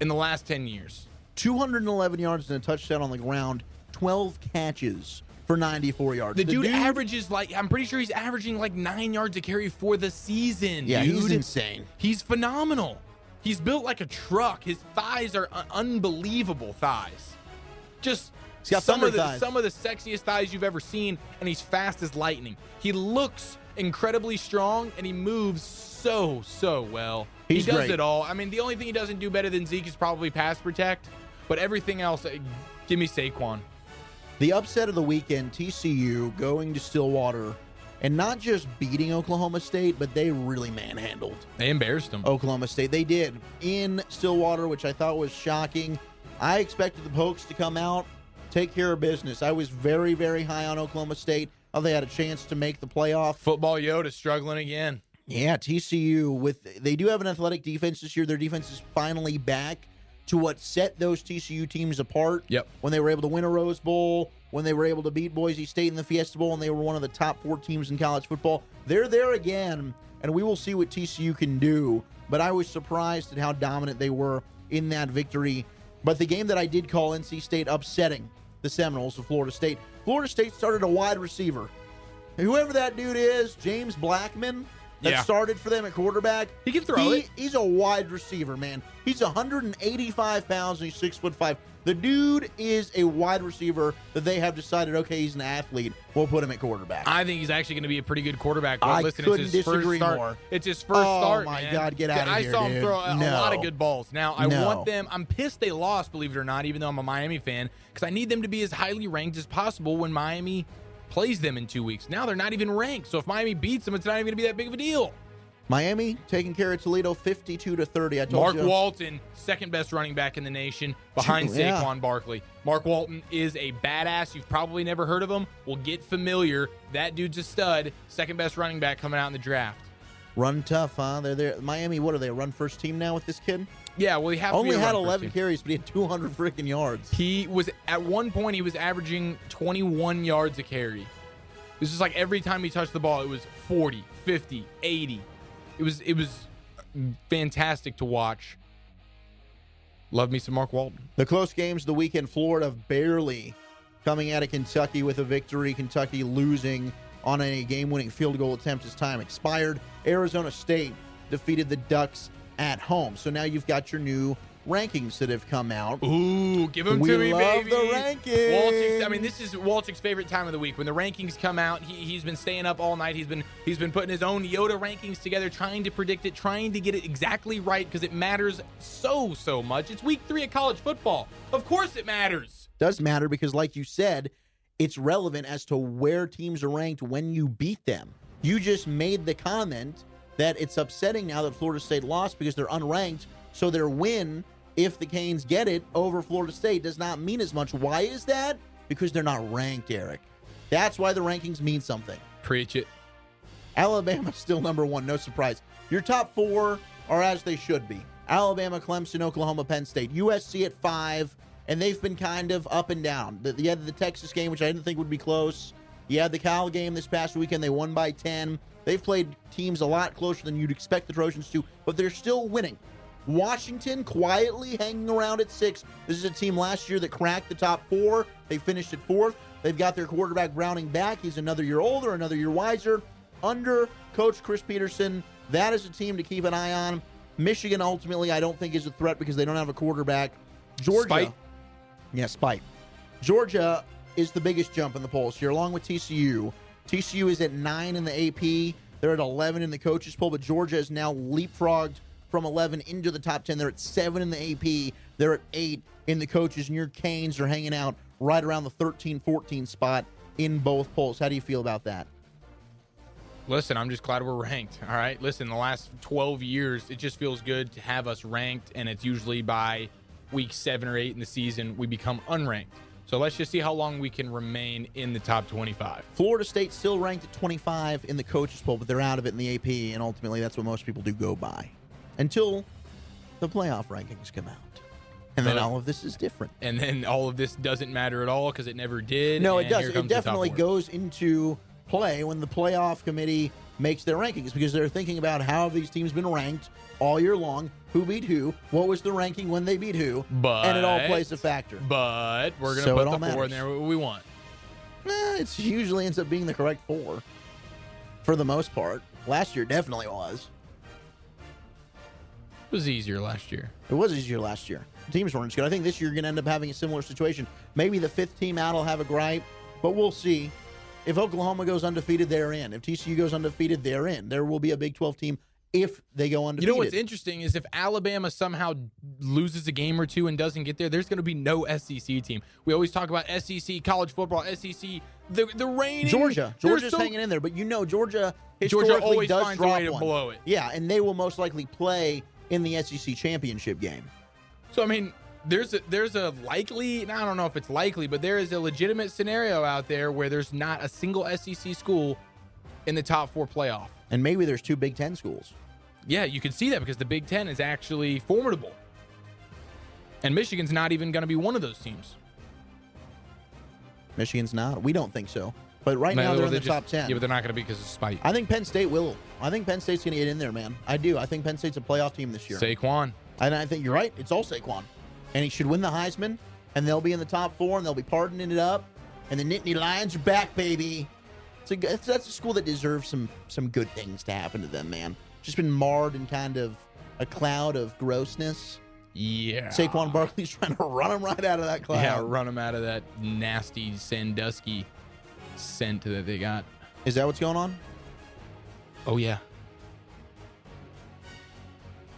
Speaker 2: in the last ten years.
Speaker 1: 211 yards and a touchdown on the ground, 12 catches for 94 yards.
Speaker 2: The dude, averages like I'm pretty sure he's averaging like nine yards a carry for the season.
Speaker 1: Yeah,
Speaker 2: dude.
Speaker 1: he's insane.
Speaker 2: He's phenomenal. He's built like a truck. His thighs are un- unbelievable thighs. Just
Speaker 1: He's got
Speaker 2: some of
Speaker 1: thunder
Speaker 2: the
Speaker 1: thighs.
Speaker 2: some of the sexiest thighs you've ever seen, and he's fast as lightning. He looks incredibly strong, and he moves so so well.
Speaker 1: He's
Speaker 2: he does
Speaker 1: great.
Speaker 2: it all. I mean, the only thing he doesn't do better than Zeke is probably pass protect, but everything else, uh, give me Saquon.
Speaker 1: The upset of the weekend, TCU going to Stillwater and not just beating Oklahoma State, but they really manhandled
Speaker 2: They embarrassed him.
Speaker 1: Oklahoma State. They did in Stillwater, which I thought was shocking. I expected the Pokes to come out, take care of business. I was very, very high on Oklahoma State. Oh, they had a chance to make the playoff.
Speaker 2: Football Yoda struggling again.
Speaker 1: Yeah, TCU with they do have an athletic defense this year. Their defense is finally back to what set those TCU teams apart.
Speaker 2: Yep.
Speaker 1: When they were able to win a Rose Bowl, when they were able to beat Boise State in the Fiesta Bowl, and they were one of the top four teams in college football. They're there again, and we will see what TCU can do. But I was surprised at how dominant they were in that victory. But the game that I did call NC State upsetting the Seminoles of Florida State. Florida State started a wide receiver. Whoever that dude is, James Blackman, that
Speaker 2: Yeah.
Speaker 1: started for them at quarterback.
Speaker 2: He can throw
Speaker 1: he,
Speaker 2: it.
Speaker 1: He's a wide receiver, man. He's 185 pounds and he's six foot five. The dude is a wide receiver that they have decided. Okay, he's an athlete. We'll put him at quarterback.
Speaker 2: I think he's actually going to be a pretty good quarterback.
Speaker 1: I
Speaker 2: Listen,
Speaker 1: couldn't
Speaker 2: it's his
Speaker 1: disagree
Speaker 2: first start.
Speaker 1: more.
Speaker 2: It's his first
Speaker 1: Oh,
Speaker 2: start.
Speaker 1: my
Speaker 2: man.
Speaker 1: God, get outta
Speaker 2: I
Speaker 1: here,
Speaker 2: I saw
Speaker 1: dude.
Speaker 2: him throw a, a
Speaker 1: No.
Speaker 2: lot of good balls. Now I
Speaker 1: No.
Speaker 2: want them. I'm pissed they lost, believe it or not, even though I'm a Miami fan, because I need them to be as highly ranked as possible when Miami plays them in two weeks. Now they're not even ranked, so if Miami beats them, it's not even going to be that big of a deal.
Speaker 1: Miami taking care of Toledo, 52 to 30. I told
Speaker 2: Mark
Speaker 1: you.
Speaker 2: Walton, second best running back in the nation behind
Speaker 1: Yeah.
Speaker 2: Saquon Barkley. Mark Walton is a badass. You've probably never heard of him. Well, get familiar. That dude's a stud. Second best running back coming out in the draft.
Speaker 1: Run tough, huh? They're there. Miami, what are they? Run first team now with this kid?
Speaker 2: Yeah, well, he has to
Speaker 1: Only
Speaker 2: be a
Speaker 1: had
Speaker 2: run first
Speaker 1: 11
Speaker 2: team.
Speaker 1: carries, but he had 200 freaking yards.
Speaker 2: He was at one point he was averaging 21 yards a carry. This is like every time he touched the ball, it was 40, 50, 80. It was it was fantastic to watch. Love me some Mark Walton.
Speaker 1: The close games of the weekend, Florida barely coming out of Kentucky with a victory. Kentucky losing on a game winning field goal attempt as time expired. Arizona State defeated the Ducks at home. So now you've got your new rankings that have come out.
Speaker 2: Ooh, give them
Speaker 1: We
Speaker 2: to me,
Speaker 1: love
Speaker 2: baby.
Speaker 1: the rankings.
Speaker 2: Walchick's- I mean, this is Walchick's favorite time of the week when the rankings come out. He, he's been staying up all night. He's been he's been putting his own Yoda rankings together, trying to predict it, trying to get it exactly right because it matters so so much. It's week three of college football. Of course, it matters.
Speaker 1: Does matter because, like you said, it's relevant as to where teams are ranked when you beat them. You just made the comment that it's upsetting now that Florida State lost because they're unranked. So their win, if the Canes get it over Florida State, does not mean as much. Why is that? Because they're not ranked, Eric. That's why the rankings mean something.
Speaker 2: Preach it.
Speaker 1: Alabama still number one, no surprise. Your top four are as they should be Alabama, Clemson, Oklahoma, Penn State, USC at five, and they've been kind of up and down. The, you had the Texas game, which I didn't think would be close. You had the Cal game this past weekend, they won by 10. They've played teams a lot closer than you'd expect the Trojans to, but they're still winning. Washington quietly hanging around at six. This is a team last year that cracked the top four. They finished at fourth. They've got their quarterback Browning back. He's another year older, another year wiser. Under coach Chris Peterson, that is a team to keep an eye on. Michigan ultimately, I don't think is a threat because they don't have a quarterback. Georgia,
Speaker 2: Spite.
Speaker 1: yeah, spite. Georgia is the biggest jump in the polls here, along with TCU. TCU is at nine in the AP. They're at 11 in the coaches poll, but Georgia is now leapfrogged from 11 into the top 10. They're at seven in the AP. They're at eight in the coaches, and your Canes are hanging out right around the 13 14 spot in both polls. How do you feel about that?
Speaker 2: Listen, I'm just glad we're ranked. All right. Listen, the last 12 years, it just feels good to have us ranked, and it's usually by week seven or eight in the season we become unranked. So let's just see how long we can remain in the top 25.
Speaker 1: Florida State still ranked at 25 in the coaches poll, but they're out of it in the AP, and ultimately that's what most people do go by until the playoff rankings come out, and then
Speaker 2: So-
Speaker 1: all of this is different.
Speaker 2: Uh, And then all of this doesn't matter at all because it never did.
Speaker 1: No, it
Speaker 2: and here
Speaker 1: does. It
Speaker 2: comes the top
Speaker 1: definitely
Speaker 2: order.
Speaker 1: goes into play when the playoff committee makes their rankings because they're thinking about how have these teams been ranked all year long, who beat who, what was the ranking when they beat who, and it all
Speaker 2: But-
Speaker 1: plays a factor.
Speaker 2: But we're going to
Speaker 1: So it
Speaker 2: put
Speaker 1: all
Speaker 2: the four in there we want.
Speaker 1: Eh, it usually ends up being the correct four for the most part. Last year definitely was.
Speaker 2: It was easier last year.
Speaker 1: It was easier last year. Teams weren't as good. I think this year you're going to end up having a similar situation. Maybe the fifth team out will have a gripe, but we'll see. If Oklahoma goes undefeated, they're in. If TCU goes undefeated, they're in. There will be a Big 12 team if they go
Speaker 2: You
Speaker 1: undefeated.
Speaker 2: know what's interesting is if Alabama somehow loses a game or two and doesn't get there, there's going to be no SEC team. We always talk about SEC college football, SEC the the reigning
Speaker 1: Georgia.
Speaker 2: They're
Speaker 1: Georgia's
Speaker 2: still-
Speaker 1: hanging in there, but you know Georgia
Speaker 2: Georgia
Speaker 1: historically
Speaker 2: always
Speaker 1: does
Speaker 2: finds a
Speaker 1: drop
Speaker 2: way to
Speaker 1: one.
Speaker 2: blow it.
Speaker 1: Yeah, and they will most likely play in the SEC championship game.
Speaker 2: So I mean, there's a, there's a likely, and I don't know if it's likely, but there is a legitimate scenario out there where there's not a single SEC school in the top four playoff.
Speaker 1: And maybe there's two Big Ten schools.
Speaker 2: Yeah, you can see that because the Big Ten is actually formidable, and Michigan's not even going to be one of those teams.
Speaker 1: Michigan's not. We don't think so. But right
Speaker 2: Man,
Speaker 1: now they're
Speaker 2: well,
Speaker 1: in
Speaker 2: they
Speaker 1: the
Speaker 2: just-
Speaker 1: top 10.
Speaker 2: Yeah, but they're not going to be because of spite.
Speaker 1: I think Penn State will. I think Penn State's going to get in there, man. I do. I think Penn State's a playoff team this year.
Speaker 2: Saquon.
Speaker 1: And I think you're right. It's all Saquon. And he should win the Heisman, and they'll be in the top four, and they'll be pardoning it up. And the Nittany Lions are back, baby. It's a, g- it's- that's a school that deserves some some good things to happen to them, man. Just been marred in kind of a cloud of grossness.
Speaker 2: Yeah.
Speaker 1: Saquon Barkley's trying to run him right out of that cloud.
Speaker 2: Yeah, run them out of that nasty Sandusky scent that they got.
Speaker 1: Is that what's going on?
Speaker 2: Oh yeah.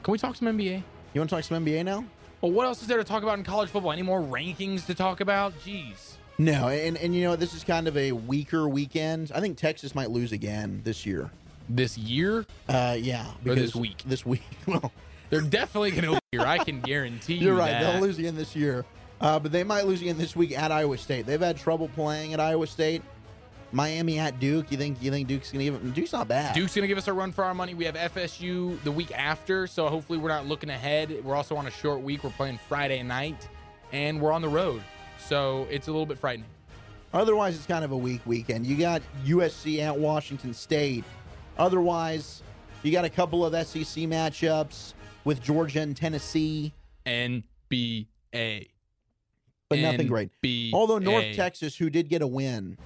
Speaker 2: Can we talk some NBA?
Speaker 1: You want to talk some NBA now?
Speaker 2: Well, what else is there to talk about in college football? Any more rankings to talk about? Jeez.
Speaker 1: No, and and you know this is kind of a weaker weekend. I think Texas might lose again this year.
Speaker 2: This year?
Speaker 1: Uh, yeah,
Speaker 2: Or
Speaker 1: because
Speaker 2: this week?
Speaker 1: This week. Well,
Speaker 2: They're definitely going to lose here. I can guarantee you
Speaker 1: you're right.
Speaker 2: that.
Speaker 1: They'll lose again this year, uh, but they might lose again this week at Iowa State. They've had trouble playing at Iowa State. Miami at Duke. You think you think Duke's gonna give it? Duke's not bad.
Speaker 2: Duke's going to give us a run for our money. We have FSU the week after, so hopefully we're not looking ahead. We're also on a short week. We're playing Friday night, and we're on the road, so it's a little bit frightening.
Speaker 1: Otherwise, it's kind of a weak weekend. You got USC at Washington State. Otherwise, you got a couple of SEC matchups with Georgia and Tennessee.
Speaker 2: NBA.
Speaker 1: but nothing great.
Speaker 2: NBA.
Speaker 1: Although North Texas, who did get a win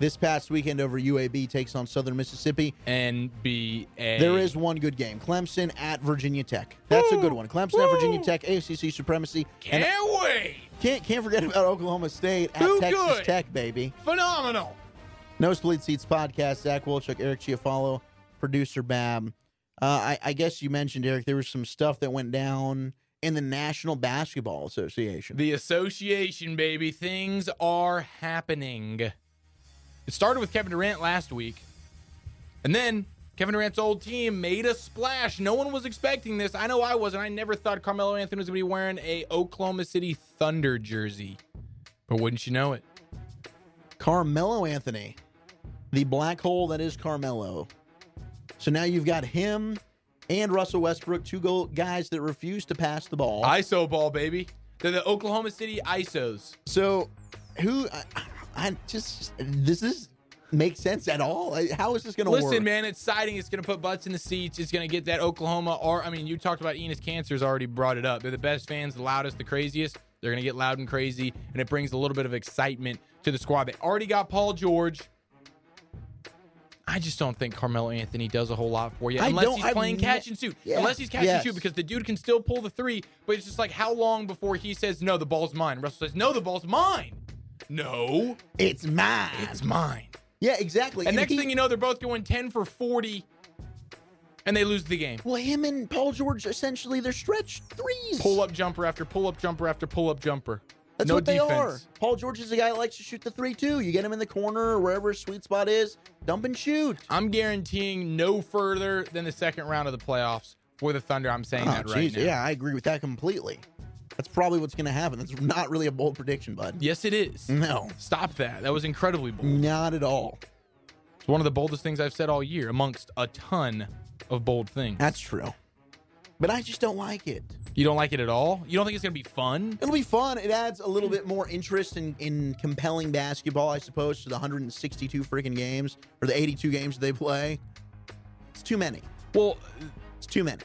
Speaker 1: this past weekend over UAB, takes on Southern Mississippi.
Speaker 2: NBA.
Speaker 1: There is one good game: Clemson at Virginia Tech. That's a good one. Clemson at Virginia Tech, ACC supremacy. And
Speaker 2: Can't wait.
Speaker 1: can't can't forget about Oklahoma State at
Speaker 2: Too
Speaker 1: Texas
Speaker 2: good.
Speaker 1: Tech, baby.
Speaker 2: Phenomenal.
Speaker 1: No Split Seats podcast. Zach Wolchuk, Eric Chiafalo, producer Bab. Uh, I, I guess you mentioned Eric. There was some stuff that went down in the National Basketball Association.
Speaker 2: The association, baby. Things are happening. It started with Kevin Durant last week. And then Kevin Durant's old team made a splash. No one was expecting this. I know I wasn't. I never thought Carmelo Anthony was going to be wearing a Oklahoma City Thunder jersey. But wouldn't you know it?
Speaker 1: Carmelo Anthony, the black hole that is Carmelo. So now you've got him and Russell Westbrook, two go- guys that refuse to pass the ball.
Speaker 2: ISO ball, baby. They're the Oklahoma City ISOs.
Speaker 1: so who? I, I just does this make sense at all? I- How is this going to work?
Speaker 2: Listen, man, it's siding. It's going to put butts in the seats. It's going to get that Oklahoma. Or I mean, you talked about Enos Cancer's already brought it up. They're the best fans, the loudest, the craziest. They're going to get loud and crazy, and it brings a little bit of excitement to the squad. They already got Paul George. I just don't think Carmelo Anthony does a whole lot for you
Speaker 1: I
Speaker 2: unless
Speaker 1: don't-
Speaker 2: he's
Speaker 1: I've
Speaker 2: playing
Speaker 1: ne-
Speaker 2: catch and shoot.
Speaker 1: Yeah,
Speaker 2: Unless he's catch
Speaker 1: yes.
Speaker 2: and shoot because the dude can still pull the three, but it's just like how long before he says no, the ball's mine. Russell says no, the ball's mine. No,
Speaker 1: it's mine.
Speaker 2: It's mine.
Speaker 1: Yeah, exactly.
Speaker 2: And next
Speaker 1: he-
Speaker 2: thing you know, they're both going 10 for 40 and they lose the game.
Speaker 1: well, him and Paul George essentially they're stretch threes.
Speaker 2: Pull up jumper after pull up jumper after pull up jumper.
Speaker 1: That's
Speaker 2: no
Speaker 1: what they
Speaker 2: defense.
Speaker 1: are. Paul George is a guy that likes to shoot the three too. You get him in the corner or wherever his sweet spot is, dump and shoot.
Speaker 2: I'm guaranteeing no further than the second round of the playoffs for the Thunder. I'm saying
Speaker 1: Oh,
Speaker 2: that right
Speaker 1: jeez,
Speaker 2: now.
Speaker 1: yeah, I agree with that completely. That's probably what's going to happen. That's not really a bold prediction, bud.
Speaker 2: Yes, it is.
Speaker 1: No.
Speaker 2: Stop that. That was incredibly bold.
Speaker 1: Not at all.
Speaker 2: It's one of the boldest things I've said all year, amongst a ton of bold things.
Speaker 1: That's true. But I just don't like it.
Speaker 2: You don't like it at all? You don't think it's going to be fun?
Speaker 1: It'll be fun. It adds a little bit more interest in, in compelling basketball, I suppose, to the 162 freaking games or the 82 games they play. It's too many.
Speaker 2: Well,
Speaker 1: It's too many.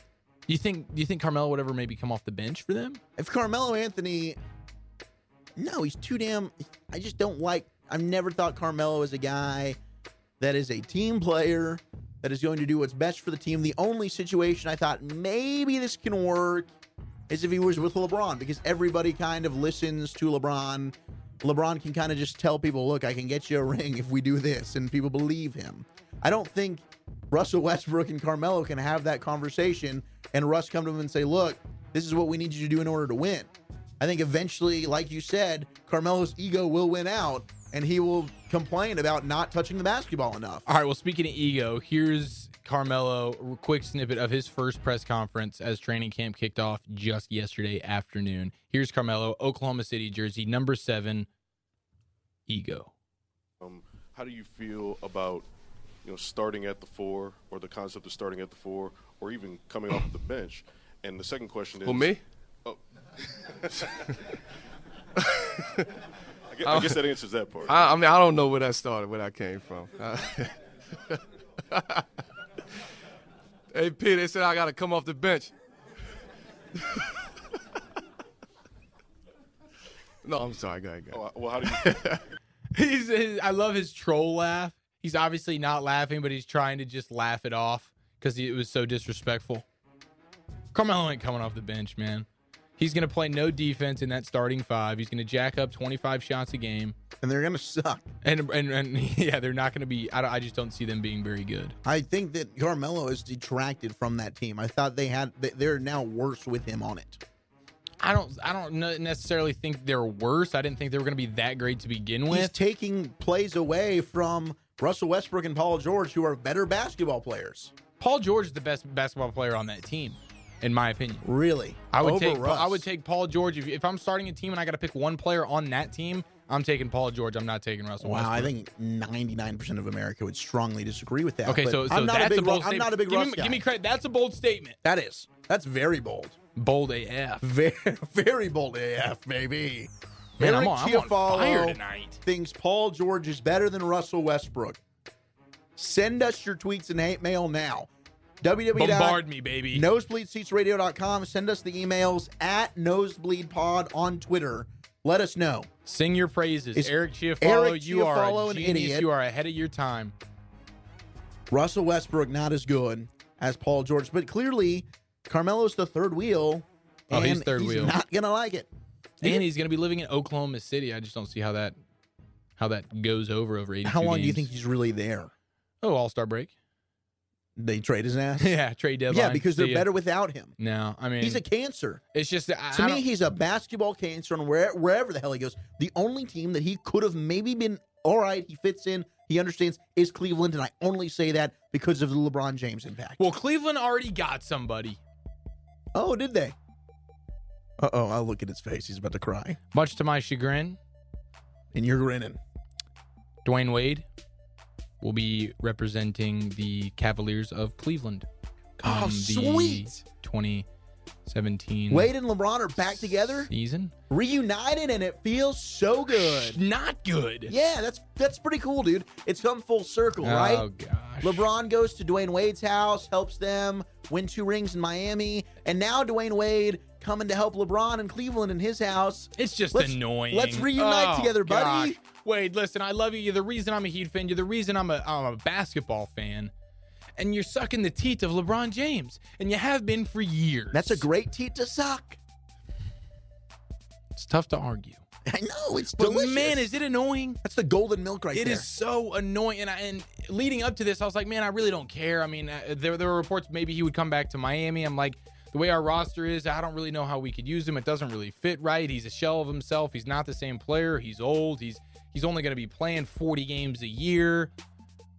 Speaker 2: you think do you think Carmelo would ever maybe come off the bench for them?
Speaker 1: If Carmelo Anthony, no, he's too damn. I just don't like. I've never thought Carmelo is a guy that is a team player that is going to do what's best for the team. The only situation I thought maybe this can work is if he was with LeBron because everybody kind of listens to LeBron. LeBron can kind of just tell people, look, I can get you a ring if we do this, and people believe him. I don't think Russell Westbrook and Carmelo can have that conversation and Russ come to him and say, look, this is what we need you to do in order to win. I think eventually, like you said, Carmelo's ego will win out and he will complain about not touching the basketball enough.
Speaker 2: All right, well, speaking of ego, here's Carmelo, a quick snippet of his first press conference as training camp kicked off just yesterday afternoon. Here's Carmelo, Oklahoma City jersey, number seven, ego.
Speaker 4: Um, how do you feel about you know starting at the four, or the concept of starting at the four, or even coming off the bench? And the second question is,
Speaker 5: Who, me?
Speaker 4: Oh. I, guess, I guess that answers that part.
Speaker 5: I, I mean, I don't know where that started, where that came from. hey, P, they said I got to come off the bench. no, I'm sorry. Go ahead. Go
Speaker 4: ahead. Oh, well, how do you?
Speaker 2: He's, his, I love his troll laugh. He's obviously not laughing, but he's trying to just laugh it off because it was so disrespectful. Carmelo ain't coming off the bench, man. He's going to play no defense in that starting five. He's going to jack up 25 shots a game.
Speaker 1: And they're going to suck.
Speaker 2: And, and, and yeah, they're not going to be, I, don't- I just don't see them being very good.
Speaker 1: I think that Carmelo is detracted from that team. I thought they had, they- they're now worse with him on it.
Speaker 2: I don't, I don't ne- necessarily think they're worse. I didn't think they were going to be that great to begin with.
Speaker 1: He's taking plays away from Russell Westbrook and Paul George, who are better basketball players.
Speaker 2: Paul George is the best basketball player on that team, in my opinion.
Speaker 1: Really,
Speaker 2: I would
Speaker 1: Over
Speaker 2: take
Speaker 1: Russ.
Speaker 2: I would take Paul George if, if I'm starting a team and I got to pick one player on that team. I'm taking Paul George. I'm not taking Russell.
Speaker 1: Wow, I
Speaker 2: Westbrook.
Speaker 1: think 99% of America would strongly disagree with that.
Speaker 2: okay,
Speaker 1: but
Speaker 2: so, so
Speaker 1: I'm not
Speaker 2: that's
Speaker 1: a big, Ru-
Speaker 2: bold
Speaker 1: I'm
Speaker 2: statement.
Speaker 1: not a big
Speaker 2: give
Speaker 1: Russ
Speaker 2: me,
Speaker 1: guy.
Speaker 2: Give me credit. That's a bold statement.
Speaker 1: That is. That's very bold.
Speaker 2: Bold AF.
Speaker 1: Very, very bold AF, baby.
Speaker 2: Man,
Speaker 1: Eric
Speaker 2: I'm on- I'm on fire
Speaker 1: Tiafalo
Speaker 2: tonight.
Speaker 1: Thinks Paul George is better than Russell Westbrook. Send us your tweets and hate mail now. E www.
Speaker 2: Bombard me, baby.
Speaker 1: NosebleedSeatsRadio.com. Send us the emails at nosebleedpod on Twitter. Let us know.
Speaker 2: Sing your praises,
Speaker 1: Is
Speaker 2: Eric Chiafalo.
Speaker 1: Eric
Speaker 2: you are
Speaker 1: Chiafalo
Speaker 2: a
Speaker 1: an
Speaker 2: genius.
Speaker 1: idiot?
Speaker 2: You are ahead of your time.
Speaker 1: Russell Westbrook not as good as Paul George, but clearly Carmelo's the third wheel.
Speaker 2: Oh, he's
Speaker 1: and
Speaker 2: third
Speaker 1: he's
Speaker 2: wheel.
Speaker 1: Not gonna like it.
Speaker 2: And he's going to be living in Oklahoma City. I just don't see how that how that goes over over 82
Speaker 1: How long do you
Speaker 2: games.
Speaker 1: think he's really there?
Speaker 2: Oh, All Star break.
Speaker 1: They trade his ass.
Speaker 2: Yeah, trade deadline.
Speaker 1: Yeah, because they're
Speaker 2: See ya.
Speaker 1: better without him.
Speaker 2: No, I mean
Speaker 1: he's a cancer.
Speaker 2: It's just that I,
Speaker 1: to
Speaker 2: I
Speaker 1: me,
Speaker 2: don't-
Speaker 1: he's a basketball cancer, and where, wherever the hell he goes, the only team that he could have maybe been all right, he fits in, he understands, is Cleveland, and I only say that because of the LeBron James impact.
Speaker 2: well, Cleveland already got somebody.
Speaker 1: Oh, did they? Uh oh, I'll look at his face. He's about to cry.
Speaker 2: Much to my chagrin,
Speaker 1: and you're grinning.
Speaker 2: Dwayne Wade will be representing the Cavaliers of Cleveland.
Speaker 1: Oh,
Speaker 2: come the
Speaker 1: sweet.
Speaker 2: 2017
Speaker 1: Wade and LeBron are back together,
Speaker 2: season.
Speaker 1: reunited, and it feels so good.
Speaker 2: Not good.
Speaker 1: Yeah, that's that's pretty cool, dude. It's come full circle, right?
Speaker 2: Oh, gosh.
Speaker 1: LeBron goes to Dwayne Wade's house, helps them win two rings in Miami, and now Dwayne Wade coming to help LeBron in Cleveland in his house.
Speaker 2: It's just
Speaker 1: Let's-
Speaker 2: annoying.
Speaker 1: Let's reunite
Speaker 2: Oh,
Speaker 1: together, buddy.
Speaker 2: gosh. Wade, listen, I love you. You're the reason I'm a Heat fan. You're the reason I'm a I'm a basketball fan. And you're sucking the teat of LeBron James, and you have been for years.
Speaker 1: That's a great teat to suck.
Speaker 2: It's tough to argue.
Speaker 1: I know Oh, it's
Speaker 2: But
Speaker 1: delicious.
Speaker 2: man, is it annoying?
Speaker 1: That's the golden milk right
Speaker 2: It is
Speaker 1: there.
Speaker 2: so annoying. And, I, and leading up to this, I was like, man, I really don't care. I mean, uh, there, there were reports maybe he would come back to Miami. I'm like, the way our roster is, I don't really know how we could use him. It doesn't really fit right. He's a shell of himself. He's not the same player. He's old. He's he's only going to be playing 40 games a year.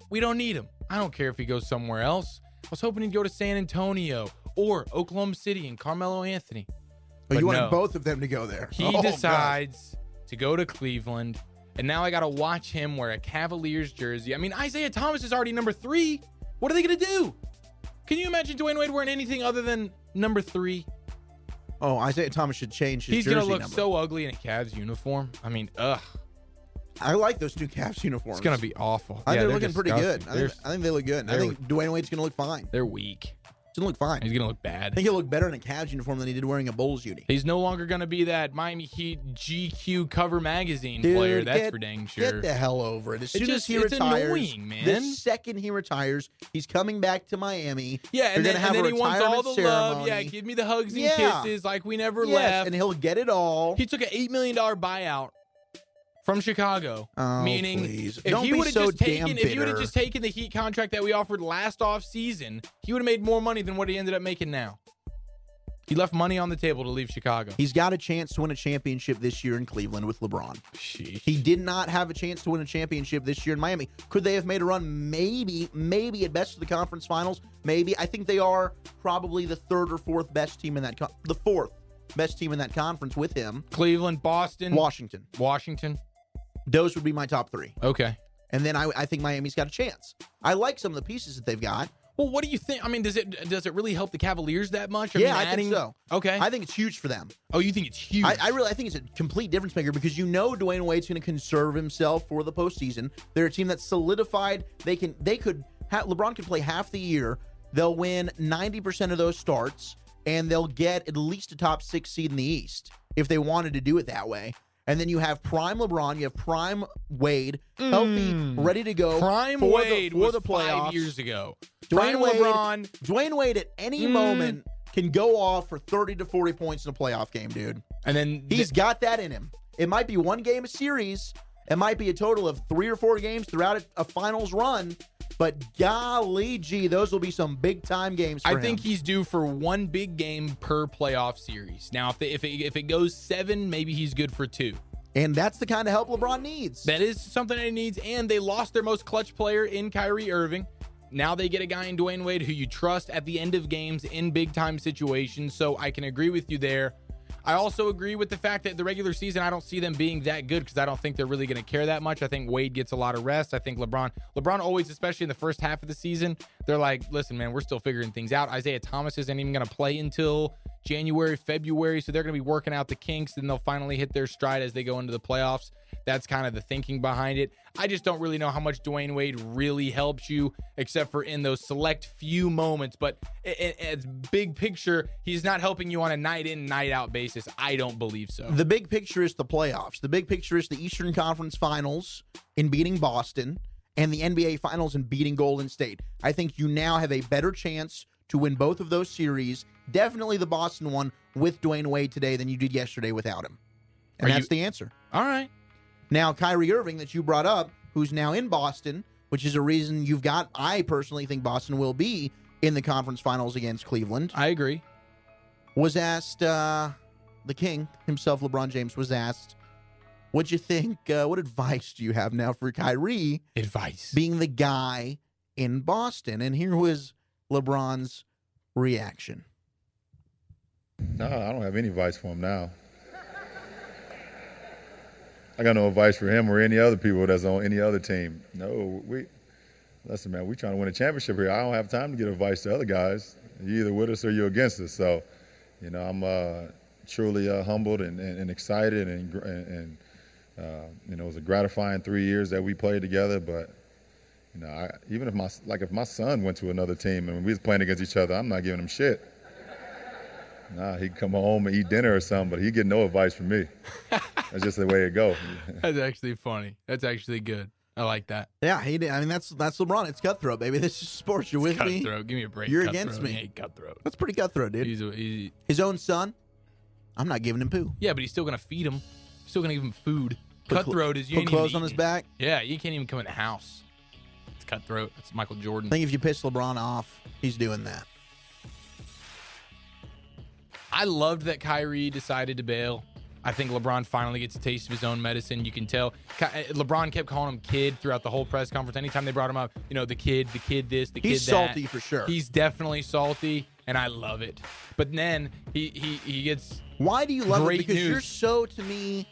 Speaker 2: We don't need him. I don't care if he goes somewhere else. I was hoping he'd go to San Antonio or Oklahoma City and Carmelo Anthony.
Speaker 1: But, you wanted
Speaker 2: no.
Speaker 1: both of them to go there.
Speaker 2: He
Speaker 1: Oh, God.
Speaker 2: decides to go to Cleveland, and now I got to watch him wear a Cavaliers jersey. I mean, Isaiah Thomas is already number three. What are they going to do? Can you imagine Dwayne Wade wearing anything other than number three?
Speaker 1: Oh, Isaiah Thomas should change his
Speaker 2: He's
Speaker 1: jersey
Speaker 2: going to look
Speaker 1: number.
Speaker 2: so ugly in a Cavs uniform. I mean, ugh.
Speaker 1: I like those new Cavs uniforms.
Speaker 2: It's going to be awful.
Speaker 1: I think
Speaker 2: Yeah,
Speaker 1: they're, looking pretty good.
Speaker 2: disgusting.
Speaker 1: I think,
Speaker 2: They're-
Speaker 1: I think they look good. I
Speaker 2: they're-
Speaker 1: think Dwayne Wade's going to look fine.
Speaker 2: They're weak.
Speaker 1: He's going to look fine.
Speaker 2: He's going to look
Speaker 1: I
Speaker 2: bad.
Speaker 1: think he'll look better in a Cavs uniform than he did wearing a Bulls uni.
Speaker 2: He's no longer going to be that Miami Heat GQ cover magazine
Speaker 1: Dude,
Speaker 2: player. That's
Speaker 1: get-
Speaker 2: for dang sure.
Speaker 1: Get the hell over it. As
Speaker 2: It
Speaker 1: soon as
Speaker 2: just-
Speaker 1: he
Speaker 2: it's
Speaker 1: retires,
Speaker 2: annoying, man.
Speaker 1: the second he retires, he's coming back to Miami.
Speaker 2: Yeah,
Speaker 1: They're
Speaker 2: and then,
Speaker 1: gonna have
Speaker 2: and then
Speaker 1: a
Speaker 2: he wants all
Speaker 1: retirement
Speaker 2: the love.
Speaker 1: ceremony.
Speaker 2: Yeah, give me the hugs and
Speaker 1: Yeah.
Speaker 2: kisses like we never
Speaker 1: Yes,
Speaker 2: left.
Speaker 1: and he'll get it all.
Speaker 2: He took an eight million dollar buyout from Chicago,
Speaker 1: Oh,
Speaker 2: meaning
Speaker 1: please.
Speaker 2: if
Speaker 1: Don't
Speaker 2: he
Speaker 1: be
Speaker 2: would have
Speaker 1: so
Speaker 2: just taken
Speaker 1: damn
Speaker 2: if he would have
Speaker 1: bitter.
Speaker 2: just taken the Heat contract that we offered last offseason, he would have made more money than what he ended up making now. He left money on the table to leave Chicago.
Speaker 1: He's got a chance to win a championship this year in Cleveland with LeBron. He did not have a chance to win a championship this year in Miami. Could they have made a run? Maybe, maybe at best to the conference finals. Maybe. I think they are probably the third or fourth best team in that, con- the fourth best team in that conference with him.
Speaker 2: Cleveland, Boston,
Speaker 1: Washington.
Speaker 2: Washington.
Speaker 1: Those would be my top three.
Speaker 2: Okay.
Speaker 1: And then I, I think Miami's got a chance. I like some of the pieces that they've got.
Speaker 2: Well, what do you think? I mean, does it does it really help the Cavaliers that much? I
Speaker 1: yeah,
Speaker 2: mean,
Speaker 1: I
Speaker 2: adding-
Speaker 1: think so.
Speaker 2: Okay.
Speaker 1: I think it's huge for them.
Speaker 2: Oh, you think it's huge?
Speaker 1: I, I really, I think it's a complete difference maker because you know Dwayne Wade's going to conserve himself for the postseason. They're a team that's solidified. They can, they could, ha- LeBron could play half the year. They'll win ninety percent of those starts, and they'll get at least a top six seed in the East if they wanted to do it that way. And then you have prime LeBron, you have prime Wade,
Speaker 2: Mm.
Speaker 1: healthy, ready to go.
Speaker 2: Prime
Speaker 1: for
Speaker 2: Wade
Speaker 1: the, for
Speaker 2: was
Speaker 1: the playoffs.
Speaker 2: five years ago.
Speaker 1: Dwayne
Speaker 2: Prime
Speaker 1: Wade,
Speaker 2: LeBron.
Speaker 1: Dwayne Wade at any
Speaker 2: Mm.
Speaker 1: moment can go off for 30 to 40 points in a playoff game, dude.
Speaker 2: And then
Speaker 1: he's got that in him. It might be one game a series. It might be a total of three or four games throughout a, a finals run. But golly gee, those will be some big time games. For
Speaker 2: I
Speaker 1: him.
Speaker 2: think he's due for one big game per playoff series. Now, if they, if it, if it goes seven, maybe he's good for two.
Speaker 1: and that's the kind of help LeBron needs.
Speaker 2: That is something that he needs. And they lost their most clutch player in Kyrie Irving. Now they get a guy in Dwayne Wade who you trust at the end of games in big time situations. So I can agree with you there. I also agree with the fact that the regular season, I don't see them being that good because I don't think they're really going to care that much. I think Wade gets a lot of rest. I think LeBron, LeBron always, especially in the first half of the season, they're like, listen, man, we're still figuring things out. Isaiah Thomas isn't even going to play until January, February. So they're going to be working out the kinks. Then they'll finally hit their stride as they go into the playoffs. That's kind of the thinking behind it. I just don't really know how much Dwayne Wade really helps you, except for in those select few moments. But i- i- as big picture, he's not helping you on a night in, night out basis. I don't believe so.
Speaker 1: The big picture is the playoffs. The big picture is the Eastern Conference Finals in beating Boston and the NBA Finals in beating Golden State. I think you now have a better chance to win both of those series. Definitely the Boston one with Dwayne Wade today than you did yesterday without him. And
Speaker 2: Are
Speaker 1: that's
Speaker 2: you-
Speaker 1: the answer.
Speaker 2: All right.
Speaker 1: Now, Kyrie Irving, that you brought up, who's now in Boston, which is a reason you've got, I personally think Boston will be in the conference finals against Cleveland
Speaker 2: I agree.
Speaker 1: was asked uh, the king himself, LeBron James, was asked, "What'd you think? Uh, what advice do you have now for Kyrie?
Speaker 2: Advice
Speaker 1: being the guy in Boston." And here was LeBron's reaction.
Speaker 6: No, I don't have any advice for him now. I got no advice for him or any other people that's on any other team. No, we listen, man. We trying to win a championship here. I don't have time to give advice to other guys. You're either with us or you're against us. So, you know, I'm uh, truly uh, humbled and, and, and excited, and gr- and, and uh, you know, it was a gratifying three years that we played together. But you know, I, even if my like if my son went to another team and we was playing against each other, I'm not giving him shit. Nah, he'd come home and eat dinner or something, but he'd get no advice from me. That's just the way it go.
Speaker 2: That's actually funny. That's actually good. I like that.
Speaker 1: Yeah, he did. I mean, that's that's LeBron. It's cutthroat, baby. This is sports. You're with me.
Speaker 2: Cutthroat. Give me a break.
Speaker 1: You're
Speaker 2: Cutthroat.
Speaker 1: against me.
Speaker 2: Hey, cutthroat.
Speaker 1: That's pretty cutthroat, dude.
Speaker 2: He's a, he's,
Speaker 1: His own son. I'm not giving him poo.
Speaker 2: yeah, but he's still going to feed him. He's still going to give him food.
Speaker 1: Put cl-
Speaker 2: cutthroat is you
Speaker 1: put
Speaker 2: ain't
Speaker 1: clothes
Speaker 2: even
Speaker 1: on his
Speaker 2: eating.
Speaker 1: back.
Speaker 2: Yeah, you can't even come in the house. It's cutthroat. That's Michael Jordan.
Speaker 1: I think if you piss LeBron off, he's doing that.
Speaker 2: I loved that Kyrie decided to bail. I think LeBron finally gets a taste of his own medicine. You can tell Ky- eh, LeBron kept calling him kid throughout the whole press conference. Anytime they brought him up, you know, the kid, the kid this, the
Speaker 1: He's
Speaker 2: kid that.
Speaker 1: salty for sure.
Speaker 2: He's definitely salty. and I love it. But then he he, he gets
Speaker 1: Why do you love
Speaker 2: great
Speaker 1: it? Because
Speaker 2: news.
Speaker 1: you're so to me.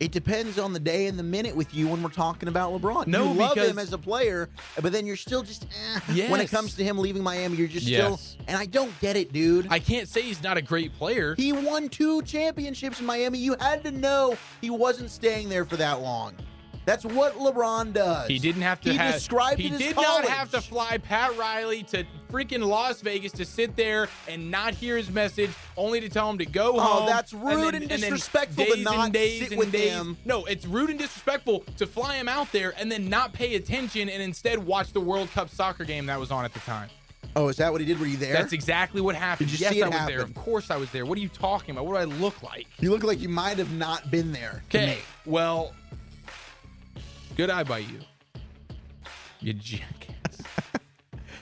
Speaker 1: It depends on the day and the minute with you when we're talking about LeBron.
Speaker 2: No,
Speaker 1: you love
Speaker 2: because-
Speaker 1: him as a player, but then you're still just eh, when it
Speaker 2: Yes.
Speaker 1: comes to him leaving Miami, you're just
Speaker 2: Yes.
Speaker 1: still. And I don't get it, dude.
Speaker 2: I can't say he's not a great player.
Speaker 1: He won two championships in Miami. You had to know he wasn't staying there for that long. That's what LeBron does.
Speaker 2: He didn't have to
Speaker 1: He
Speaker 2: have.
Speaker 1: described
Speaker 2: he
Speaker 1: it as
Speaker 2: did
Speaker 1: college.
Speaker 2: not have to fly Pat Riley to freaking Las Vegas to sit there and not hear his message, only to tell him to go
Speaker 1: Oh,
Speaker 2: home.
Speaker 1: that's
Speaker 2: then-
Speaker 1: rude and
Speaker 2: then
Speaker 1: disrespectful to
Speaker 2: days and
Speaker 1: not
Speaker 2: days
Speaker 1: sit
Speaker 2: and
Speaker 1: with
Speaker 2: days-
Speaker 1: him.
Speaker 2: No, it's rude and disrespectful to fly him out there and then not pay attention and instead watch the World Cup soccer game that was on at the time.
Speaker 1: Oh, is that what he did? Were you there?
Speaker 2: That's exactly what happened.
Speaker 1: Did you
Speaker 2: yes,
Speaker 1: see it
Speaker 2: I was there.
Speaker 1: happen?
Speaker 2: Of course, I was there. What are you talking about? What do I look like?
Speaker 1: You look like you might have not been there. to
Speaker 2: Okay,
Speaker 1: me.
Speaker 2: well, good eye by you. You jackass.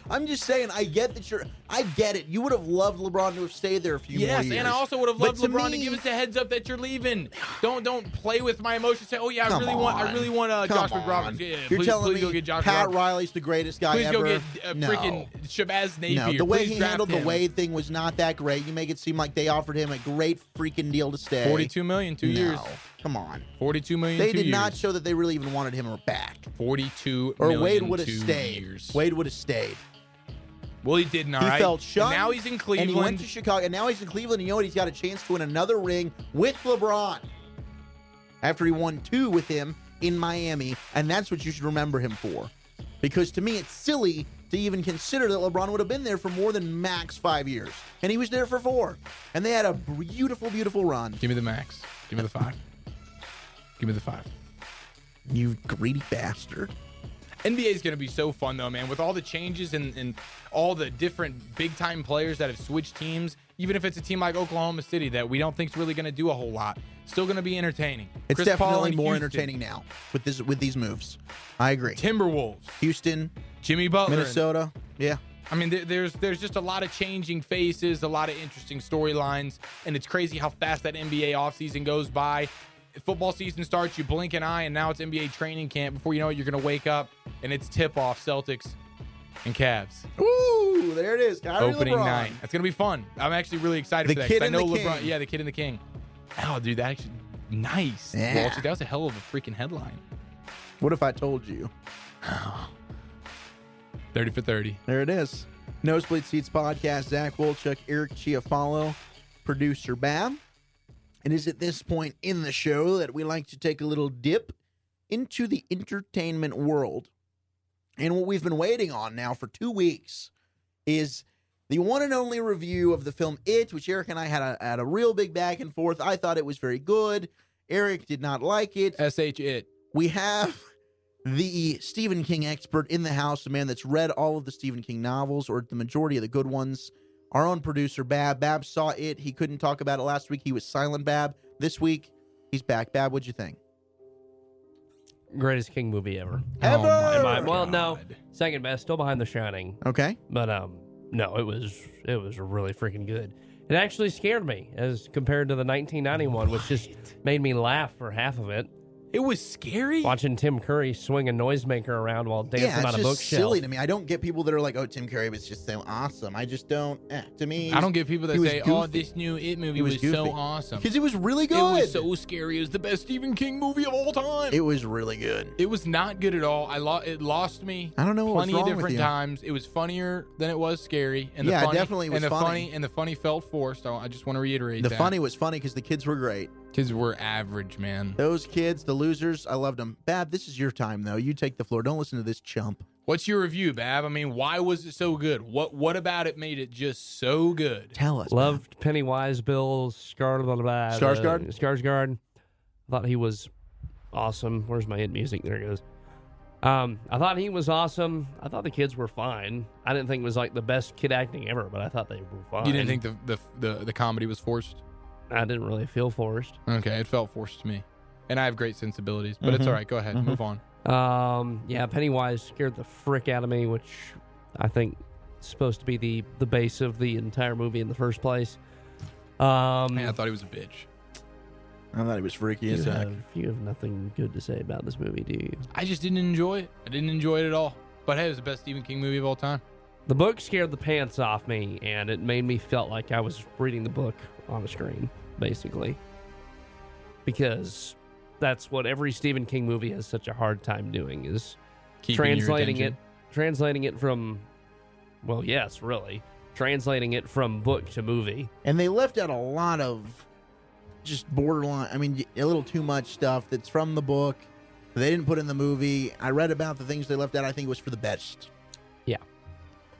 Speaker 1: I'm just saying. I get that you're. I get it. You would have loved LeBron to have stayed there a few more
Speaker 2: Yes,
Speaker 1: years.
Speaker 2: and I also would have
Speaker 1: But
Speaker 2: loved
Speaker 1: to
Speaker 2: LeBron to
Speaker 1: me-
Speaker 2: give us a heads up that you're leaving. Don't don't play with my emotions. Say, oh yeah, I
Speaker 1: Come
Speaker 2: really want, I
Speaker 1: on.
Speaker 2: really want uh,
Speaker 1: Come
Speaker 2: Josh
Speaker 1: on.
Speaker 2: McRoberts. Yeah,
Speaker 1: You're
Speaker 2: please,
Speaker 1: telling
Speaker 2: please
Speaker 1: me
Speaker 2: go get Josh
Speaker 1: Pat
Speaker 2: McRoberts.
Speaker 1: Riley's the greatest guy
Speaker 2: Please
Speaker 1: ever.
Speaker 2: go get uh,
Speaker 1: no.
Speaker 2: freaking Shabazz Napier.
Speaker 1: No, the way
Speaker 2: Please
Speaker 1: he
Speaker 2: draft
Speaker 1: handled the
Speaker 2: him.
Speaker 1: way thing was not that great. You make it seem like they offered him a great freaking deal to stay.
Speaker 2: 42 million, two
Speaker 1: No.
Speaker 2: years.
Speaker 1: Come on.
Speaker 2: 42 million.
Speaker 1: They
Speaker 2: two
Speaker 1: did not
Speaker 2: years.
Speaker 1: show that they really even wanted him back.
Speaker 2: 42
Speaker 1: Or
Speaker 2: million,
Speaker 1: Wade would have
Speaker 2: two
Speaker 1: stayed.
Speaker 2: years.
Speaker 1: Wade would have stayed.
Speaker 2: Well, he didn't. All
Speaker 1: He
Speaker 2: right.
Speaker 1: felt
Speaker 2: And
Speaker 1: shunned.
Speaker 2: now he's in
Speaker 1: And
Speaker 2: Cleveland.
Speaker 1: he went to Chicago, and now he's in Cleveland. And you know what? He's got a chance to win another ring with LeBron after he won two with him in Miami. And that's what you should remember him for. Because to me, it's silly to even consider that LeBron would have been there for more than max five years. And he was there for four. And they had a beautiful, beautiful run.
Speaker 2: Give me the max. Give me the five. Give me the five.
Speaker 1: You greedy bastard.
Speaker 2: NBA is going to be so fun though, man. With all the changes and, and all the different big time players that have switched teams, even if it's a team like Oklahoma City that we don't think's really going to do a whole lot, still going to be entertaining.
Speaker 1: It's
Speaker 2: Chris Paul
Speaker 1: definitely
Speaker 2: in
Speaker 1: more
Speaker 2: Houston,
Speaker 1: entertaining now with this with these moves. I agree.
Speaker 2: Timberwolves,
Speaker 1: Houston,
Speaker 2: Jimmy Butler, and-
Speaker 1: Minnesota. Yeah.
Speaker 2: I mean, there, there's there's just a lot of changing faces, a lot of interesting storylines, and it's crazy how fast that NBA offseason goes by. Football season starts, you blink an eye, and now it's NBA training camp. Before you know it, you're going to wake up, and it's tip off Celtics and Cavs.
Speaker 1: Ooh, there it is. Kyrie
Speaker 2: opening
Speaker 1: LeBron.
Speaker 2: night. That's gonna be fun. I'm actually really excited
Speaker 1: The
Speaker 2: for that.
Speaker 1: kid
Speaker 2: 'cause
Speaker 1: and
Speaker 2: I know
Speaker 1: the
Speaker 2: LeBron.
Speaker 1: king.
Speaker 2: Yeah, the kid and the king. Oh, dude, that actually nice.
Speaker 1: Yeah.
Speaker 2: Walter, that was a hell of a freaking headline.
Speaker 1: What if I told you?
Speaker 2: Thirty for thirty.
Speaker 1: There it is. Nosebleed Seats Podcast. Zach Wolchuk, Eric Chiafalo, producer Bab. It is at this point in the show that we like to take a little dip into the entertainment world. And what we've been waiting on now for two weeks is the one and only review of the film It, which Eric and I had a, had a real big back and forth. I thought it was very good. Eric did not like it.
Speaker 2: Sh it.
Speaker 1: We have the Stephen King expert in the house, a man that's read all of the Stephen King novels or the majority of the good ones. Our own producer, Bab. Bab saw it. He couldn't talk about it last week. He was silent, Bab. This week, he's back. Bab, what'd you think?
Speaker 3: Greatest King movie ever.
Speaker 1: Ever!
Speaker 3: In my- well, no, second best, still behind The Shining.
Speaker 1: Okay.
Speaker 3: But um, no, it was it was really freaking good. It actually scared me as compared to the 1991, which just made me laugh for half of it.
Speaker 2: It was scary.
Speaker 3: Watching Tim Curry swing a noisemaker around while dancing
Speaker 1: yeah, it's
Speaker 3: on a
Speaker 1: just
Speaker 3: bookshelf.
Speaker 1: silly to me. I don't get people that are like, "Oh, Tim Curry was just so awesome." I just don't. Eh. To me,
Speaker 2: I don't get people
Speaker 1: he
Speaker 2: that
Speaker 1: was
Speaker 2: say, "Oh,
Speaker 1: goofy.
Speaker 2: this new It movie
Speaker 1: He was
Speaker 2: was, so
Speaker 1: goofy.
Speaker 2: awesome."
Speaker 1: because it was really good.
Speaker 2: It was so scary. It was the best Stephen King movie of all time.
Speaker 1: It was really good.
Speaker 2: It was not good at all. I lo- it lost me.
Speaker 1: I don't know what was
Speaker 2: Plenty
Speaker 1: wrong with
Speaker 2: of different
Speaker 1: you.
Speaker 2: times. It was funnier than it was scary. And
Speaker 1: Yeah, it
Speaker 2: the funny,
Speaker 1: definitely was
Speaker 2: and the
Speaker 1: funny.
Speaker 2: and the funny felt forced. I I just want to reiterate
Speaker 1: The
Speaker 2: that.
Speaker 1: funny was funny because the kids were great.
Speaker 2: kids were average, man.
Speaker 1: Those kids, the losers, I loved them. Bab, this is your time though. You take the floor. Don't listen to this chump.
Speaker 2: What's your review, Bab? I mean, why was it so good? What What about it made it just so good?
Speaker 1: Tell us. Bab.
Speaker 3: Loved Pennywise, Bill, Scar, blah, blah, blah,
Speaker 1: Skarsgård?
Speaker 3: uh, Skarsgård. I thought he was awesome. Where's my hit music? There it goes. Um, I thought he was awesome. I thought the kids were fine. I didn't think it was like the best kid acting ever, but I thought they were fine.
Speaker 2: You didn't think the, the the the comedy was forced?
Speaker 3: I didn't really feel forced.
Speaker 2: Okay, it felt forced to me, and I have great sensibilities, but
Speaker 1: Mm-hmm.
Speaker 3: Mm-hmm.
Speaker 2: it's all right. Go ahead, move on.
Speaker 3: Um, yeah, Pennywise scared the frick out of me, which I think is supposed to be the the base of the entire movie in the first place. Um,
Speaker 2: Man, I thought he was a bitch.
Speaker 1: I thought he was freaky
Speaker 3: you,
Speaker 1: as heck.
Speaker 3: have, you have nothing good to say about this movie, do you?
Speaker 2: I just didn't enjoy it. I didn't enjoy it at all. But hey, it was the best Stephen King movie of all time.
Speaker 3: The book scared the pants off me, and it made me felt like I was reading the book on a screen, basically. Because that's what every Stephen King movie has such a hard time doing is
Speaker 2: Keeping your
Speaker 3: translating it,
Speaker 2: attention.
Speaker 3: translating it from, well, yes, really, translating it from book to movie.
Speaker 1: And they left out a lot of just borderline, I mean, a little too much stuff that's from the book. that They didn't put in the movie. I read about the things they left out. I think it was for the best.
Speaker 3: Yeah.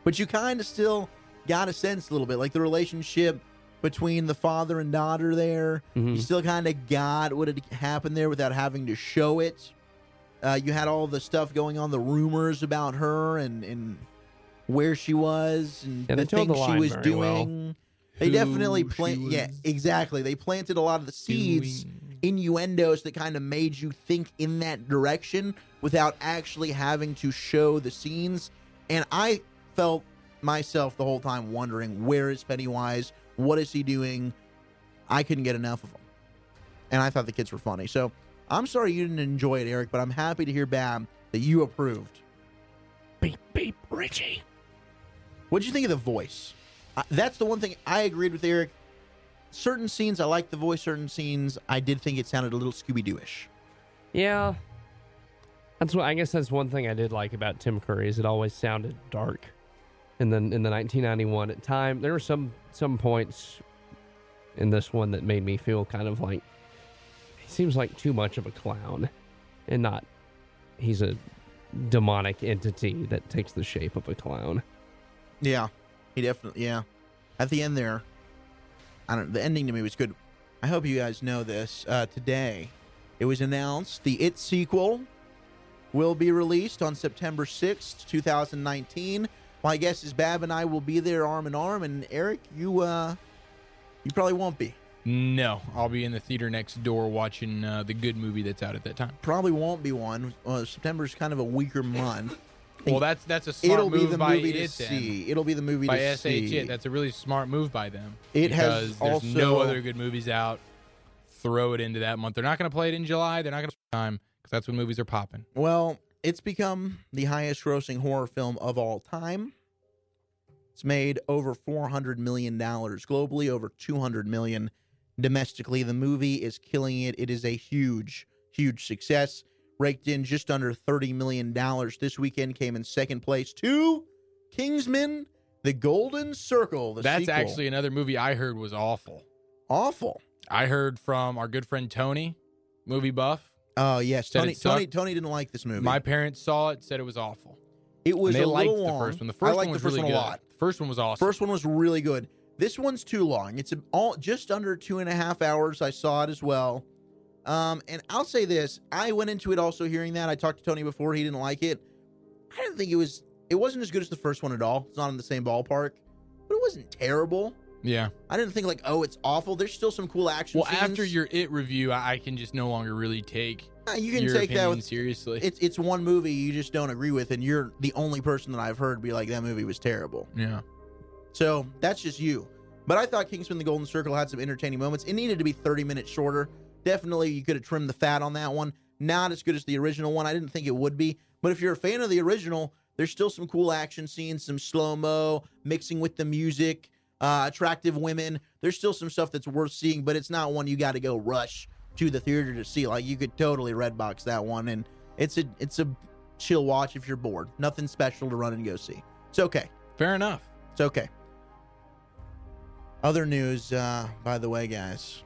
Speaker 1: But you kind of still got a sense a little bit, like the relationship between the father and daughter there.
Speaker 3: Mhm.
Speaker 1: You still kind of got what had happened there without having to show it. Uh, you had all the stuff going on, the rumors about her and, and where she was and
Speaker 3: Yeah, they
Speaker 1: the
Speaker 3: told
Speaker 1: things
Speaker 3: the
Speaker 1: she
Speaker 3: line
Speaker 1: was
Speaker 3: very well.
Speaker 1: doing. They
Speaker 3: Who
Speaker 1: definitely
Speaker 3: she
Speaker 1: plant. Yeah,
Speaker 3: was
Speaker 1: exactly. They planted a lot of the seeds, innuendos that kind of made you think in that direction without actually having to show the scenes. And I felt myself the whole time wondering where is Pennywise? What is he doing? I couldn't get enough of him. And I thought the kids were funny. So I'm sorry you didn't enjoy it, Eric, but I'm happy to hear, Bam, that you approved.
Speaker 3: Beep, Richie.
Speaker 1: What'd you think of the voice? I, that's the one thing I agreed with Eric. Certain scenes I liked the voice. Certain scenes I did think it sounded a little Scooby Doo ish.
Speaker 3: Yeah. That's what I guess that's one thing I did like about Tim Curry is it always sounded dark. And then in the 1991 at time there were some some points in this one that made me feel kind of like he seems like too much of a clown and not he's a demonic entity that takes the shape of a clown.
Speaker 1: Yeah, he definitely. Yeah, at the end there, I don't. The ending to me was good. I hope you guys know this. Uh, today, it was announced the It sequel will be released on September sixth, two thousand nineteen. My guess is Bab and I will be there arm in arm, and Eric, you uh, you probably won't be.
Speaker 2: No, I'll be in the theater next door watching uh, the good movie that's out at that time.
Speaker 1: Probably won't be one. Uh, September's kind of a weaker month.
Speaker 2: Well, that's that's a smart
Speaker 1: It'll be
Speaker 2: move
Speaker 1: the
Speaker 2: by
Speaker 1: movie to
Speaker 2: it then.
Speaker 1: see. It'll be the movie
Speaker 2: by
Speaker 1: to
Speaker 2: SH
Speaker 1: see.
Speaker 2: It. That's a really smart move by them.
Speaker 1: It has
Speaker 2: because there's no
Speaker 1: also-
Speaker 2: other good movies out. Throw it into that month. They're not going to play it in July. They're not going to time because that's when movies are popping.
Speaker 1: Well, it's become the highest grossing horror film of all time. It's made over $400 million globally, over $200 million domestically. The movie is killing it. It is a huge, huge success. Raked in just under $30 million this weekend, came in second place to Kingsman The Golden Circle. The
Speaker 2: That's
Speaker 1: sequel.
Speaker 2: actually another movie I heard was awful.
Speaker 1: awful.
Speaker 2: I heard from our good friend Tony, movie buff.
Speaker 1: Oh, yes.
Speaker 2: Said
Speaker 1: Tony,
Speaker 2: it sucked.
Speaker 1: Tony, Tony didn't like this movie.
Speaker 2: My parents saw it, said it was awful.
Speaker 1: It was
Speaker 2: And they
Speaker 1: a
Speaker 2: liked
Speaker 1: little
Speaker 2: the
Speaker 1: long.
Speaker 2: first one. The
Speaker 1: I
Speaker 2: first
Speaker 1: liked
Speaker 2: one was
Speaker 1: the first one
Speaker 2: really
Speaker 1: a
Speaker 2: good.
Speaker 1: lot.
Speaker 2: The first one was awesome.
Speaker 1: First one was really good. This one's too long. It's a- all just under two and a half hours. I saw it as well. Um, and I'll say this: I went into it also hearing that. I talked to Tony before; he didn't like it. I didn't think it was. It wasn't as good as the first one at all. It's not in the same ballpark, but it wasn't terrible.
Speaker 2: yeah.
Speaker 1: I didn't think like, oh, it's awful. There's still some cool action.
Speaker 2: Well, after
Speaker 1: scenes.
Speaker 2: your it review, I, I can just no longer really take
Speaker 1: Uh, you can
Speaker 2: your
Speaker 1: take that
Speaker 2: opinion
Speaker 1: with-
Speaker 2: seriously.
Speaker 1: it's it's one movie you just don't agree with, and you're the only person that I've heard be like that movie was terrible.
Speaker 2: yeah.
Speaker 1: So that's just you. But I thought Kingsman The Golden Circle had some entertaining moments. It needed to be 30 minutes shorter. Definitely you could have trimmed the fat on that one. Not as good as the original one. I didn't think it would be. But if you're a fan of the original, there's still some cool action scenes, some slow mo, mixing with the music, uh, attractive women. There's still some stuff that's worth seeing, but it's not one you got to go rush to the theater to see. Like you could totally redbox that one, and it's a it's a chill watch if you're bored. Nothing special to run and go see. It's okay.
Speaker 2: Fair enough.
Speaker 1: It's okay. Other news, uh, by the way, guys,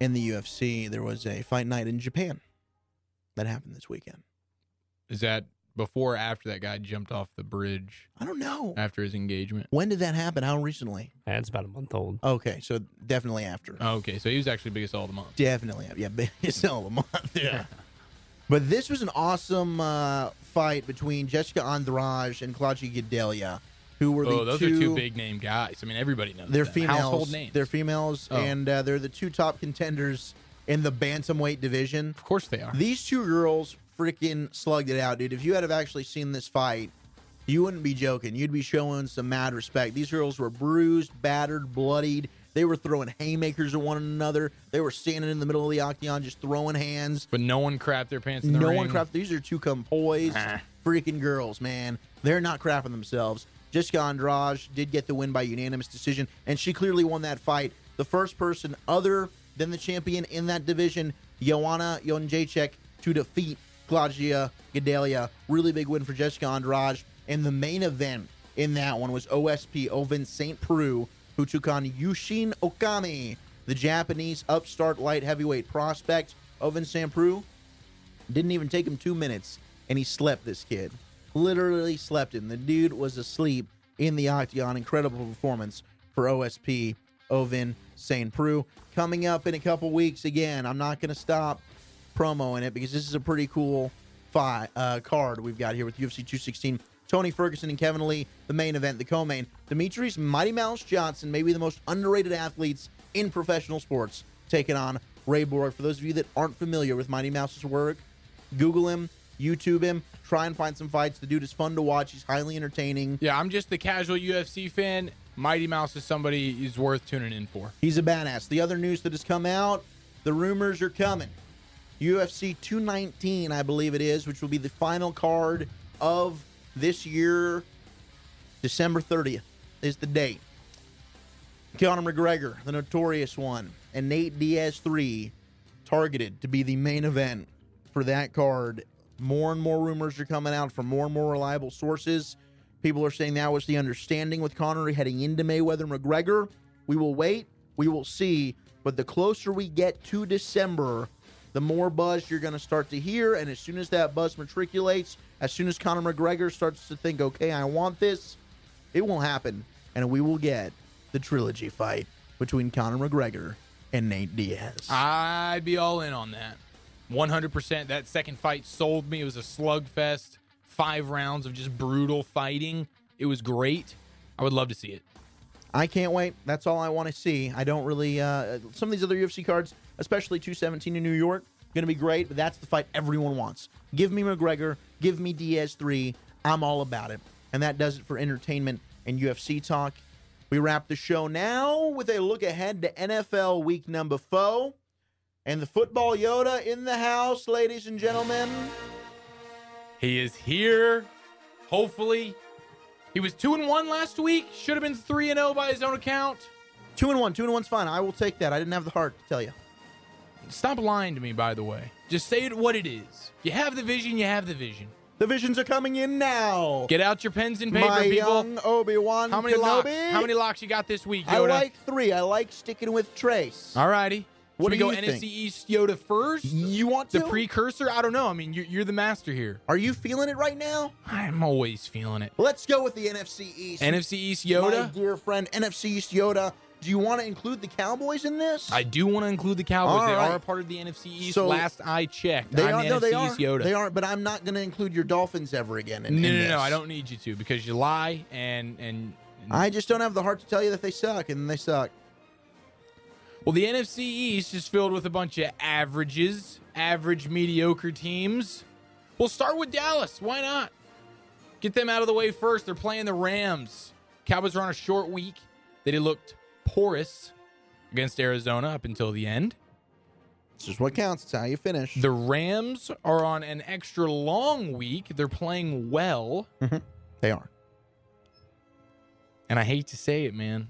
Speaker 1: in the UFC, there was a fight night in Japan that happened this weekend.
Speaker 2: Is that before or after that guy jumped off the bridge
Speaker 1: I don't know.
Speaker 2: after his engagement?
Speaker 1: When did that happen? How recently?
Speaker 3: That's about a month old.
Speaker 1: Okay, so definitely after.
Speaker 2: Oh, okay, so he was actually biggest all of the month.
Speaker 1: Definitely. Yeah, biggest sell of the month. Yeah. But this was an awesome uh, fight between Jessica Andrade and Claudia Gadelia, who were
Speaker 2: Oh,
Speaker 1: the
Speaker 2: those
Speaker 1: two,
Speaker 2: are two big name guys. I mean, everybody knows
Speaker 1: They're
Speaker 2: them.
Speaker 1: females.
Speaker 2: Household names.
Speaker 1: They're females,
Speaker 2: Oh.
Speaker 1: and uh, they're the two top contenders in the bantamweight division. Of
Speaker 2: course they are.
Speaker 1: These two girls freaking slugged it out, dude. If you had have actually seen this fight, you wouldn't be joking. You'd be showing some mad respect. These girls were bruised, battered, bloodied. They were throwing haymakers at one another. They were standing in the middle of the octagon just throwing hands.
Speaker 2: But no one crapped their pants in the
Speaker 1: no
Speaker 2: ring.
Speaker 1: one crap. These are two composed freaking girls, man. They're not crapping themselves. Jessica Andrade did get the win by unanimous decision, and she clearly won that fight. The first person other than the champion in that division, Joanna Jonjacek, to defeat Claudia Gadelia. Really big win for Jessica Andrade. And the main event in that one was OSP Ovin St. Preux, who took on Yushin Okami, the Japanese upstart light heavyweight prospect. Ovin St. Preux didn't even take him two minutes, and he slept this kid. Literally slept him. The dude was asleep in the octagon. Incredible performance for OSP Ovin St. Preux. Coming up in a couple weeks again, I'm not going to stop promoing it because this is a pretty cool fi- uh, card we've got here with UFC 216. Tony Ferguson and Kevin Lee, the main event, the co main. Demetrius Mighty Mouse Johnson, maybe the most underrated athletes in professional sports, taking on Ray Borg. For those of you that aren't familiar with Mighty Mouse's work, Google him, YouTube him, try and find some fights. The dude is fun to watch, he's highly entertaining.
Speaker 2: Yeah, I'm just the casual UFC fan. Mighty Mouse is somebody who's worth tuning in for.
Speaker 1: He's a badass. The other news that has come out, the rumors are coming. UFC 219, I believe it is, which will be the final card of this year. December 30th is the date. Conor McGregor, the notorious one, and Nate Diaz 3 targeted to be the main event for that card. More and more rumors are coming out from more and more reliable sources. People are saying that was the understanding with Conor heading into Mayweather McGregor. We will wait, we will see. But the closer we get to December, the more buzz you're going to start to hear. And as soon as that buzz matriculates, as soon as Conor McGregor starts to think, okay, I want this, it will happen. And we will get the trilogy fight between Conor McGregor and Nate Diaz.
Speaker 2: I'd be all in on that. 100%. That second fight sold me. It was a slugfest, five rounds of just brutal fighting. It was great. I would love to see it.
Speaker 1: I can't wait. That's all I want to see. I don't really. Uh, some of these other UFC cards, especially 217 in New York, going to be great, but that's the fight everyone wants. Give me McGregor. Give me DS3. I'm all about it. And that does it for entertainment and UFC talk. We wrap the show now with a look ahead to NFL week number four. And the football Yoda in the house, ladies and gentlemen.
Speaker 2: He is here. Hopefully, he was two and one last week. Should have been three and zero by his own account.
Speaker 1: Two and one. Two and one's fine. I will take that. I didn't have the heart to tell you.
Speaker 2: Stop lying to me, by the way. Just say it what it is. You have the vision. You have the vision.
Speaker 1: The visions are coming in now.
Speaker 2: Get out your pens and paper,
Speaker 1: My
Speaker 2: people.
Speaker 1: young Obi Wan.
Speaker 2: How many
Speaker 1: Kenobi?
Speaker 2: locks? How many locks you got this week,
Speaker 1: I
Speaker 2: Yoda?
Speaker 1: like three. I like sticking with Trace.
Speaker 2: All righty.
Speaker 1: What
Speaker 2: Should we
Speaker 1: do
Speaker 2: go
Speaker 1: you
Speaker 2: NFC
Speaker 1: think?
Speaker 2: East Yoda first?
Speaker 1: You want
Speaker 2: the
Speaker 1: to?
Speaker 2: precursor? I don't know. I mean, you're, you're the master here.
Speaker 1: Are you feeling it right now?
Speaker 2: I'm always feeling it.
Speaker 1: Let's go with the NFC East.
Speaker 2: NFC East
Speaker 1: My
Speaker 2: Yoda.
Speaker 1: dear friend, NFC East Yoda. Do you want to include the Cowboys in this?
Speaker 2: I do want to include the Cowboys.
Speaker 1: All
Speaker 2: they
Speaker 1: right.
Speaker 2: are a part of the NFC East.
Speaker 1: So-
Speaker 2: last I checked,
Speaker 1: They
Speaker 2: I'm
Speaker 1: are.
Speaker 2: the
Speaker 1: No,
Speaker 2: NFC
Speaker 1: they are.
Speaker 2: East Yoda.
Speaker 1: They aren't. But I'm not going to include your Dolphins ever again.
Speaker 2: No,
Speaker 1: In,
Speaker 2: no,
Speaker 1: in
Speaker 2: no,
Speaker 1: this.
Speaker 2: I don't need you to because you lie and and.
Speaker 1: I just don't have the heart to tell you that they suck, and they suck.
Speaker 2: Well, the NFC East is filled with a bunch of averages, average, mediocre teams. We'll start with Dallas. Why not? Get them out of the way first. They're playing the Rams. Cowboys are on a short week. They looked porous against Arizona up until the end.
Speaker 1: It's just what counts. It's how you finish.
Speaker 2: The Rams are on an extra long week. They're playing well.
Speaker 1: Mm-hmm. They are.
Speaker 2: And I hate to say it, man.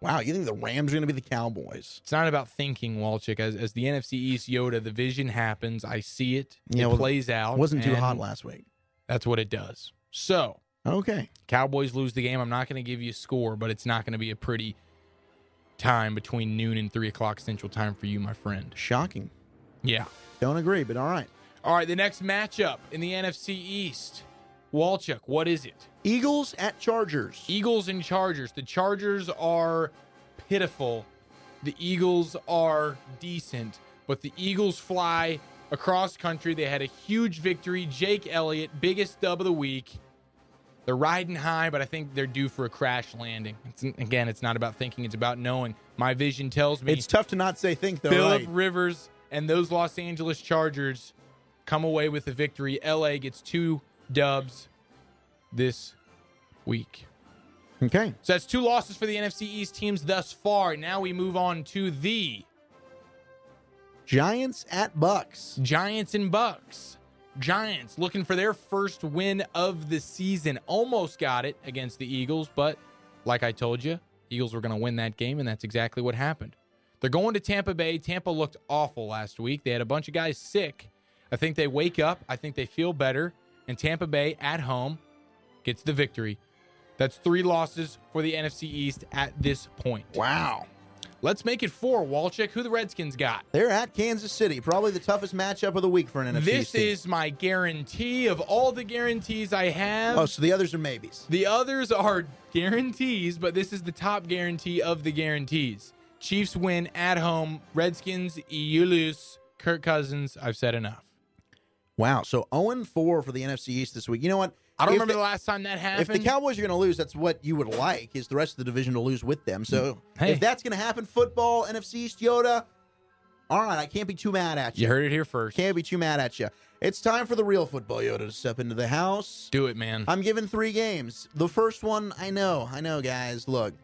Speaker 1: Wow, you think the Rams are going to be the Cowboys?
Speaker 2: It's not about thinking, Walchick. As, as the NFC East Yoda, the vision happens. I see it.
Speaker 1: Yeah,
Speaker 2: it
Speaker 1: well,
Speaker 2: plays out.
Speaker 1: Wasn't too
Speaker 2: and
Speaker 1: hot last week.
Speaker 2: That's what it does. So,
Speaker 1: Okay.
Speaker 2: Cowboys lose the game. I'm not going to give you a score, but it's not going to be a pretty time between noon and three o'clock Central Time for you, my friend.
Speaker 1: Shocking.
Speaker 2: Yeah.
Speaker 1: Don't agree, but all right.
Speaker 2: All right. The next matchup in the NFC East, Walchuk. What is it?
Speaker 1: Eagles at Chargers.
Speaker 2: Eagles and Chargers. The Chargers are pitiful. The Eagles are decent, but the Eagles fly across country. They had a huge victory. Jake Elliott, biggest dub of the week. They're riding high, but I think they're due for a crash landing. It's, again, it's not about thinking, it's about knowing. My vision tells me
Speaker 1: It's tough to not say think they're
Speaker 2: Philip
Speaker 1: right.
Speaker 2: Rivers and those Los Angeles Chargers come away with the victory. LA gets two dubs this week.
Speaker 1: Okay.
Speaker 2: So that's two losses for the NFC East teams thus far. Now we move on to the
Speaker 1: Giants at Bucks.
Speaker 2: Giants and Bucks. Giants looking for their first win of the season. Almost got it against the Eagles, but like I told you, Eagles were going to win that game, and that's exactly what happened. They're going to Tampa Bay. Tampa looked awful last week. They had a bunch of guys sick. I think they wake up. I think they feel better. And Tampa Bay at home gets the victory. That's three losses for the NFC East at this point.
Speaker 1: Wow.
Speaker 2: Let's make it four, Walchick. Who the Redskins got?
Speaker 1: They're at Kansas City. Probably the toughest matchup of the week for an NFC.
Speaker 2: This
Speaker 1: team.
Speaker 2: is my guarantee of all the guarantees I have.
Speaker 1: Oh, so the others are maybes.
Speaker 2: The others are guarantees, but this is the top guarantee of the guarantees. Chiefs win at home. Redskins, you lose. Kirk Cousins, I've said enough.
Speaker 1: Wow. So 0 4 for the NFC East this week. You know what?
Speaker 2: I don't
Speaker 1: If
Speaker 2: remember
Speaker 1: the-
Speaker 2: the last time that
Speaker 1: If
Speaker 2: happened.
Speaker 1: the Cowboys are going to lose, that's what you would like is the rest of the division to lose with them. So
Speaker 2: Mm. Hey.
Speaker 1: if that's going to happen, football, NFC East, Yoda. All right, I can't be too mad at you.
Speaker 2: you heard it here first.
Speaker 1: Can't be too mad at you. It's time for the real football Yoda to step into the house.
Speaker 2: Do it, man.
Speaker 1: I'm giving three games. The first one, I know, I know, guys. Look,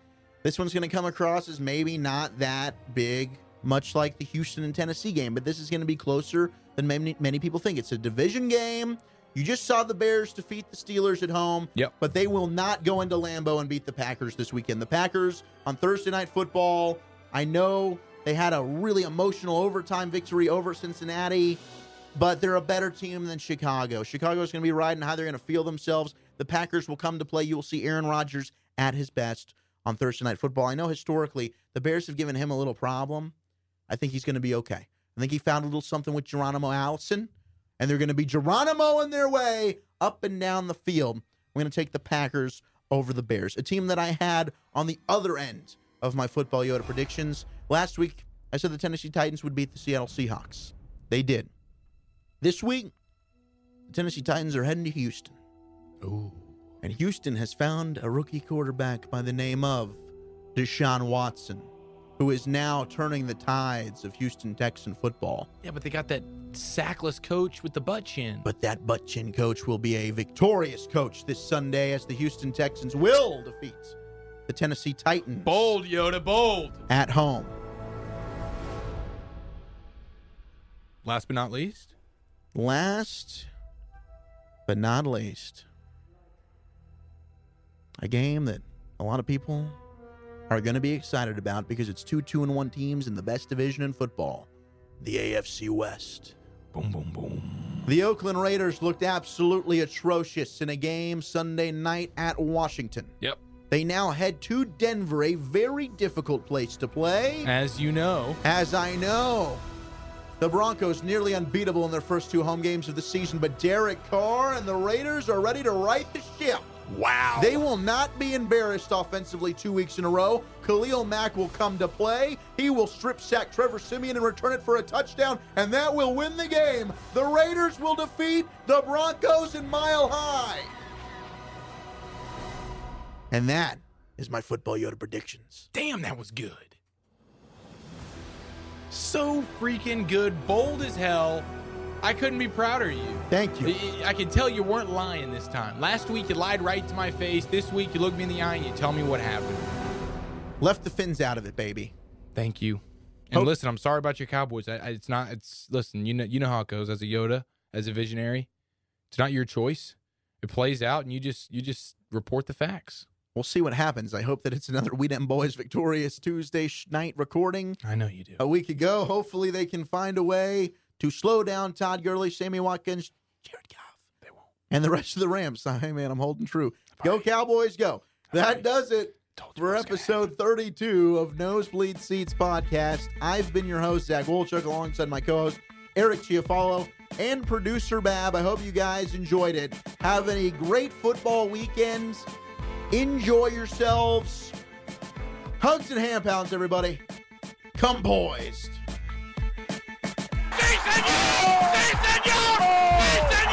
Speaker 1: this one's going to come across as maybe not that big, much like the Houston and Tennessee game, but this is going to be closer than many, many people think. It's a division game. You just saw the Bears defeat the Steelers at home,
Speaker 2: Yep.
Speaker 1: but they will not go into Lambeau and beat the Packers this weekend. The Packers on Thursday Night Football, I know they had a really emotional overtime victory over Cincinnati but they're a better team than Chicago. Chicago's going to be riding how they're going to feel themselves. The Packers will come to play. You will see Aaron Rodgers at his best on Thursday Night Football. I know historically the Bears have given him a little problem. I think he's going to be okay. I think he found a little something with Geronimo Allison, and they're going to be Geronimo in their way up and down the field. We're going to take the Packers over the Bears, a team that I had on the other end of my football Yoda predictions. Last week, I said the Tennessee Titans would beat the Seattle Seahawks. They did. This week, the Tennessee Titans are heading to Houston.
Speaker 2: Ooh.
Speaker 1: And Houston has found a rookie quarterback by the name of Deshaun Watson, who is now turning the tides of Houston Texan football.
Speaker 2: Yeah, but they got that sackless coach with the butt chin.
Speaker 1: But that butt chin coach will be a victorious coach this Sunday as the Houston Texans will defeat the Tennessee Titans
Speaker 2: Bold, Yoda, bold.
Speaker 1: at home.
Speaker 2: Last but not least,
Speaker 1: Last but not least, a game that a lot of people are going to be excited about because it's two 2 and 1 teams in the best division in football, the AFC West.
Speaker 2: boom, boom, boom.
Speaker 1: The Oakland Raiders looked absolutely atrocious in a game Sunday night at Washington.
Speaker 2: Yep.
Speaker 1: They now head to Denver, a very difficult place to play.
Speaker 2: As you know,
Speaker 1: As I know, the Broncos nearly unbeatable in their first two home games of the season, but Derek Carr and the Raiders are ready to right the ship.
Speaker 2: wow.
Speaker 1: They will not be embarrassed offensively two weeks in a row. Khalil Mack will come to play. He will strip sack Trevor Simeon and return it for a touchdown, and that will win the game. The Raiders will defeat the Broncos in mile high. And that is my football Yoda predictions.
Speaker 2: Damn, that was good. So freaking good, bold as hell. I couldn't be prouder of you.
Speaker 1: Thank you.
Speaker 2: I- I I can tell you weren't lying this time. Last week you lied right to my face. This week you looked me in the eye and you tell me what happened.
Speaker 1: Left the fins out of it, baby.
Speaker 2: Thank you. And listen, I'm sorry about your Cowboys. I, I, it's not. It's listen. You know. You know how it goes. As a Yoda, as a visionary, it's not your choice. It plays out, and you just you just report the facts.
Speaker 1: We'll see what happens. I hope that it's another We Dem Boys Victorious Tuesday sh- night recording.
Speaker 2: I know you do.
Speaker 1: a week ago. Hopefully, they can find a way to slow down Todd Gurley, Sammy Watkins, Jared Goff, and the rest of the Rams. Hey, man, I'm holding true. Go, Cowboys, go. That does it for episode 32 of Nosebleed Seats podcast. I've been your host, Zach Wolchuk, alongside my co host, Eric Chiafalo, and producer Bab. I hope you guys enjoyed it. Have a great football weekend. Enjoy yourselves. Hugs and hand pounds, everybody. Come poised.
Speaker 18: Jason Young! Jason Young! Jason